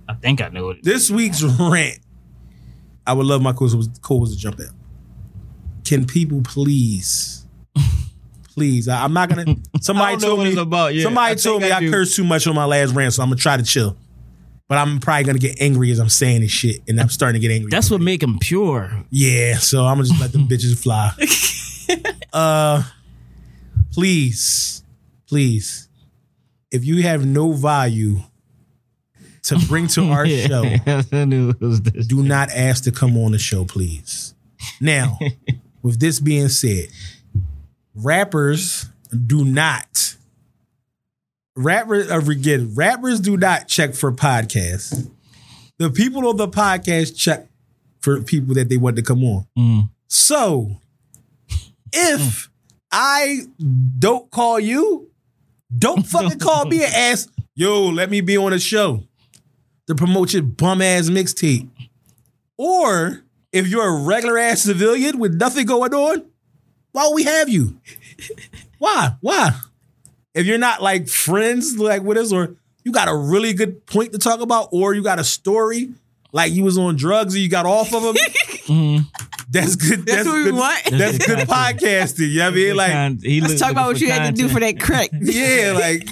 Speaker 3: I think I know it.
Speaker 2: this week's rant. I would love my co-host co-host to jump in. Can people please, please? I, am not gonna. Somebody
Speaker 3: know
Speaker 2: told
Speaker 3: what
Speaker 2: me
Speaker 3: it's about, yeah.
Speaker 2: Somebody
Speaker 3: I
Speaker 2: told me
Speaker 3: think I
Speaker 2: I,
Speaker 3: do.
Speaker 2: cursed too much on my last rant, so I'm gonna try to chill. But I'm probably gonna get angry as I'm saying this shit, and I'm starting to get angry.
Speaker 3: That's what make him pure.
Speaker 2: Yeah, so I'm gonna just let them bitches fly. uh please, please, if you have no value to bring to our show,
Speaker 3: I knew it was this.
Speaker 2: do not ask to come on the show, please. Now, with this being said, rappers do not rappers uh, again, rappers do not check for podcasts. The people of the podcast check for people that they want to come on. So if I don't call you, don't fucking call me and ask, yo, let me be on a show to promote your bum ass mixtape. Or if you're a regular ass civilian with nothing going on, why would we have you? Why? Why? If you're not like friends like with us, or you got a really good point to talk about, or you got a story like you was on drugs and you got off of them. That's good. That's,
Speaker 4: Mm-hmm. what we
Speaker 2: good,
Speaker 4: want.
Speaker 2: That's good podcasting. You know what I mean? Like,
Speaker 4: Let's talk about what you had to do for that crack.
Speaker 2: yeah, like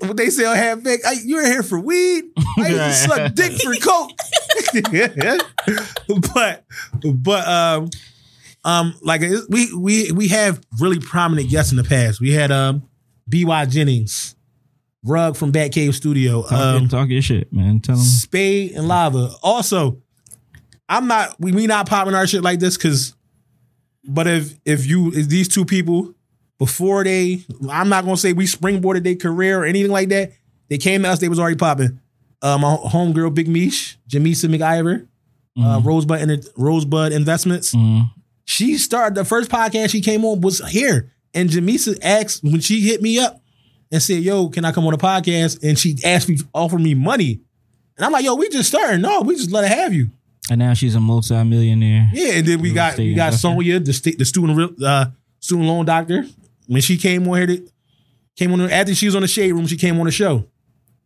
Speaker 2: what they say on half back. You were here for weed. I used to
Speaker 3: Right.
Speaker 2: suck dick for coke. but but um um like it- we we we have really prominent guests in the past. We had um B.Y. Jennings, Rug from Batcave Studio,
Speaker 3: Talk,
Speaker 2: um,
Speaker 3: talk your shit, man. Tell him.
Speaker 2: Spade and Lava. Also, I'm not we, we not popping our shit like this because but if if you if these two people before they I'm not gonna say we springboarded their career or anything like that. They came to us, they was already popping. Uh, my homegirl Big Meesh, Jamisa McIver, uh, Rosebud Inter- Rosebud Investments. She started the first podcast she came on was here. And Jamisa asked when she hit me up and said, Yo, can I come on a podcast? And she asked me, offered me money. And I'm like, yo, we just starting. No, we just let her have you.
Speaker 3: And now she's a multi-millionaire.
Speaker 2: Yeah, and then we
Speaker 3: Real
Speaker 2: got
Speaker 3: estate
Speaker 2: we got
Speaker 3: investor.
Speaker 2: Sonya, the sta- the student real- uh, student loan doctor. When she came on here, to, came on after she was on the shade room, she came on the show.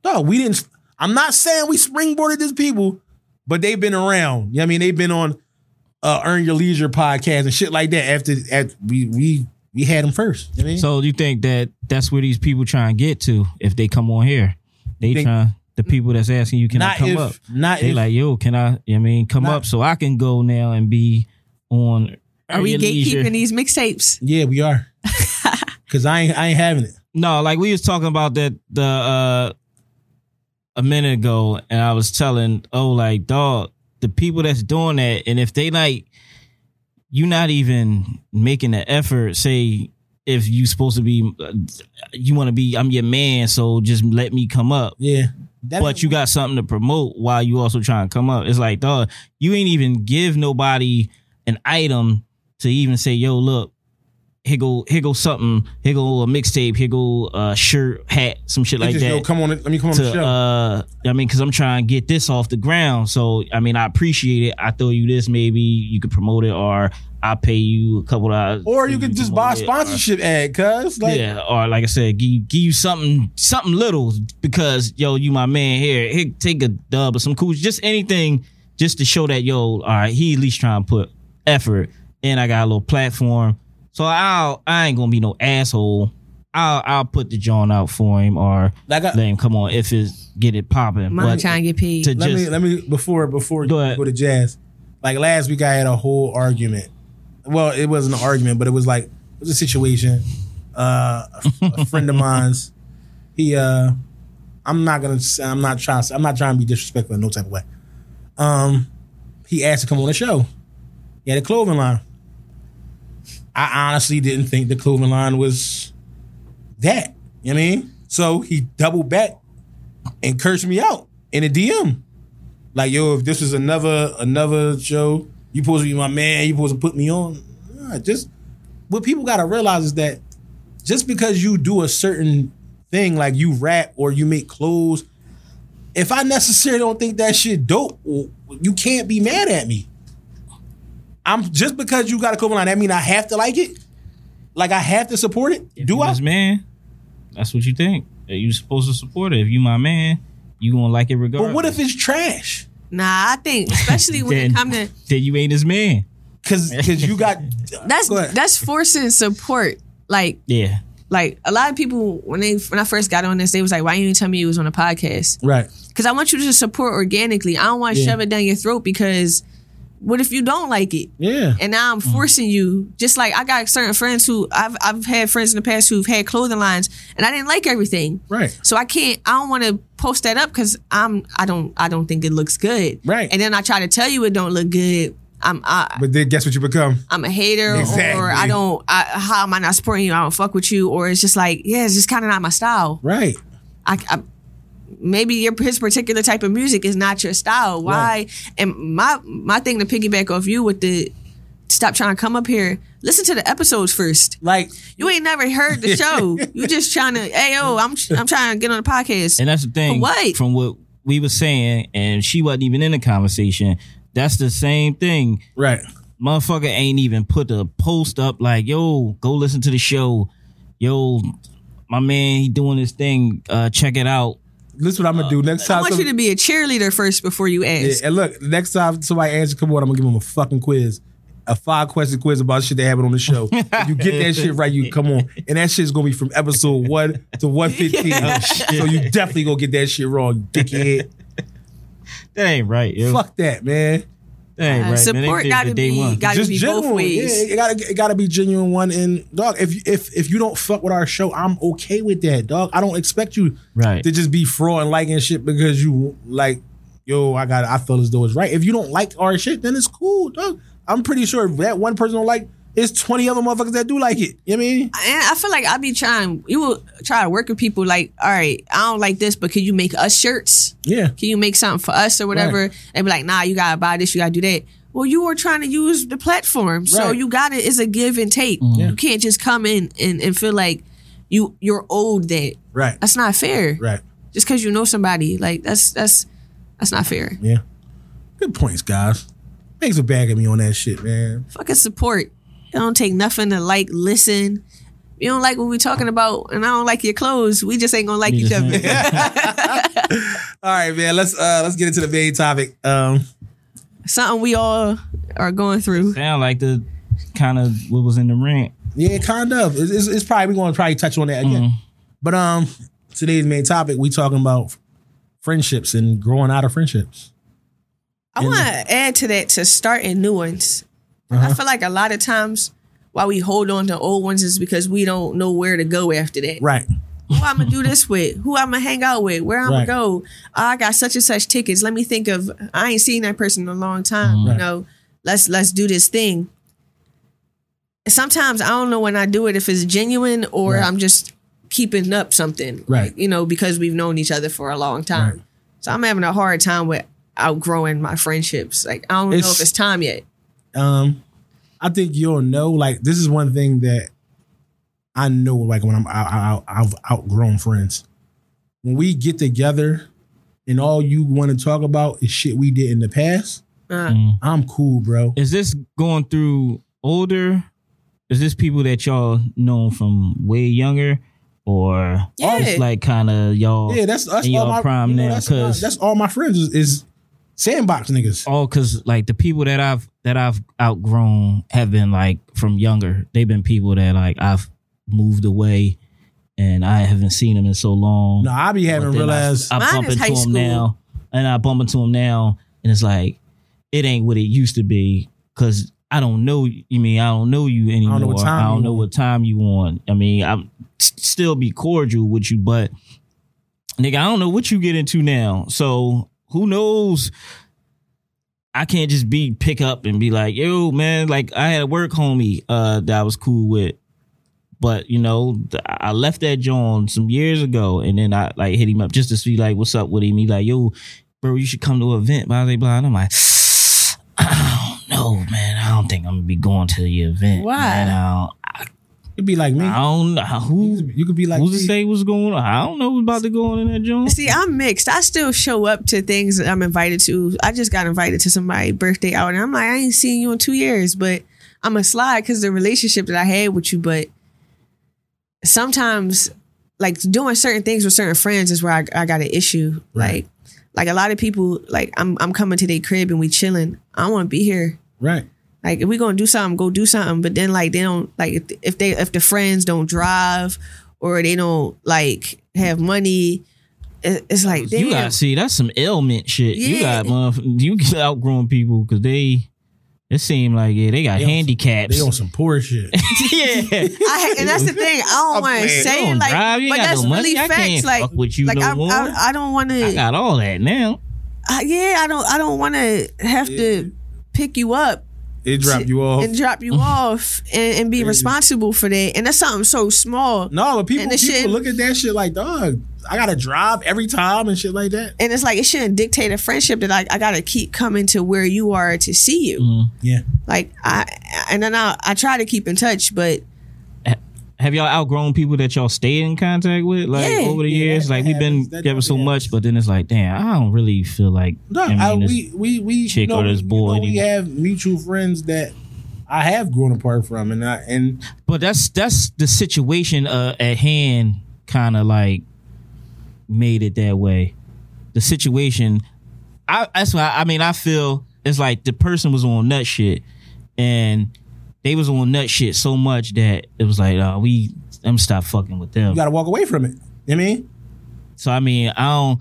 Speaker 2: No, we didn't. I'm not saying we springboarded these people, but they've been around. You know what I mean, they've been on uh, Earn Your Leisure podcast and shit like that. After at we we we had them first. You know what I mean?
Speaker 3: So you think that that's where these people try and get to if they come on here? They
Speaker 2: Think-
Speaker 3: try. the people that's asking you, can I
Speaker 2: Not
Speaker 3: come
Speaker 2: if-
Speaker 3: up?
Speaker 2: not
Speaker 3: they
Speaker 2: if-
Speaker 3: like, yo, can I? I mean, come
Speaker 2: Not-
Speaker 3: up so I can go now and be on.
Speaker 4: Are we
Speaker 3: your leisure.
Speaker 4: gatekeeping these mixtapes?
Speaker 2: Yeah, we are. Cause I ain't I ain't having it.
Speaker 3: No, like we was talking about that the uh a minute ago, and I was telling, oh, like dog, the people that's doing that, and if they like, you not even making the effort. Say if you supposed to be, uh, you want to be, I'm your man, so just let me come up.
Speaker 2: Yeah. That
Speaker 3: But you got something to promote while you also trying to come up. It's like, dog, you ain't even give nobody an item to even say, yo, look, here go, here go something, here go a mixtape, here go a shirt, hat, some shit like
Speaker 2: just
Speaker 3: that.
Speaker 2: yo, come on, let me come on the
Speaker 3: to,
Speaker 2: show.
Speaker 3: uh, I mean, because I'm trying to get this off the ground. So, I mean, I appreciate it. I throw you this, maybe you could promote it, or I pay you a couple of dollars.
Speaker 2: or
Speaker 3: for
Speaker 2: you could just
Speaker 3: to
Speaker 2: buy a
Speaker 3: promote it, or-
Speaker 2: sponsorship ad, cuz like
Speaker 3: yeah, or like I said, give, give you something, something little because yo, you my man here. Here, take a dub or some cool, just anything, just to show that yo, all right, he at least trying to put effort, and I got a little platform, so I'll I ain't gonna be no asshole. I'll I'll put the joint out for him or
Speaker 2: Like uh, I-
Speaker 3: let him come on if it's get it popping.
Speaker 4: Mom
Speaker 3: But
Speaker 4: trying to get paid.
Speaker 3: to
Speaker 2: let
Speaker 3: just
Speaker 2: me let me before before
Speaker 3: Go
Speaker 2: you
Speaker 3: ahead.
Speaker 2: go to jazz. Like last week, I had a whole argument. Well, it wasn't an argument, but it was like it was a situation. Uh, a, f- a friend of mine's, he. uh I'm not gonna. s- I'm not trying. I'm not trying to be disrespectful in no type of way. Um, he asked to come on the show. He had a clothing line. I honestly didn't think the clothing line was that. You know what I mean? So he doubled back and cursed me out in a DM. Like, yo, if this is another another show, you supposed to be my man, you supposed to put me on. Nah, just what people gotta realize is that just because you do a certain thing, like you rap or you make clothes, if I necessarily don't think that shit dope, w- you can't be mad at me. I'm just because you got a cover line, that mean I have to like it? Like I have to support it? do
Speaker 3: you
Speaker 2: I?
Speaker 3: this man? That's what you think. That You supposed to support it. If you my man, you gonna like it regardless.
Speaker 2: But what if it's trash?
Speaker 4: Nah, I think especially when
Speaker 3: then,
Speaker 4: it come to
Speaker 3: then you ain't his man?
Speaker 2: Cause cause you got
Speaker 4: that's
Speaker 2: Go ahead.
Speaker 4: that's forcing support. Like
Speaker 3: Yeah.
Speaker 4: like a lot of people when they when I first got on this, they was like, "Why you didn't tell me you was on a podcast?"
Speaker 2: Right.
Speaker 4: Because I want you to support organically. I don't want to
Speaker 2: Yeah.
Speaker 4: shove it down your throat because what if you don't like it?
Speaker 2: Yeah.
Speaker 4: and now
Speaker 3: Mm.
Speaker 4: I'm forcing you. Just like I got certain friends who I've I've had friends in the past who've had clothing lines, and I didn't like everything.
Speaker 2: Right.
Speaker 4: So I can't. I don't want to post that up because I'm. I don't. I don't think it looks good.
Speaker 2: Right.
Speaker 4: And then I try to tell you it don't look good. I'm. I,
Speaker 2: But then guess what you become?
Speaker 4: I'm a hater,
Speaker 2: Exactly.
Speaker 4: or I don't. I, how am I not supporting you? I don't fuck with you, or it's just like, yeah, it's just kind of not my style.
Speaker 2: Right.
Speaker 4: I, I maybe your his particular type of music is not your style. Why? And my my thing to piggyback off you with the stop trying to come up here. Listen to the episodes first.
Speaker 2: Like
Speaker 4: You ain't never heard the show. you just trying to. Hey yo, I'm I'm trying to get on the podcast.
Speaker 3: And that's the thing.
Speaker 4: But what?
Speaker 3: From what we were saying, and she wasn't even in the conversation. That's the same thing.
Speaker 2: Right.
Speaker 3: Motherfucker ain't even put a post up like, yo, go listen to the show. Yo, my man, he doing his thing. Uh, check it out.
Speaker 2: This is what I'm gonna do next
Speaker 4: I
Speaker 2: time.
Speaker 4: want you
Speaker 2: some-
Speaker 4: to be a cheerleader first before you
Speaker 2: Yeah,
Speaker 4: ask.
Speaker 2: and look, next time somebody asks you come on, I'm gonna give them a fucking quiz. A five question quiz about shit they have on the show. If you get that shit right, you come on. And that shit's gonna be from episode one to 115. So you definitely gonna get that shit wrong, you dickhead.
Speaker 3: That ain't right. Yo.
Speaker 2: Fuck that, man.
Speaker 3: That ain't right. man. They
Speaker 4: Support
Speaker 3: did it
Speaker 4: gotta
Speaker 3: day
Speaker 4: be
Speaker 3: one.
Speaker 4: gotta be both ways.
Speaker 2: Yeah, it gotta it gotta be genuine one. And dog, if if if you don't fuck with our show, I'm okay with that, dog. I don't expect you
Speaker 3: Right.
Speaker 2: to just be fraud and liking shit because you like, yo, I got I feel as though it's right. If you don't like our shit, then it's cool, dog. I'm pretty sure if that one person don't like, it's 20 other motherfuckers that do like it. You know what I mean?
Speaker 4: And I feel like I be trying. You will try to work with people. Like, all right, I don't like this, but can you make us shirts?
Speaker 2: Yeah.
Speaker 4: can you make something for us or whatever?
Speaker 2: Right.
Speaker 4: They'd be like, nah, you gotta buy this, you gotta do that. Well, you were trying to use the platform. So
Speaker 2: Right.
Speaker 4: you gotta it's a give and take. You can't just come in and, and feel like you you're owed that.
Speaker 2: Right.
Speaker 4: That's not fair.
Speaker 2: Right.
Speaker 4: Just cause you know somebody, like that's that's that's not fair.
Speaker 2: Yeah. Good points, guys. Thanks for bagging me on that shit, man.
Speaker 4: Fucking support. It don't take nothing to like listen. You don't like what we talking about, and I don't like your clothes. We just ain't gonna like each other.
Speaker 2: All right, man. Let's uh let's get into the main topic. Um
Speaker 4: Something we all are going through.
Speaker 3: Sound like the kind of what was in the rant.
Speaker 2: Yeah, kind of. It's, it's,
Speaker 3: Mm-hmm.
Speaker 2: it's probably we're going to probably touch on that again. But um, today's main topic we talking about friendships and growing out of friendships.
Speaker 4: I want to add to that to starting new ones. I feel like a lot of times why we hold on to old ones is because we don't know where to go after that.
Speaker 2: Right.
Speaker 4: Who I'm gonna do this with? Who I'm gonna hang out with? Where I'm
Speaker 2: Right.
Speaker 4: gonna go? Oh, I got such and such tickets. Let me think of. I ain't seen that person in a long time. You
Speaker 2: Right.
Speaker 4: know, let's let's do this thing. Sometimes I don't know when I do it if it's genuine or
Speaker 2: Right.
Speaker 4: I'm just keeping up something.
Speaker 2: Right.
Speaker 4: you know, because we've known each other for a long time.
Speaker 2: Right.
Speaker 4: So I'm having a hard time with outgrowing my friendships. Like I don't know
Speaker 2: It's-
Speaker 4: if it's time yet.
Speaker 2: Um, I think you'll know. Like this is one thing that I know. Like when I'm, I, I, I've outgrown friends. When we get together, and all you want to talk about is shit we did in the past.
Speaker 4: Uh,
Speaker 3: Mm.
Speaker 2: I'm cool, bro.
Speaker 3: Is this going through older? Is this people that y'all known from way younger, or
Speaker 4: Yeah.
Speaker 3: it's like kind of y'all?
Speaker 2: Yeah, that's that's
Speaker 3: in
Speaker 2: all
Speaker 3: y'all
Speaker 2: my
Speaker 3: prime
Speaker 2: you know,
Speaker 3: now,
Speaker 2: that's, my-
Speaker 3: 'cause-
Speaker 2: that's all my friends is, is sandbox niggas.
Speaker 3: all because like the people that I've that I've outgrown have been like from younger. They've been people that like I've moved away, and I haven't seen them in so long.
Speaker 2: No, I be having
Speaker 3: But then
Speaker 2: realized.
Speaker 3: I, I
Speaker 4: Mine
Speaker 3: bump
Speaker 4: is
Speaker 3: into
Speaker 4: high
Speaker 3: him
Speaker 4: school.
Speaker 3: now, and I bump into him now, and it's like it ain't what it used to be because I don't know. You I mean I don't know you anymore?
Speaker 2: know what time
Speaker 3: I don't
Speaker 2: you
Speaker 3: know
Speaker 2: on.
Speaker 3: what time you on. I mean I'm s- still be cordial with you, but nigga, I don't know what you get into now. So who knows? I can't just be pick up and be like, yo, man, like I had a work homie uh, that I was cool with but you know, th- I left that John some years ago, and then I like hit him up just to see like what's up with him. He like, yo, bro, you should come to an event. Blah blah blah. And I'm like, I don't know, man. I don't think I'm gonna be going to the event.
Speaker 4: Why?
Speaker 3: man. I
Speaker 2: You'd be like me.
Speaker 3: don't, I don't know who.
Speaker 2: You could be like
Speaker 3: Who's to
Speaker 2: me.
Speaker 3: say what's going on? I don't know what's about to go on in that joint.
Speaker 4: See, I'm mixed. I still show up to things that I'm invited to. I just got invited to somebody's birthday out, and I'm like, I ain't seen you in two years, but I'm a slide because the relationship that I had with you. But sometimes, like doing certain things with certain friends is where I, I got an issue.
Speaker 2: Right.
Speaker 4: Like, like a lot of people, like I'm I'm coming to their crib and we chilling. I want to be here.
Speaker 2: right.
Speaker 4: Like if we gonna do something, go do something. But then like they don't like if, if they if the friends don't drive or they don't like have money, it, it's like damn.
Speaker 3: You got see that's some ailment shit. You
Speaker 4: Yeah.
Speaker 3: got motherf- you got outgrown people because they it seemed like yeah they got
Speaker 2: They on some-
Speaker 3: handicaps.
Speaker 2: They on some poor shit.
Speaker 3: yeah,
Speaker 4: I, and that's the thing. I don't want to
Speaker 3: You
Speaker 4: say it
Speaker 3: don't
Speaker 4: like,
Speaker 3: drive, you ain't
Speaker 4: but
Speaker 3: got
Speaker 4: that's
Speaker 3: no money,
Speaker 4: really
Speaker 3: I
Speaker 4: facts.
Speaker 3: can't
Speaker 4: Like,
Speaker 3: fuck with you
Speaker 4: like
Speaker 3: no
Speaker 4: I,
Speaker 3: more.
Speaker 4: I, I don't want
Speaker 3: I
Speaker 4: to.
Speaker 3: got all that now.
Speaker 4: Yeah, I don't. I don't want to have to pick you up
Speaker 2: It dropped you off.
Speaker 4: and drop you off and, and be responsible for that. And that's something so small.
Speaker 2: No, but people
Speaker 4: And the
Speaker 2: people
Speaker 4: shit-
Speaker 2: look at that shit like, dog, I gotta drive every time and shit like that.
Speaker 4: And it's like it shouldn't dictate a friendship that I, I gotta keep coming to where you are to see you.
Speaker 2: Yeah.
Speaker 4: Like I and then I, I try to keep in touch, but
Speaker 3: Have y'all outgrown people that y'all stayed in contact with, like
Speaker 4: Yeah.
Speaker 3: over the
Speaker 2: Yeah,
Speaker 3: years?
Speaker 2: that
Speaker 3: Like we've been
Speaker 2: happens. That
Speaker 3: together so
Speaker 2: definitely
Speaker 3: much, but then it's like, damn, I don't really feel like.
Speaker 2: No,
Speaker 3: I mean,
Speaker 2: I,
Speaker 3: this-
Speaker 2: we we we
Speaker 3: chick
Speaker 2: you know,
Speaker 3: or this
Speaker 2: you
Speaker 3: boy
Speaker 2: know, we
Speaker 3: didn't-
Speaker 2: have mutual friends that I have grown apart from, and I and
Speaker 3: but that's that's the situation uh, at hand. Kind of like made it that way. The situation, I that's why I mean I feel it's like the person was on nut shit, and they was on nut shit so much that it was like, uh, we, I'm stop fucking with them.
Speaker 2: you gotta walk away from it. You know what I mean,
Speaker 3: So I mean, I don't.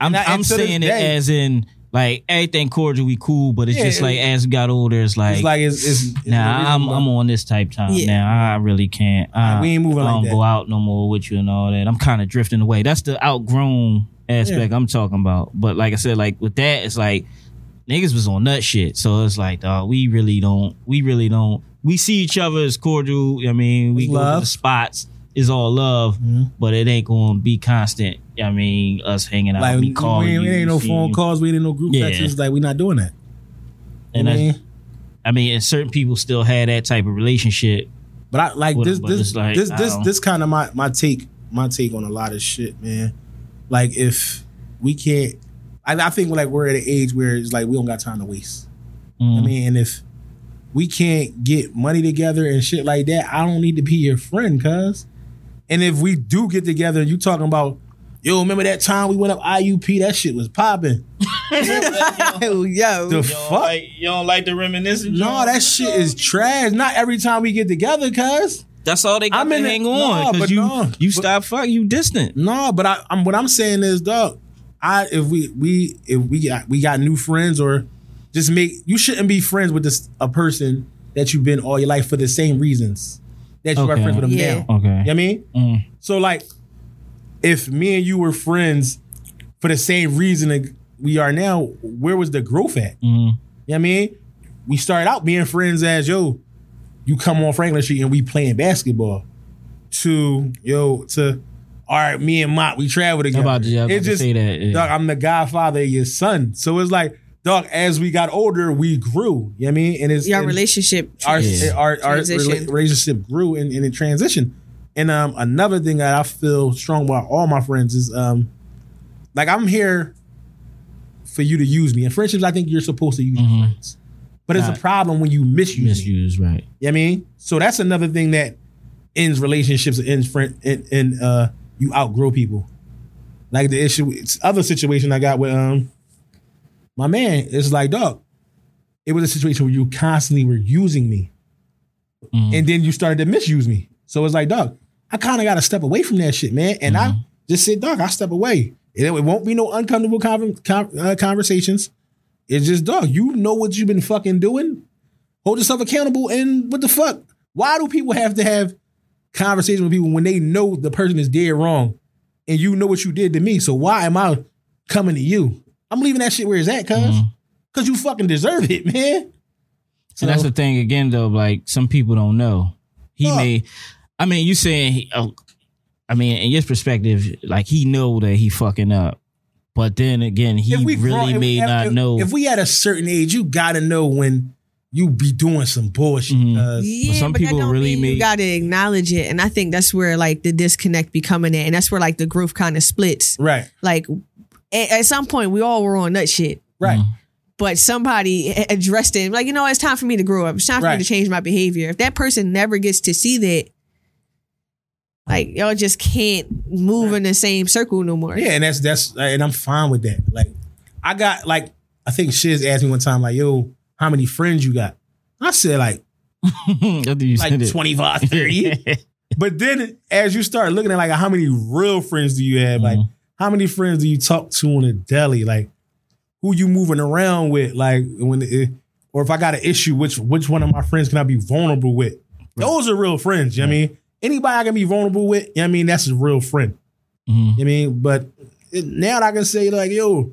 Speaker 3: I'm
Speaker 2: And I-
Speaker 3: I'm
Speaker 2: and to this
Speaker 3: saying it
Speaker 2: day-
Speaker 3: as in like everything cordial, we cool, but it's
Speaker 2: Yeah,
Speaker 3: just
Speaker 2: it-
Speaker 3: like as we got older, it's like,
Speaker 2: it's like it's, it's, it's the
Speaker 3: nah, I'm
Speaker 2: reason why-
Speaker 3: I'm on this type time
Speaker 4: Yeah.
Speaker 3: now. I really can't. I,
Speaker 2: we ain't moving
Speaker 3: I
Speaker 2: like
Speaker 3: don't
Speaker 2: that.
Speaker 3: go out no more with you and all that. I'm kind of drifting away. That's the outgrown aspect I'm talking about. But like I said, like with that, it's like niggas was on nut shit. So it's like, dog, we really don't. We really don't. We see each other as cordial. I mean, we
Speaker 2: It's
Speaker 3: go to
Speaker 2: love. Mm-hmm.
Speaker 3: the spots. It's all love, but it ain't gonna be constant. I mean, us hanging out,
Speaker 2: like
Speaker 3: me calling
Speaker 2: we ain't,
Speaker 3: you,
Speaker 2: it ain't no
Speaker 3: seeing
Speaker 2: phone
Speaker 3: you.
Speaker 2: calls, we ain't no group
Speaker 3: Yeah.
Speaker 2: texts. Like we not doing that.
Speaker 3: And
Speaker 2: And
Speaker 3: that's- I mean, and certain people still had that type of relationship.
Speaker 2: But I like
Speaker 3: With
Speaker 2: this.
Speaker 3: him, but
Speaker 2: This
Speaker 3: it's like,
Speaker 2: this
Speaker 3: I
Speaker 2: this
Speaker 3: don't-
Speaker 2: this kind of my my take my take on a lot of shit, man. Like if we can't, I, I think like we're at an age where it's like we don't got time to waste. I
Speaker 3: Mm-hmm.
Speaker 2: mean, and if we can't get money together and shit like that, I don't need to be your friend, cuz. And if we do get together, you talking about. Yo, remember that time we went up IUP? That shit was popping.
Speaker 4: oh, yo.
Speaker 2: The fuck?
Speaker 3: you don't like the reminiscence?
Speaker 2: No, that shit is trash. Not every time we get together, cuz.
Speaker 3: That's all they got
Speaker 2: I'm
Speaker 3: to
Speaker 2: in it-
Speaker 3: hang on
Speaker 2: no,
Speaker 3: because
Speaker 2: but
Speaker 3: you
Speaker 2: no.
Speaker 3: you
Speaker 2: But-
Speaker 3: stop fuck you distant.
Speaker 2: No, but I, I'm what I'm saying is, dog. I if we we if we got we got new friends or just make you shouldn't be friends with this a person that you've been all your life for the same reasons that you are
Speaker 3: Okay.
Speaker 2: friends with them
Speaker 4: Yeah.
Speaker 2: now.
Speaker 3: Okay.
Speaker 2: You know what I mean?
Speaker 3: Mm.
Speaker 2: So like if me and you were friends for the same reason that we are now, where was the growth
Speaker 3: Mm.
Speaker 2: at? You know what I mean? We started out being friends as yo, you come on Franklin Street and we playing basketball. To yo, to all right, me and Mott, we travel together.
Speaker 3: about to- I was about
Speaker 2: It's
Speaker 3: to say that, yeah.
Speaker 2: dog, I'm the godfather of your son. So it's like, dog, as we got older, we grew. You know what I mean? And it's
Speaker 4: Your
Speaker 2: and-
Speaker 4: relationship.
Speaker 2: our
Speaker 3: Yeah.
Speaker 2: our, our
Speaker 4: Transition.
Speaker 2: rela- relationship grew and, and it transitioned. And um, another thing that I feel strong about all my friends is um, like I'm here for you to use me. And friendships, I think you're supposed to use your friends, but it's
Speaker 3: Not-
Speaker 2: a problem when you misuse. me.
Speaker 3: Misused, right?
Speaker 2: You know what I mean? So that's another thing that ends relationships and ends friend and, and uh you outgrow people. Like the issue it's other situation I got with um my man, it's like, dog, it was a situation where you constantly were using me. And then you started to misuse me. So it's like, dog, I kind of gotta step away from that shit, man. And I just said, dog, I step away. It, it won't be no uncomfortable con- con- uh, conversations. It's just, dog, you know what you've been fucking doing hold yourself accountable and what the fuck why do people have to have conversations with people when they know the person is dead wrong and you know what you did to me so why am i coming to you i'm leaving that shit where it's at because because you fucking deserve it man
Speaker 3: and that's the thing again, though. Like some people don't know. He
Speaker 2: Huh.
Speaker 3: may. I mean, you saying. He, oh, I mean, in his perspective, like he know that he fucking up, but then again, he
Speaker 2: If
Speaker 3: really
Speaker 2: we grown- if-
Speaker 3: may
Speaker 2: if-
Speaker 3: not
Speaker 2: if-
Speaker 3: know.
Speaker 2: if we at a certain age you gotta know when you be doing some bullshit
Speaker 3: Mm-hmm.
Speaker 2: cuz.
Speaker 4: Yeah,
Speaker 3: some
Speaker 4: that
Speaker 3: people
Speaker 4: don't
Speaker 3: really
Speaker 4: mean
Speaker 3: may-
Speaker 4: you gotta acknowledge it, and I think that's where like the disconnect be coming in, and that's where like the growth kind of splits.
Speaker 2: right
Speaker 4: Like at, at some point, we all were on nut shit,
Speaker 2: right
Speaker 3: Mm-hmm.
Speaker 4: but somebody a- addressed it, like you know, it's time for me to grow up. It's time for
Speaker 2: Right.
Speaker 4: me to change my behavior. If that person never gets to see that, like y'all just can't move in the same circle no more.
Speaker 2: Yeah, and that's that's and I'm fine with that. Like I got like I think Shiz asked me one time like, "Yo, how many friends you got?" I said like
Speaker 3: After you said
Speaker 2: like
Speaker 3: it.
Speaker 2: 25, 30. but then as you start looking at like how many real friends do you have? Like how many friends do you talk to in a deli? Like who you moving around with? Like when it, or if I got an issue, which which one of my friends can I be vulnerable with? Those are real friends, you know what I mean? Anybody I can be vulnerable with, you know what I mean, that's a real friend. You know what I mean? But it, now that I can say like, yo,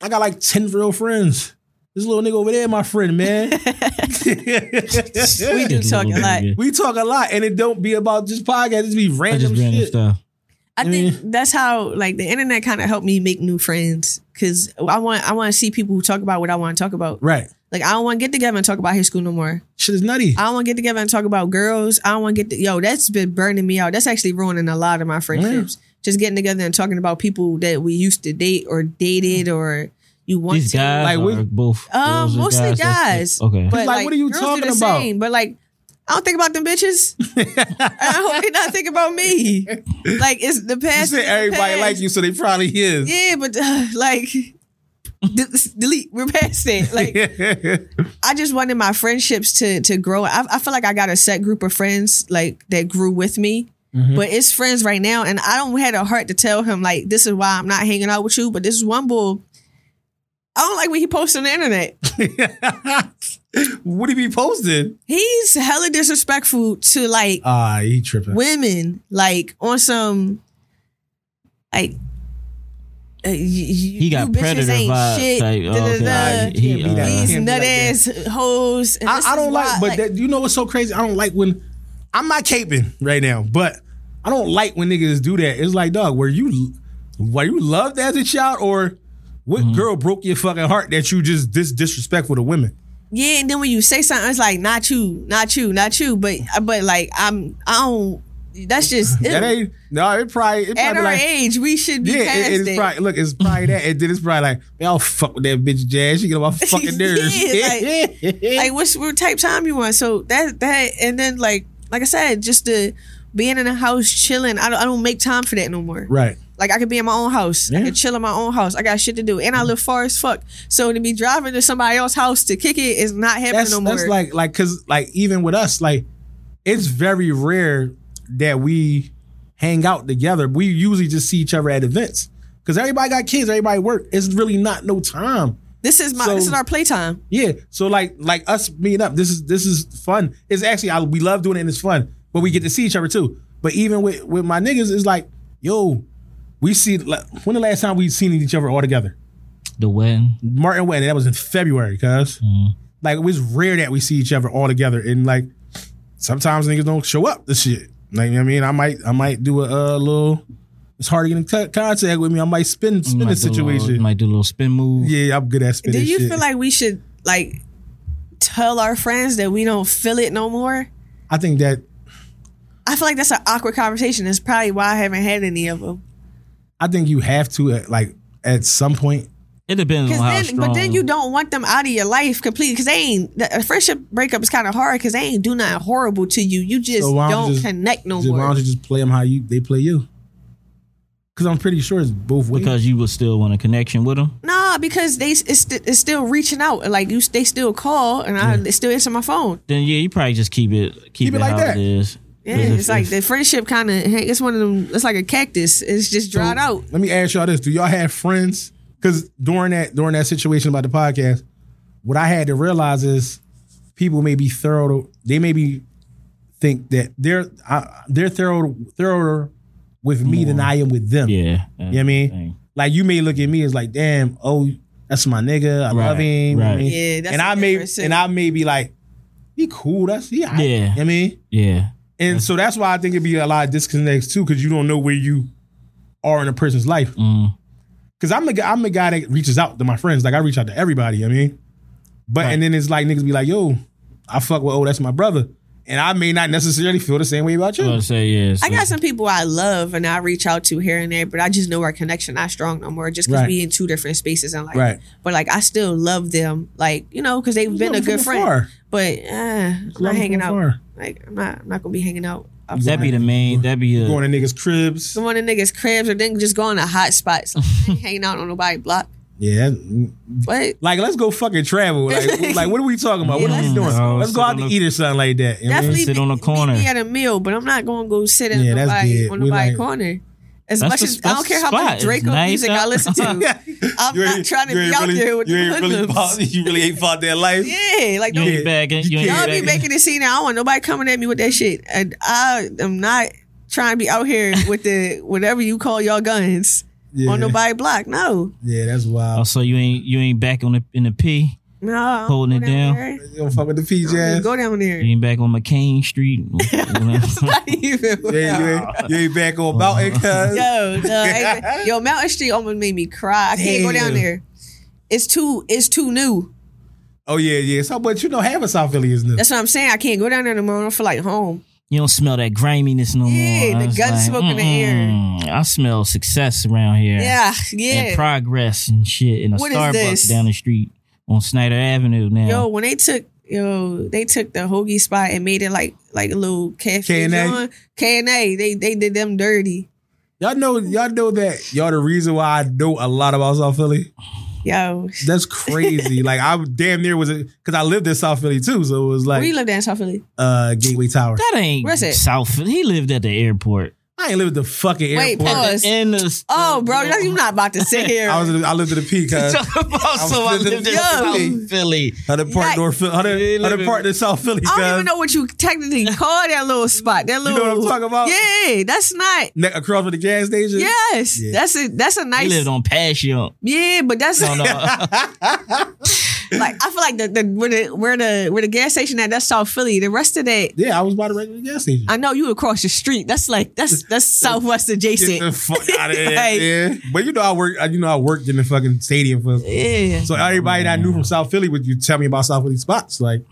Speaker 2: I got like 10 real friends. This little nigga over there, my friend, man.
Speaker 4: we do
Speaker 3: Just a
Speaker 4: talk a
Speaker 3: little bit,
Speaker 4: lot.
Speaker 3: yeah.
Speaker 2: We talk a lot, and it don't be about just podcasts. It be
Speaker 3: I
Speaker 2: random,
Speaker 3: just random
Speaker 2: shit.
Speaker 3: stuff.
Speaker 4: I think that's how like the internet kind of helped me make new friends because I want I want to see people who talk about what I want to talk about.
Speaker 2: Right?
Speaker 4: Like I don't want to get together and talk about high school no more.
Speaker 2: Shit is nutty.
Speaker 4: I don't want to get together and talk about girls. I don't want to get to, yo. That's been burning me out. That's actually ruining a lot of my friendships. Just getting together and talking about people that we used to date or dated or you want
Speaker 3: These
Speaker 4: to.
Speaker 3: guys
Speaker 2: Like, we- Uh,
Speaker 3: are both.
Speaker 4: Um,
Speaker 3: girls and
Speaker 4: mostly
Speaker 3: That's
Speaker 4: guys.
Speaker 3: it. Okay.
Speaker 2: Like, what are you
Speaker 4: girls
Speaker 2: talking
Speaker 4: do the
Speaker 2: about?
Speaker 4: Same, but like, I don't think about them bitches. I hope they not think about me. Like it's the
Speaker 2: you
Speaker 4: past.
Speaker 2: said
Speaker 4: is the
Speaker 2: everybody
Speaker 4: past.
Speaker 2: like you, so they probably is.
Speaker 4: Yeah, but uh, like, de- delete. We're past it. Like, I just wanted my friendships to to grow. I, I feel like I got a set group of friends like that grew with me,
Speaker 3: Mm-hmm.
Speaker 4: but it's friends right now, and I don't had a heart to tell him like this is why I'm not hanging out with you. But this is one bull. I don't like what he posts on the internet.
Speaker 2: what he be posting?
Speaker 4: He's hella disrespectful to like
Speaker 3: Uh,
Speaker 2: Ah, he tripping.
Speaker 4: women, like on some like. Uh,
Speaker 3: He got predator vibes. Like, oh, okay, alright, he,
Speaker 2: Can't be that.
Speaker 3: uh,
Speaker 2: Can't
Speaker 4: These
Speaker 2: be like
Speaker 4: nut
Speaker 2: that.
Speaker 4: ass hoes. and
Speaker 2: I,
Speaker 4: this
Speaker 2: I
Speaker 4: is
Speaker 2: don't
Speaker 4: why,
Speaker 2: like, but that, you know what's so crazy? I don't like when I'm not caping right now, but I don't like when niggas do that. It's like, dog, were you were you loved as a child, or what
Speaker 3: Mm-hmm.
Speaker 2: girl broke your fucking heart that you just this disrespectful to women?
Speaker 4: yeah. And then when you say something, it's like not you, not you, not you. But uh, but like I'm, I don't. That's just
Speaker 2: That ain't no. It probably it
Speaker 4: at
Speaker 2: probably
Speaker 4: our
Speaker 2: like,
Speaker 4: age we should be
Speaker 2: Yeah,
Speaker 4: past
Speaker 2: it,
Speaker 4: it.
Speaker 2: it's probably look, it's probably that. And then it's probably like, man, I'll fuck with that bitch jazz. She get on my fucking nerves.
Speaker 4: Yeah, like what's what type time you want? So that that and then like like I said, just the being in the house chilling. I don't I don't make time for that no more.
Speaker 2: right.
Speaker 4: Like I could be in my own house. I
Speaker 2: Yeah. Mm-hmm.
Speaker 4: could chill in my own house. I got shit to do, and I live far as fuck. So to be driving to somebody else's house to kick it is not happening
Speaker 2: That's
Speaker 4: no more.
Speaker 2: that's like like cause like even with us, like it's very rare that we hang out together. We usually just see each other at events. Because everybody got kids, everybody work. It's really not no time.
Speaker 4: This is my.
Speaker 2: So-
Speaker 4: this is our playtime.
Speaker 2: Yeah. So like like us meeting up, this is this is fun. It's actually I, we love doing it and it's fun, but we get to see each other too. But even with with my niggas, it's like, yo, we see like, when the last time we seen each other all together?
Speaker 3: The wedding.
Speaker 2: Martin wedding that was in February, cuz
Speaker 3: Mm-hmm.
Speaker 2: like it was rare that we see each other all together, and like sometimes niggas don't show up. This shit, like you know what I mean, I might I might do a, uh little. It's hard to get in co- contact with me. I might spin spin the
Speaker 3: Might do a little-
Speaker 2: situation.
Speaker 3: might do a little spin move.
Speaker 2: yeah, I'm good at spinning.
Speaker 4: Do you
Speaker 2: shit.
Speaker 4: feel like we should like tell our friends that we don't feel it no more?
Speaker 2: I think that
Speaker 4: I feel like that's an awkward conversation. That's probably why I haven't had any of them.
Speaker 2: I think you have to at, like at some point.
Speaker 3: It depends on
Speaker 4: Cause
Speaker 3: how
Speaker 4: then,
Speaker 3: strong.
Speaker 4: but then you don't want them out of your life completely. Because they ain't the a friendship breakup is kind of hard because they ain't do nothing horrible to you. You just
Speaker 2: So why don't you
Speaker 4: don't
Speaker 2: just-
Speaker 4: connect no
Speaker 2: just- why
Speaker 4: more.
Speaker 2: don't you just play them how you they play you? Because I'm pretty sure it's both ways.
Speaker 3: because you would still want a connection with them.
Speaker 4: Nah, because they it's, st- it's still reaching out. Like you, they still call and I they still answer my phone.
Speaker 3: Then yeah, you probably just keep it keep,
Speaker 2: it
Speaker 3: it,
Speaker 2: like
Speaker 3: how
Speaker 2: that.
Speaker 3: it is.
Speaker 4: Yeah,
Speaker 3: 'Cause if-
Speaker 4: it's like
Speaker 3: if-
Speaker 4: the friendship kind of. It's one of them. It's like a cactus. It's just dried out.
Speaker 2: Let me ask y'all this: Do y'all have friends? Because during that during that situation about the podcast, what I had to realize is people may be thorough. They may be think that they're I, they're thorough thorough with me than I am with them.
Speaker 3: yeah. You
Speaker 2: You know what I mean? Like you may look at me as like, damn, oh, that's my nigga. I love
Speaker 3: Right,
Speaker 2: him. you know what I
Speaker 3: right.
Speaker 2: mean?
Speaker 4: Yeah, that's
Speaker 2: and
Speaker 4: a
Speaker 2: I may
Speaker 4: different scene.
Speaker 2: and I may be like, he cool. That's he. Yeah.
Speaker 3: Yeah.
Speaker 2: I mean,
Speaker 3: Yeah.
Speaker 2: and so that's why I think it'd be a lot of disconnects too, because you don't know where you are in a person's life.
Speaker 3: Mm.
Speaker 2: Because I'm the guy, I'm the guy that reaches out to my friends. Like I reach out to everybody. I mean, but and then it's like niggas be like, yo, I fuck with oh, that's my brother, and I may not necessarily feel the same way about you.
Speaker 3: I would say yeah.
Speaker 4: I
Speaker 3: so-
Speaker 4: got some people I love and I reach out to here and there, but I just know our connection not strong no more, just because
Speaker 2: Right.
Speaker 4: we in two different spaces and like.
Speaker 2: Right.
Speaker 4: But like, I still love them, like you know, because they've been
Speaker 2: love
Speaker 4: a
Speaker 2: them from
Speaker 4: good friend.
Speaker 2: afar.
Speaker 4: But uh, I'm
Speaker 2: love
Speaker 4: not
Speaker 2: them
Speaker 4: hanging
Speaker 2: from
Speaker 4: out.
Speaker 2: afar.
Speaker 4: Like I'm not. I'm not gonna be hanging out.
Speaker 3: That'd be the main. That'd be a,
Speaker 2: Going to niggas' cribs.
Speaker 4: Going to niggas' cribs or then just going to hot spots, I ain't hanging out on nobody block.
Speaker 2: Yeah, that-
Speaker 4: But
Speaker 2: Like, let's go fucking travel. Like, like what are we talking about? what are we
Speaker 4: Yeah,
Speaker 2: doing?
Speaker 3: let's-
Speaker 2: Let's go out to
Speaker 3: Let's-
Speaker 2: eat or Oh, something like that. You know what I mean?
Speaker 4: definitely
Speaker 3: sit
Speaker 4: be-
Speaker 3: on a
Speaker 4: meet
Speaker 3: corner.
Speaker 4: me at a meal, but I'm not going to go sit in
Speaker 2: Yeah, that's
Speaker 4: nobody
Speaker 2: dead.
Speaker 4: on
Speaker 2: We
Speaker 4: nobody
Speaker 2: like-
Speaker 4: corner. As
Speaker 3: That's
Speaker 4: much
Speaker 3: the-
Speaker 4: as I don't
Speaker 3: that's the
Speaker 4: care how
Speaker 3: spot.
Speaker 4: much
Speaker 3: It's
Speaker 4: Draco
Speaker 3: nice
Speaker 4: music I
Speaker 3: out.
Speaker 4: listen to, I'm
Speaker 2: You
Speaker 4: not
Speaker 2: ain't-
Speaker 4: trying to
Speaker 2: you
Speaker 4: be
Speaker 2: ain't
Speaker 4: out
Speaker 2: really-
Speaker 4: there with
Speaker 2: you
Speaker 4: the
Speaker 2: ain't really
Speaker 4: hoodlums.
Speaker 2: fought, You really ain't fought that life.
Speaker 4: Yeah, like
Speaker 3: You
Speaker 4: don't,
Speaker 3: ain't bagging. You
Speaker 4: y'all be
Speaker 3: ain't bagging.
Speaker 4: making it seem now. I don't want nobody coming at me with that shit, and I am not trying to be out here with the whatever you call y'all guns
Speaker 2: Yeah.
Speaker 4: on nobody block. No,
Speaker 2: Yeah, that's wild.
Speaker 3: Also, you ain't you ain't back on the in the P.
Speaker 4: no, I don't
Speaker 3: Holding
Speaker 4: go
Speaker 3: it down.
Speaker 4: there.
Speaker 2: You don't fuck with the
Speaker 4: You
Speaker 2: PJs.
Speaker 4: Go down there.
Speaker 3: You ain't back on McCain Street.
Speaker 4: Not even.
Speaker 2: Yeah, you ain't, you ain't back on about it, cuz.
Speaker 4: Yo, no, I- yo, Mountain Street almost made me cry. I can't go down
Speaker 2: Damn.
Speaker 4: there. It's too, it's too new.
Speaker 2: Oh, yeah, yeah. So, but you know, half of South Philly is new.
Speaker 4: That's what I'm saying. I can't go down there no more. I don't feel like home.
Speaker 3: you don't smell that griminess no
Speaker 4: Yeah,
Speaker 3: more.
Speaker 4: the
Speaker 3: It's
Speaker 4: gun smoke in the air.
Speaker 3: mm-mm, I smell success around here.
Speaker 4: Yeah, yeah.
Speaker 3: And progress and shit. And a
Speaker 4: What is this?
Speaker 3: Starbucks down the street on Snyder Avenue now.
Speaker 4: yo, when they took yo, they took the hoagie spot and made it like like a little cafe.
Speaker 2: K&A.
Speaker 4: K and A. They they did them dirty.
Speaker 2: Y'all know, y'all know that y'all the reason why I know a lot about South Philly.
Speaker 4: Yo,
Speaker 2: That's crazy. like I damn near was because I lived in South Philly too, so it was
Speaker 4: where you
Speaker 2: like
Speaker 4: live down in South Philly?
Speaker 2: uh Gateway Tower.
Speaker 3: that ain't
Speaker 4: Where's it?
Speaker 3: South. He lived at the airport.
Speaker 2: I ain't lived at the fucking
Speaker 4: Wait,
Speaker 2: airport.
Speaker 4: pause. Us.
Speaker 3: In the
Speaker 4: Oh, bro, no, you not about to sit here.
Speaker 2: I was, I lived at the peak. Cuz.
Speaker 3: also, I
Speaker 2: I'm
Speaker 3: lived in
Speaker 4: Yo.
Speaker 3: South Philly.
Speaker 2: Other part
Speaker 4: Yikes.
Speaker 2: North Philly. Other, other part in South Philly.
Speaker 4: I don't even
Speaker 2: cuz.
Speaker 4: know what you technically call that little spot. That
Speaker 2: know
Speaker 4: little.
Speaker 2: what I'm talking about?
Speaker 4: Yeah, that's not.
Speaker 2: Ne- across from the gas station.
Speaker 4: Yes,
Speaker 2: Yeah.
Speaker 4: that's a that's a
Speaker 3: He
Speaker 4: nice.
Speaker 3: lived on Passion.
Speaker 4: Yeah, but that's
Speaker 3: No, no.
Speaker 4: like I feel like the, the where the where the where the gas station at that's South Philly. The rest of that,
Speaker 2: Yeah, I was by the regular gas station.
Speaker 4: I know you across the street. That's like that's that's Southwest
Speaker 2: Get the
Speaker 4: adjacent.
Speaker 2: fuck out of here.
Speaker 4: Like-
Speaker 2: yeah. But you know I work you know I worked in the fucking stadium for
Speaker 4: Yeah,
Speaker 2: so everybody that I knew from South Philly would you tell me about South Philly spots. Like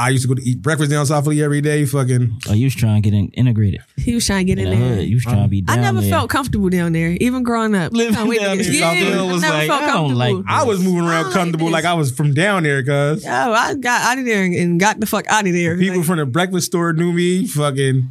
Speaker 2: I used to go to eat breakfast down South Philly every day, fucking
Speaker 3: Oh, you was trying to get in, integrated.
Speaker 4: he was trying to get
Speaker 3: In
Speaker 4: in
Speaker 3: the hood.
Speaker 4: there.
Speaker 3: You was trying to be down
Speaker 4: I never
Speaker 3: there.
Speaker 4: felt comfortable down there, even growing up. Oh,
Speaker 3: Living
Speaker 4: Come with
Speaker 3: down
Speaker 4: this.
Speaker 3: in
Speaker 4: yeah,
Speaker 3: South Philly
Speaker 4: I
Speaker 3: was
Speaker 4: never
Speaker 3: like,
Speaker 4: felt
Speaker 3: I don't
Speaker 4: comfortable.
Speaker 3: like this.
Speaker 2: I was moving
Speaker 4: I
Speaker 2: around
Speaker 4: like
Speaker 2: comfortable
Speaker 4: this.
Speaker 2: like I was from down there, cuz
Speaker 4: Oh, I got out of there and, and got the fuck out of there.
Speaker 2: people
Speaker 4: Like,
Speaker 2: from the breakfast store knew me, fucking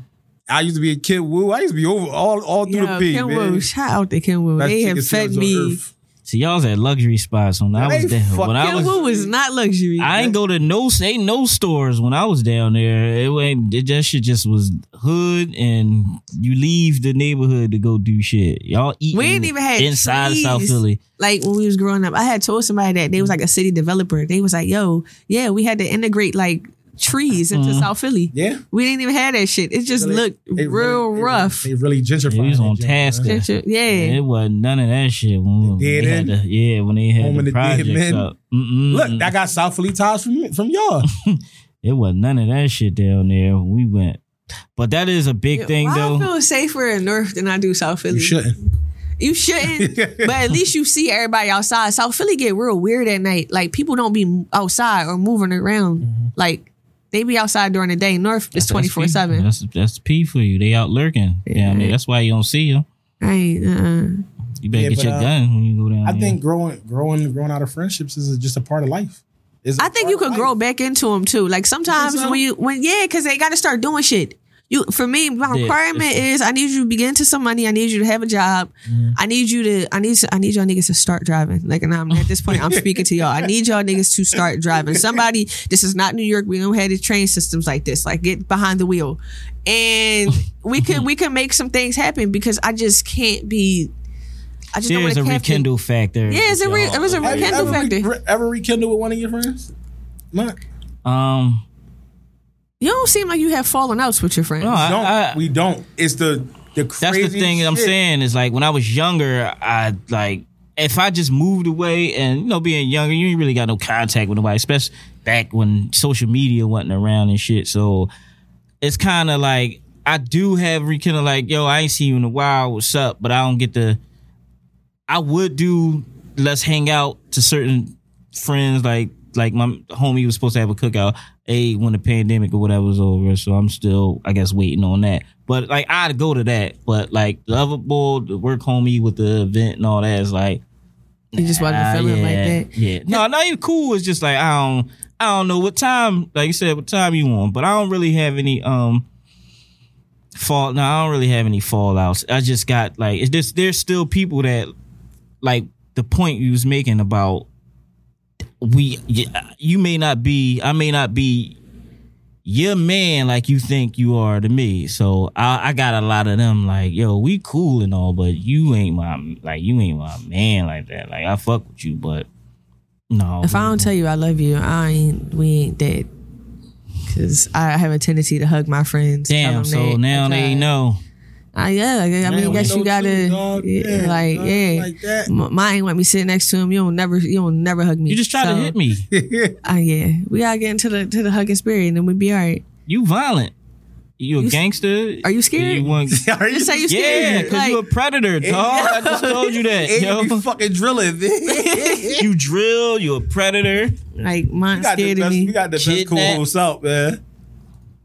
Speaker 2: I used to be a kid woo. I used to be over all all through
Speaker 4: yeah,
Speaker 2: the peak.
Speaker 4: Ken
Speaker 2: man.
Speaker 4: Wu, shout out to Ken Wu.
Speaker 2: That
Speaker 4: They
Speaker 2: chicken
Speaker 4: have fed
Speaker 2: sandwich on
Speaker 4: me
Speaker 2: earth.
Speaker 3: See, y'all's at luxury spots when I
Speaker 8: They
Speaker 3: was there. When I
Speaker 8: fucking-
Speaker 3: was
Speaker 4: Who was not luxury?
Speaker 3: I ain't go to no say no stores when I was down there. It ain't it, that shit just was hood, and you leave the neighborhood to go do shit. Y'all eat.
Speaker 4: We ain't even had
Speaker 3: inside of South
Speaker 4: trees.
Speaker 3: Philly.
Speaker 4: like when we was growing up, I had told somebody that they was like a city developer. They was like, "Yo, yeah, we had to integrate like trees into
Speaker 3: Mm-hmm.
Speaker 4: South Philly.
Speaker 2: Yeah.
Speaker 4: We didn't even have that shit. It just looked
Speaker 2: They
Speaker 4: real
Speaker 2: really- they-
Speaker 4: rough.
Speaker 2: They really gentrified.
Speaker 3: Yeah, we was
Speaker 2: that
Speaker 3: on
Speaker 2: joint,
Speaker 3: task.
Speaker 2: man.
Speaker 4: Shit, yeah,
Speaker 3: It wasn't none of that shit when
Speaker 2: The
Speaker 3: they
Speaker 2: dead
Speaker 3: had
Speaker 2: end?
Speaker 3: the, yeah when they had
Speaker 2: Home
Speaker 3: the,
Speaker 2: of the dead
Speaker 3: projects
Speaker 2: men?
Speaker 3: up. Mm-mm.
Speaker 2: Look, I got South Philly ties from from y'all.
Speaker 3: it wasn't none of that shit down there when we went. But that is a big thing
Speaker 4: Why
Speaker 3: though.
Speaker 4: I feel safer in North than I do South Philly.
Speaker 2: You shouldn't.
Speaker 4: You shouldn't. but at least you see everybody outside. South Philly get real weird at night. Like people don't be outside or moving around. Like they be outside during the day. North is twenty four seven.
Speaker 3: That's that's P for you. They out lurking down there. That's why you don't see them.
Speaker 4: I ain't. Uh-uh.
Speaker 3: You better
Speaker 2: Yeah,
Speaker 3: get
Speaker 2: but,
Speaker 3: your
Speaker 2: uh,
Speaker 3: gun when you go down.
Speaker 2: I
Speaker 3: there.
Speaker 2: think growing, growing, growing out of friendships is just a part of life. It's a
Speaker 4: I think
Speaker 2: part
Speaker 4: you
Speaker 2: of
Speaker 4: could
Speaker 2: life.
Speaker 4: grow back into them too. Like sometimes
Speaker 2: so?
Speaker 4: when you when yeah, because they got to start doing shit. You for me, my
Speaker 3: Yeah,
Speaker 4: requirement
Speaker 3: it's- Mm-hmm.
Speaker 4: is I need you to begin to some money. I need you to have a job. I need you to I need I need y'all niggas to start driving. Like and I'm at this point I'm speaking to y'all. I need y'all niggas to start driving. Somebody, this is not New York. We don't have the train systems like this. Like get behind the wheel, and we could we could make some things happen because I just can't be. I
Speaker 3: there's
Speaker 4: just
Speaker 3: a
Speaker 4: don't want to
Speaker 3: rekindle factor.
Speaker 4: Yeah, it's a re, it was a
Speaker 2: Have you
Speaker 4: rekindle
Speaker 2: ever,
Speaker 4: factor.
Speaker 2: re- ever rekindle with one of your friends? Mike,
Speaker 3: Um,
Speaker 4: You don't seem like you have fallen outs with your friends.
Speaker 3: no, I-
Speaker 2: don't
Speaker 3: I-
Speaker 2: we don't. It's the the
Speaker 3: that's
Speaker 2: crazy.
Speaker 3: the thing that I'm
Speaker 2: shit.
Speaker 3: saying is like when I was younger, I like if I just moved away and you know being younger, you ain't really got no contact with nobody, especially back when social media wasn't around and shit. So it's kind of like I do have rekindle like yo, I ain't seen you in a while. What's up? But I don't get the. I would do let's hang out to certain friends like like my homie was supposed to have a cookout a when the pandemic or whatever was over so i'm still i guess waiting on that but like i'd go to that but like the other boy the work homie with the event and all that is like
Speaker 4: You just wasn't
Speaker 3: ah,
Speaker 4: feeling
Speaker 3: yeah,
Speaker 4: like that.
Speaker 3: yeah no not even cool it's just like i don't i don't know what time like you said what time you on but i don't really have any um fall no i don't really have any fallouts i just got like it's just there's still people that like the point you was making about we y- uh, you may not be i may not be your man like you think you are to me so i i got a lot of them like yo we cool and all but you ain't my like you ain't my man like that like i fuck with you but no
Speaker 4: If I don't tell you I love you, I ain't. We ain't dead. Cause I have a tendency to hug my friends. tell
Speaker 3: damn
Speaker 4: them
Speaker 3: so
Speaker 4: that,
Speaker 3: now they
Speaker 4: okay.
Speaker 3: know
Speaker 4: I, yeah, I, I mean,
Speaker 2: we
Speaker 4: guess
Speaker 2: know
Speaker 4: you gotta
Speaker 2: too, dog.
Speaker 4: yeah,
Speaker 2: Yeah,
Speaker 4: like
Speaker 2: dog,
Speaker 4: yeah.
Speaker 2: like that.
Speaker 4: M- Mine went me sitting next to him. You don't never. You don't never hug me.
Speaker 3: you just try to
Speaker 4: So,
Speaker 3: hit me
Speaker 4: I, yeah, we gotta get into the to the hugging spirit, and then we be all right.
Speaker 3: you violent you a
Speaker 4: You-
Speaker 3: gangster
Speaker 4: are you scared?
Speaker 3: you want
Speaker 2: Are
Speaker 4: You say you
Speaker 3: yeah,
Speaker 4: scared.
Speaker 3: because you a
Speaker 4: Like,
Speaker 3: predator, dog. I just told you that.
Speaker 2: And
Speaker 3: yo.
Speaker 2: you be fucking drilling. man.
Speaker 3: you drill, you a predator.
Speaker 4: like mine
Speaker 2: We got the
Speaker 4: scared of
Speaker 2: best, we
Speaker 4: me.
Speaker 2: got the best cool
Speaker 3: Kidnap.
Speaker 2: hosts out, man.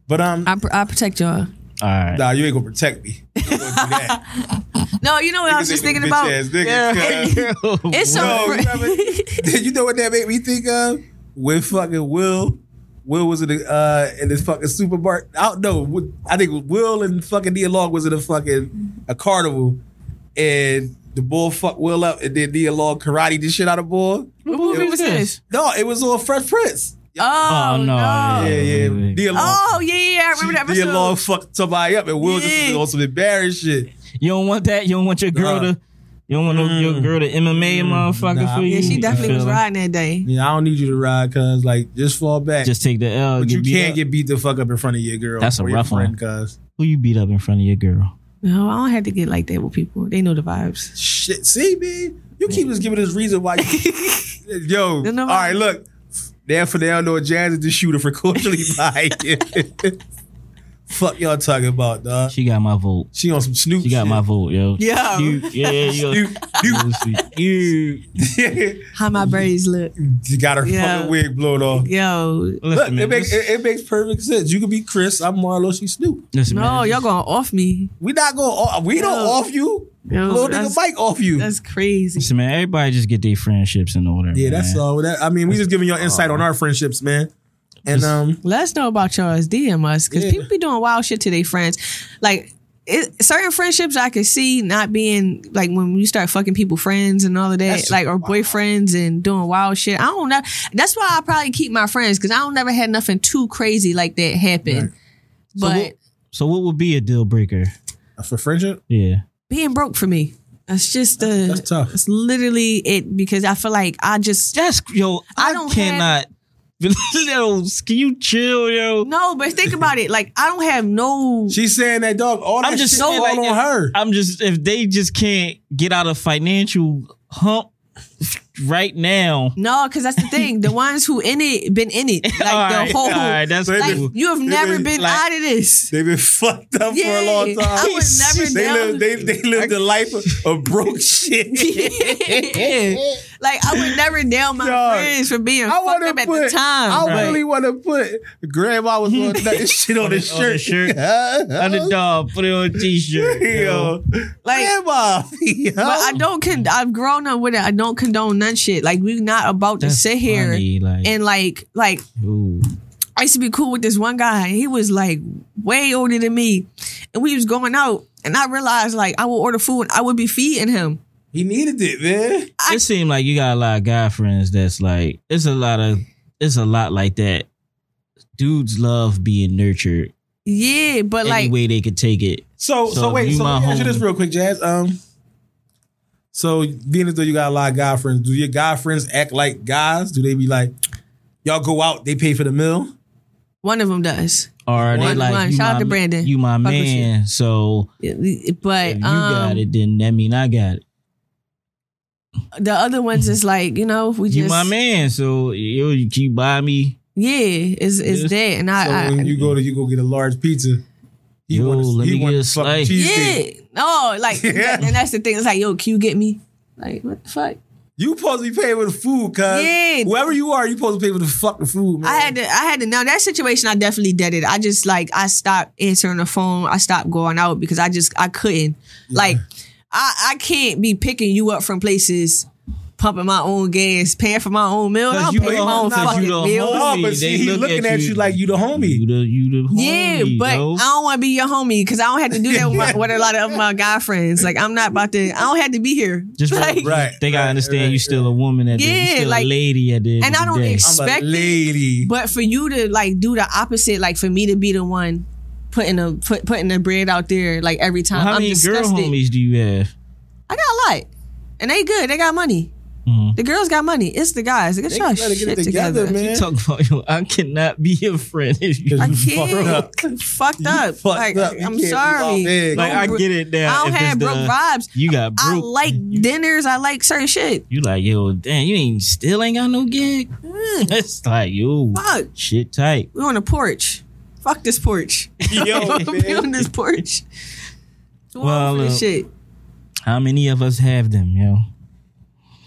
Speaker 2: But um,
Speaker 4: I, pr- I protect y'all.
Speaker 3: All right.
Speaker 2: nah, you ain't gonna protect me. You ain't gonna do that.
Speaker 4: No, you know what I was
Speaker 2: Niggas
Speaker 4: just
Speaker 2: ain't
Speaker 4: thinking
Speaker 2: bitch
Speaker 4: about.
Speaker 2: ass niggas, cuz.
Speaker 4: It's so.
Speaker 2: No,
Speaker 4: fr-
Speaker 2: you, never- you know what that made me think of? When fucking Will, Will was in the uh in this fucking supermarket. I don't know. what- I think Will and fucking Nia Long was in a fucking a carnival, and the bull fucked Will up, and then Nia Long karate the shit out of bull.
Speaker 4: what movie was this?
Speaker 2: No, it was on Fresh Prince.
Speaker 4: Oh,
Speaker 3: Oh, no.
Speaker 4: no.
Speaker 3: Yeah,
Speaker 2: Yeah, yeah. Nia Long,
Speaker 4: Oh yeah, yeah, yeah, I remember that
Speaker 2: she- Nia Long
Speaker 4: episode.
Speaker 2: fucked somebody up, and Will just was
Speaker 4: Yeah.
Speaker 2: on some embarrassed shit.
Speaker 3: You don't want that. You don't want your girl
Speaker 2: Nah.
Speaker 3: to. You don't want no, your girl to MMA a motherfucker
Speaker 2: Mm-hmm. nah.
Speaker 3: for you.
Speaker 4: Yeah, she
Speaker 3: You
Speaker 4: definitely
Speaker 3: feel
Speaker 4: was
Speaker 3: me?
Speaker 4: riding that day.
Speaker 2: Yeah, I don't need you to ride, cause like just fall back.
Speaker 3: Just take the L.
Speaker 2: but you
Speaker 3: beat
Speaker 2: can't
Speaker 3: up.
Speaker 2: get beat the fuck up in front of your girl.
Speaker 3: That's a
Speaker 2: or your
Speaker 3: rough one.
Speaker 2: friend, Cause
Speaker 3: who you beat up in front of your girl.
Speaker 4: No, I don't have to get like that with people. They know the vibes.
Speaker 2: shit, see, man, you keep just giving this reason why. You, yo, all
Speaker 4: Then nobody-
Speaker 2: right, look. Therefore, they don't know Jazz is the shooter for culturally biased. fuck y'all talking about, dog.
Speaker 3: She got my vote.
Speaker 2: She on some Snoop.
Speaker 3: She got
Speaker 2: shit.
Speaker 3: my vote, yo.
Speaker 4: Yeah.
Speaker 3: You, yeah, yo.
Speaker 2: You, you,
Speaker 3: you.
Speaker 4: How my braids look.
Speaker 2: you got her
Speaker 4: Yeah.
Speaker 2: fucking wig blown off.
Speaker 4: Yo.
Speaker 2: Look,
Speaker 3: Listen,
Speaker 2: it
Speaker 3: man.
Speaker 2: makes it, it makes perfect sense. You could be Chris. I'm Marlo. She's Snoop.
Speaker 3: listen,
Speaker 4: No,
Speaker 3: man,
Speaker 4: y'all gonna off me.
Speaker 2: We not going. off We don't
Speaker 4: No.
Speaker 2: off you.
Speaker 4: No,
Speaker 2: Little nigga
Speaker 4: that's-
Speaker 2: Mike off you.
Speaker 4: That's crazy.
Speaker 3: Listen, man. Everybody just get their friendships in order.
Speaker 2: Yeah, that's
Speaker 3: man.
Speaker 2: all. That, I mean, we just giving y'all insight on our friendships, man. And um,
Speaker 4: Let us know about y'all DM us because
Speaker 2: Yeah.
Speaker 4: people be doing wild shit to their friends. Like it, certain friendships I could see not being like when you start fucking people friends and all of that, like or boyfriends and doing wild shit. I don't know. That's why I probably keep my friends because I don't never had nothing too crazy like that happen. But
Speaker 3: So what would be a deal breaker?
Speaker 2: For friendship?
Speaker 3: Yeah.
Speaker 4: being broke for me, that's just uh,
Speaker 2: That's tough.
Speaker 4: It's literally it because I feel like I just
Speaker 3: That's yo. I,
Speaker 4: I don't have-
Speaker 3: cannot. yo, can you chill, yo?
Speaker 4: no. But think about it, like I don't have no.
Speaker 2: She's saying that dog. All that
Speaker 3: I'm just
Speaker 2: shit
Speaker 3: saying,
Speaker 2: fall
Speaker 3: like,
Speaker 2: on
Speaker 3: if-
Speaker 2: her.
Speaker 3: I'm just if they just can't get out of financial hump right now.
Speaker 4: No, because that's the thing. The ones who in it been in it like the
Speaker 3: all right,
Speaker 4: whole.
Speaker 3: all right, that's
Speaker 2: Like,
Speaker 4: Like
Speaker 3: cool.
Speaker 4: you have never
Speaker 2: been
Speaker 4: been
Speaker 3: like-
Speaker 4: out of this.
Speaker 2: They've been fucked up for a long
Speaker 4: Yeah,
Speaker 2: time.
Speaker 4: I would never
Speaker 2: they
Speaker 4: know.
Speaker 2: live, they, they lived the life of, of broke shit.
Speaker 4: Yeah. Like I would never nail my
Speaker 2: Dog,
Speaker 4: friends for being
Speaker 2: I
Speaker 4: fucked
Speaker 2: want
Speaker 4: up
Speaker 2: to
Speaker 4: at
Speaker 2: put.
Speaker 4: the time.
Speaker 2: I
Speaker 4: but-
Speaker 2: really want to put. Grandma was on that shit on his
Speaker 3: on
Speaker 2: shirt.
Speaker 3: his shirt. Underdog, put it on a t-shirt. yo.
Speaker 2: Yo,
Speaker 4: like,
Speaker 2: grandma. Yo.
Speaker 4: but I don't. Con- I've grown up with it. I don't condone none shit. Like we're not about to
Speaker 3: That's
Speaker 4: sit here
Speaker 3: funny, like,
Speaker 4: and like like
Speaker 3: ooh.
Speaker 4: I used to be cool with this one guy. He was like way older than me, and we was going out. And I realized like I would order food. and I would be feeding him.
Speaker 2: he needed it, man.
Speaker 3: it seems like you got a lot of guy friends that's like it's a lot of it's a lot like that. Dudes love being nurtured
Speaker 4: Yeah, but
Speaker 3: any
Speaker 4: like
Speaker 3: way they could take it.
Speaker 2: So, so,
Speaker 3: So
Speaker 2: wait.
Speaker 3: you
Speaker 2: So
Speaker 3: my
Speaker 2: let me ask you
Speaker 3: homie.
Speaker 2: this real quick, Jazz. Um, so being as though you got a lot of guy friends, do your guy friends act like guys? Do they be like, y'all go out, they pay for the meal?
Speaker 4: one of them does.
Speaker 3: Or are they
Speaker 4: One-
Speaker 3: like
Speaker 4: one.
Speaker 3: you
Speaker 4: Shout out
Speaker 3: my,
Speaker 4: to Brandon.
Speaker 3: You my
Speaker 4: Fuck with
Speaker 3: man. So
Speaker 4: But um,
Speaker 3: if you got it, then that mean I got it.
Speaker 4: the other ones is like you know we
Speaker 3: You
Speaker 4: just
Speaker 3: my man. So yo, you keep buy me.
Speaker 4: yeah is is
Speaker 3: Yes.
Speaker 4: that and I,
Speaker 2: So
Speaker 4: I
Speaker 2: when you go to you go get a large pizza. He
Speaker 3: Yo,
Speaker 2: wants-
Speaker 3: let
Speaker 2: he
Speaker 3: me get
Speaker 2: wants
Speaker 3: a
Speaker 2: fucking
Speaker 3: slice.
Speaker 2: cheesesteak.
Speaker 4: Yeah. No, like, and that's the thing. It's like, yo, can you get me? Like, what the fuck?
Speaker 2: You supposed to be paying for the food, cuz.
Speaker 4: Yeah.
Speaker 2: Whoever you are, you supposed to pay for the fucking food, man.
Speaker 4: I had to, I had to. Now that situation, I definitely did it. I just like, I stopped answering the phone. I stopped going out because I just, I couldn't. Like, I, I can't be picking you up from places, pumping my own gas, paying for my own meal. I'll
Speaker 3: you
Speaker 4: pay
Speaker 3: the
Speaker 4: my own
Speaker 3: homie, 'cause
Speaker 4: fucking
Speaker 3: you the
Speaker 4: meal.
Speaker 2: Oh,
Speaker 3: homie.
Speaker 2: but see,
Speaker 3: They
Speaker 2: he
Speaker 3: look
Speaker 2: looking at you like you the homie.
Speaker 3: You the you the
Speaker 4: Yeah,
Speaker 3: homie,
Speaker 4: but
Speaker 3: yo.
Speaker 4: I don't want to be your homie because I don't have to do that with, my, with a lot of my guy friends. Like, I'm not about to. I don't have to be here.
Speaker 3: just
Speaker 4: like,
Speaker 2: Right,
Speaker 3: They gotta
Speaker 2: right,
Speaker 3: understand
Speaker 2: right,
Speaker 3: you still a woman at the you
Speaker 4: Yeah,
Speaker 3: still
Speaker 4: like-
Speaker 3: a lady at the end
Speaker 4: and
Speaker 3: of
Speaker 4: I
Speaker 3: the
Speaker 4: don't
Speaker 3: day.
Speaker 4: expect-
Speaker 2: I'm a
Speaker 4: expected,
Speaker 2: lady.
Speaker 4: But for you to like do the opposite, like for me to be the one putting a put, putting the bread out there, like every time
Speaker 3: Well, how
Speaker 4: I'm
Speaker 3: many
Speaker 4: disgusted.
Speaker 3: girl homies do you have?
Speaker 4: I got a lot, and they good. They got money.
Speaker 3: Mm-hmm.
Speaker 4: The girls got money. It's the guys. Get your
Speaker 2: gotta
Speaker 4: shit
Speaker 2: get it
Speaker 4: together,
Speaker 2: together, man.
Speaker 3: You talking about yo, I cannot be your friend if you
Speaker 4: I
Speaker 2: You fucked up.
Speaker 4: can't. Fucked up.
Speaker 2: fucked
Speaker 4: Like
Speaker 2: up. You
Speaker 4: I'm
Speaker 2: can't be all
Speaker 4: sorry.
Speaker 2: big.
Speaker 3: like I
Speaker 4: Bro-
Speaker 3: get it now.
Speaker 4: I don't
Speaker 3: if it's
Speaker 4: have
Speaker 3: the-
Speaker 4: broke vibes.
Speaker 3: You got
Speaker 4: I
Speaker 3: broke.
Speaker 4: like dinners. I like certain shit.
Speaker 3: you like yo, damn, you ain't still ain't got no gig. It's like yo,
Speaker 4: Mm. Fuck.
Speaker 3: shit tight.
Speaker 4: We on a porch. Fuck this porch.
Speaker 2: Yo,
Speaker 4: we on
Speaker 2: man.
Speaker 4: this porch. Well,
Speaker 3: Well,
Speaker 4: this
Speaker 3: uh,
Speaker 4: shit.
Speaker 3: How many of us have them, yo?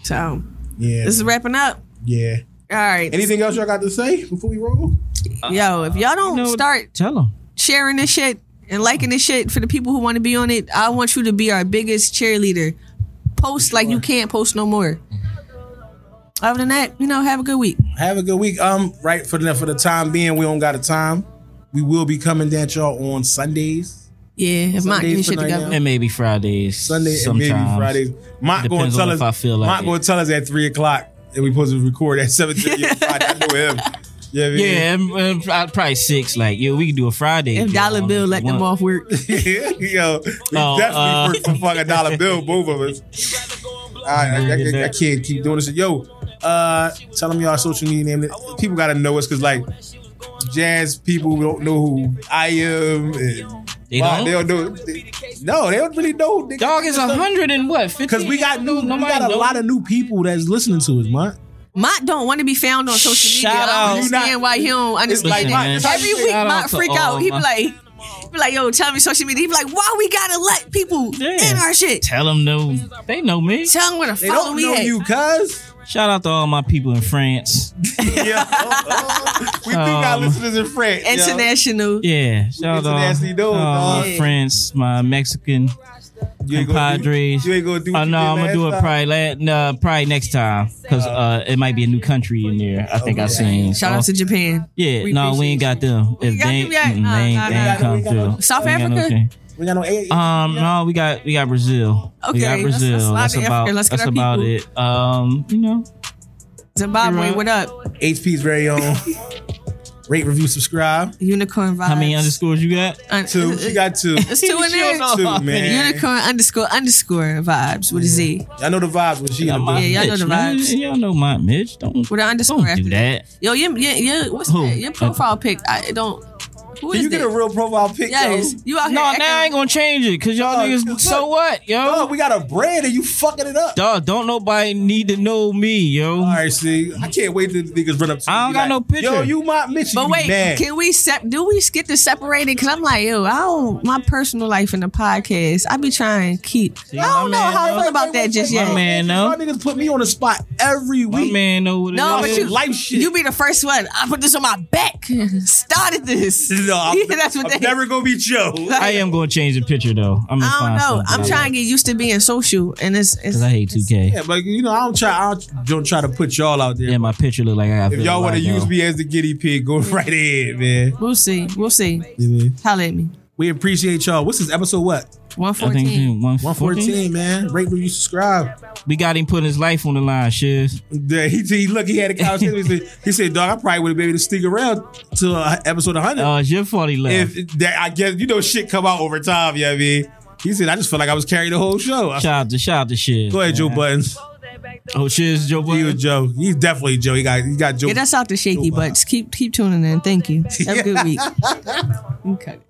Speaker 4: So
Speaker 2: Yeah,
Speaker 4: this is wrapping up.
Speaker 2: yeah.
Speaker 4: All right.
Speaker 2: Anything else y'all got to say before we roll?
Speaker 4: Yo, if y'all don't
Speaker 3: you know-
Speaker 4: start
Speaker 3: Tell them.
Speaker 4: sharing this shit and liking this shit for the people who want to be on it, I want you to be our biggest cheerleader. Post like you can't post no more. Other than that, you know, have a good week.
Speaker 2: Have a good week. Um, right for the for the time being, we don't got a time. We will be coming down to y'all on Sundays.
Speaker 4: Yeah, if
Speaker 2: Sundays
Speaker 4: Mont get his shit
Speaker 2: for night
Speaker 4: together.
Speaker 2: now.
Speaker 3: And maybe Fridays.
Speaker 2: Sunday
Speaker 3: sometimes.
Speaker 2: and maybe Fridays. Mont going
Speaker 3: Depends
Speaker 2: to tell
Speaker 3: on
Speaker 2: us.
Speaker 3: if I feel like
Speaker 2: Mont
Speaker 3: it.
Speaker 2: going to tell us at three o'clock, and we supposed to record at seven thirty. I know him. Yeah, man.
Speaker 3: Yeah, and, and pro- probably six. Like, yo, we can do a Friday.
Speaker 4: If
Speaker 3: joint
Speaker 4: Dollar
Speaker 3: on
Speaker 4: Bill
Speaker 3: if
Speaker 4: let
Speaker 3: you
Speaker 4: them
Speaker 3: want.
Speaker 4: off work.
Speaker 2: Yo, we
Speaker 3: Oh,
Speaker 2: definitely
Speaker 3: uh,
Speaker 2: worked for fucking dollar bill, both of us. I, I, I- I can't keep doing this. Yo, uh, tell them y'all social media name. People gotta know us because like jazz people don't know who I am. And
Speaker 3: They
Speaker 2: Mont,
Speaker 3: don't?
Speaker 2: they don't know. they- no, they don't really know.
Speaker 3: Dog is a hundred and what?
Speaker 2: because we got new. We
Speaker 3: Nobody
Speaker 2: got a
Speaker 3: know.
Speaker 2: lot of new people that's listening to us, man.
Speaker 4: Mont don't want to be found on social media.
Speaker 3: Shout
Speaker 4: I
Speaker 3: out.
Speaker 4: don't understand
Speaker 2: You not-
Speaker 4: why he don't understand
Speaker 2: like,
Speaker 4: that.
Speaker 2: man,
Speaker 4: Every week
Speaker 3: shout out
Speaker 4: Mont
Speaker 3: to
Speaker 4: freak
Speaker 3: all
Speaker 4: out. He be
Speaker 3: my-
Speaker 4: like, he be like, yo, tell me social media. He be like, why we gotta let people
Speaker 3: Yeah.
Speaker 4: in our shit?
Speaker 3: Tell them no. They know me.
Speaker 4: Tell them where to
Speaker 2: They
Speaker 4: follow
Speaker 2: don't
Speaker 4: me
Speaker 2: know
Speaker 4: at.
Speaker 2: you, cuz.
Speaker 3: Shout out to all my people in France.
Speaker 2: Yeah, we do got
Speaker 3: Um,
Speaker 2: listeners in France. yo.
Speaker 4: International.
Speaker 3: Yeah, shout
Speaker 2: It's a
Speaker 3: out
Speaker 2: nasty
Speaker 3: to
Speaker 2: dude,
Speaker 3: all
Speaker 2: dog.
Speaker 3: my friends, my Mexican
Speaker 2: You ain't gonna do-
Speaker 3: compadres.
Speaker 2: You ain't gonna do.
Speaker 3: Oh no, I'm gonna do it
Speaker 2: private.
Speaker 3: probably la- no, probably next time because uh, it might be a new country in there. I think I seen.
Speaker 4: Shout out
Speaker 3: So,
Speaker 4: to Japan.
Speaker 3: yeah,
Speaker 4: we
Speaker 3: no, we ain't got them. If
Speaker 4: got
Speaker 3: they,
Speaker 4: them yet?
Speaker 3: mm,
Speaker 4: Nah,
Speaker 3: they ain't,
Speaker 4: nah,
Speaker 3: they
Speaker 4: nah.
Speaker 3: ain't come through.
Speaker 4: South
Speaker 3: We ain't got no
Speaker 4: Africa?
Speaker 3: thing.
Speaker 2: We got no A.
Speaker 3: Um, no, we got we got Brazil. we
Speaker 4: Okay,
Speaker 3: got
Speaker 4: let's-
Speaker 3: Brazil.
Speaker 4: let's slide
Speaker 3: That's,
Speaker 4: to Africa.
Speaker 3: about
Speaker 4: Let's get
Speaker 3: that's
Speaker 4: our
Speaker 3: about
Speaker 4: people.
Speaker 3: it. Um, you know,
Speaker 4: Zimbabwe, what up?
Speaker 2: HP's very own. Rate, review, subscribe.
Speaker 4: Unicorn vibes.
Speaker 3: how many underscores you got?
Speaker 4: Un-
Speaker 2: Two. She got two.
Speaker 4: It's two in
Speaker 3: She don't
Speaker 4: there.
Speaker 3: know.
Speaker 2: Two, man.
Speaker 4: Unicorn underscore underscore vibes with a Z.
Speaker 2: I know the vibes with G.
Speaker 3: Got
Speaker 2: and the
Speaker 3: my
Speaker 4: Yeah, y'all know
Speaker 3: Mitch,
Speaker 4: the
Speaker 3: man.
Speaker 4: vibes.
Speaker 3: Y'all know my Mitch. Don't
Speaker 4: With an underscore
Speaker 3: don't
Speaker 4: after
Speaker 3: do that.
Speaker 4: Yo, your, your, your what's
Speaker 3: Who? Uh,
Speaker 4: that? Your profile pic. I don't. Who is
Speaker 2: Can you get
Speaker 4: that?
Speaker 2: a real profile pic?
Speaker 4: Yes,
Speaker 2: yo?
Speaker 4: you out here.
Speaker 3: No,
Speaker 4: acting-
Speaker 3: now I ain't gonna change it because y'all
Speaker 2: Dog,
Speaker 3: niggas.
Speaker 2: look.
Speaker 3: So what, yo?
Speaker 2: Oh, we got a brand and you fucking it up.
Speaker 3: Dog, don't nobody need to know me, yo.
Speaker 2: All right, see, I can't wait till the niggas run up to
Speaker 3: I don't
Speaker 2: me
Speaker 3: got no picture.
Speaker 2: Yo, you my Mitch.
Speaker 4: But
Speaker 2: you
Speaker 4: wait,
Speaker 2: mad.
Speaker 4: can we sep- do we get to separated? Because I'm like, yo, I don't my personal life in the podcast. I be trying to keep. I
Speaker 3: my
Speaker 4: don't know
Speaker 3: man,
Speaker 4: how I
Speaker 3: yo.
Speaker 4: feel about that just
Speaker 3: my
Speaker 4: yet.
Speaker 3: man, no.
Speaker 2: Y'all niggas put me on the spot every
Speaker 3: My
Speaker 2: week.
Speaker 3: man know what it
Speaker 4: No,
Speaker 3: is.
Speaker 4: but you
Speaker 2: life shit.
Speaker 4: You be the first one. I put this on my back. Started this.
Speaker 2: No, I'm,
Speaker 4: yeah, that's what
Speaker 2: I'm
Speaker 4: they.
Speaker 2: never gonna be Joe.
Speaker 3: I am gonna change the picture though. I'm gonna
Speaker 4: I
Speaker 3: find
Speaker 4: don't know. I'm
Speaker 3: something.
Speaker 4: trying to get used to being social, and it's. it's
Speaker 3: Cause I hate 2K.
Speaker 2: Yeah, but you know, I don't try. I don't, don't try to put y'all out there.
Speaker 3: Yeah, my picture look like I got.
Speaker 2: if y'all want to use me as the guinea pig, go right ahead, man.
Speaker 4: we'll see. We'll see. Holla at me.
Speaker 2: We appreciate y'all. What's this episode? What
Speaker 4: One
Speaker 3: I think
Speaker 4: fourteen.
Speaker 3: one fourteen.
Speaker 2: 114, man. Rate, review, subscribe.
Speaker 3: We got him putting his life on the line, shiz.
Speaker 2: The, he, he look. He had a conversation. he, said, he said, "Dog, I probably would have been able to stick around to uh, episode 100
Speaker 3: Uh, it's your fault he left.
Speaker 2: if that. I guess you know shit come out over time. Yeah, you know what I mean." He said, "I just felt like I was carrying the whole show." I-
Speaker 3: shout out to shout out to shiz.
Speaker 2: Go ahead, Joe Buttons.
Speaker 3: Oh, shiz, Joe
Speaker 2: He was
Speaker 3: Budden.
Speaker 2: Joe. He's definitely Joe. He got he got Joe.
Speaker 4: Get us off the shaky butts. Keep keep tuning in. Thank you. Have a good week. Okay.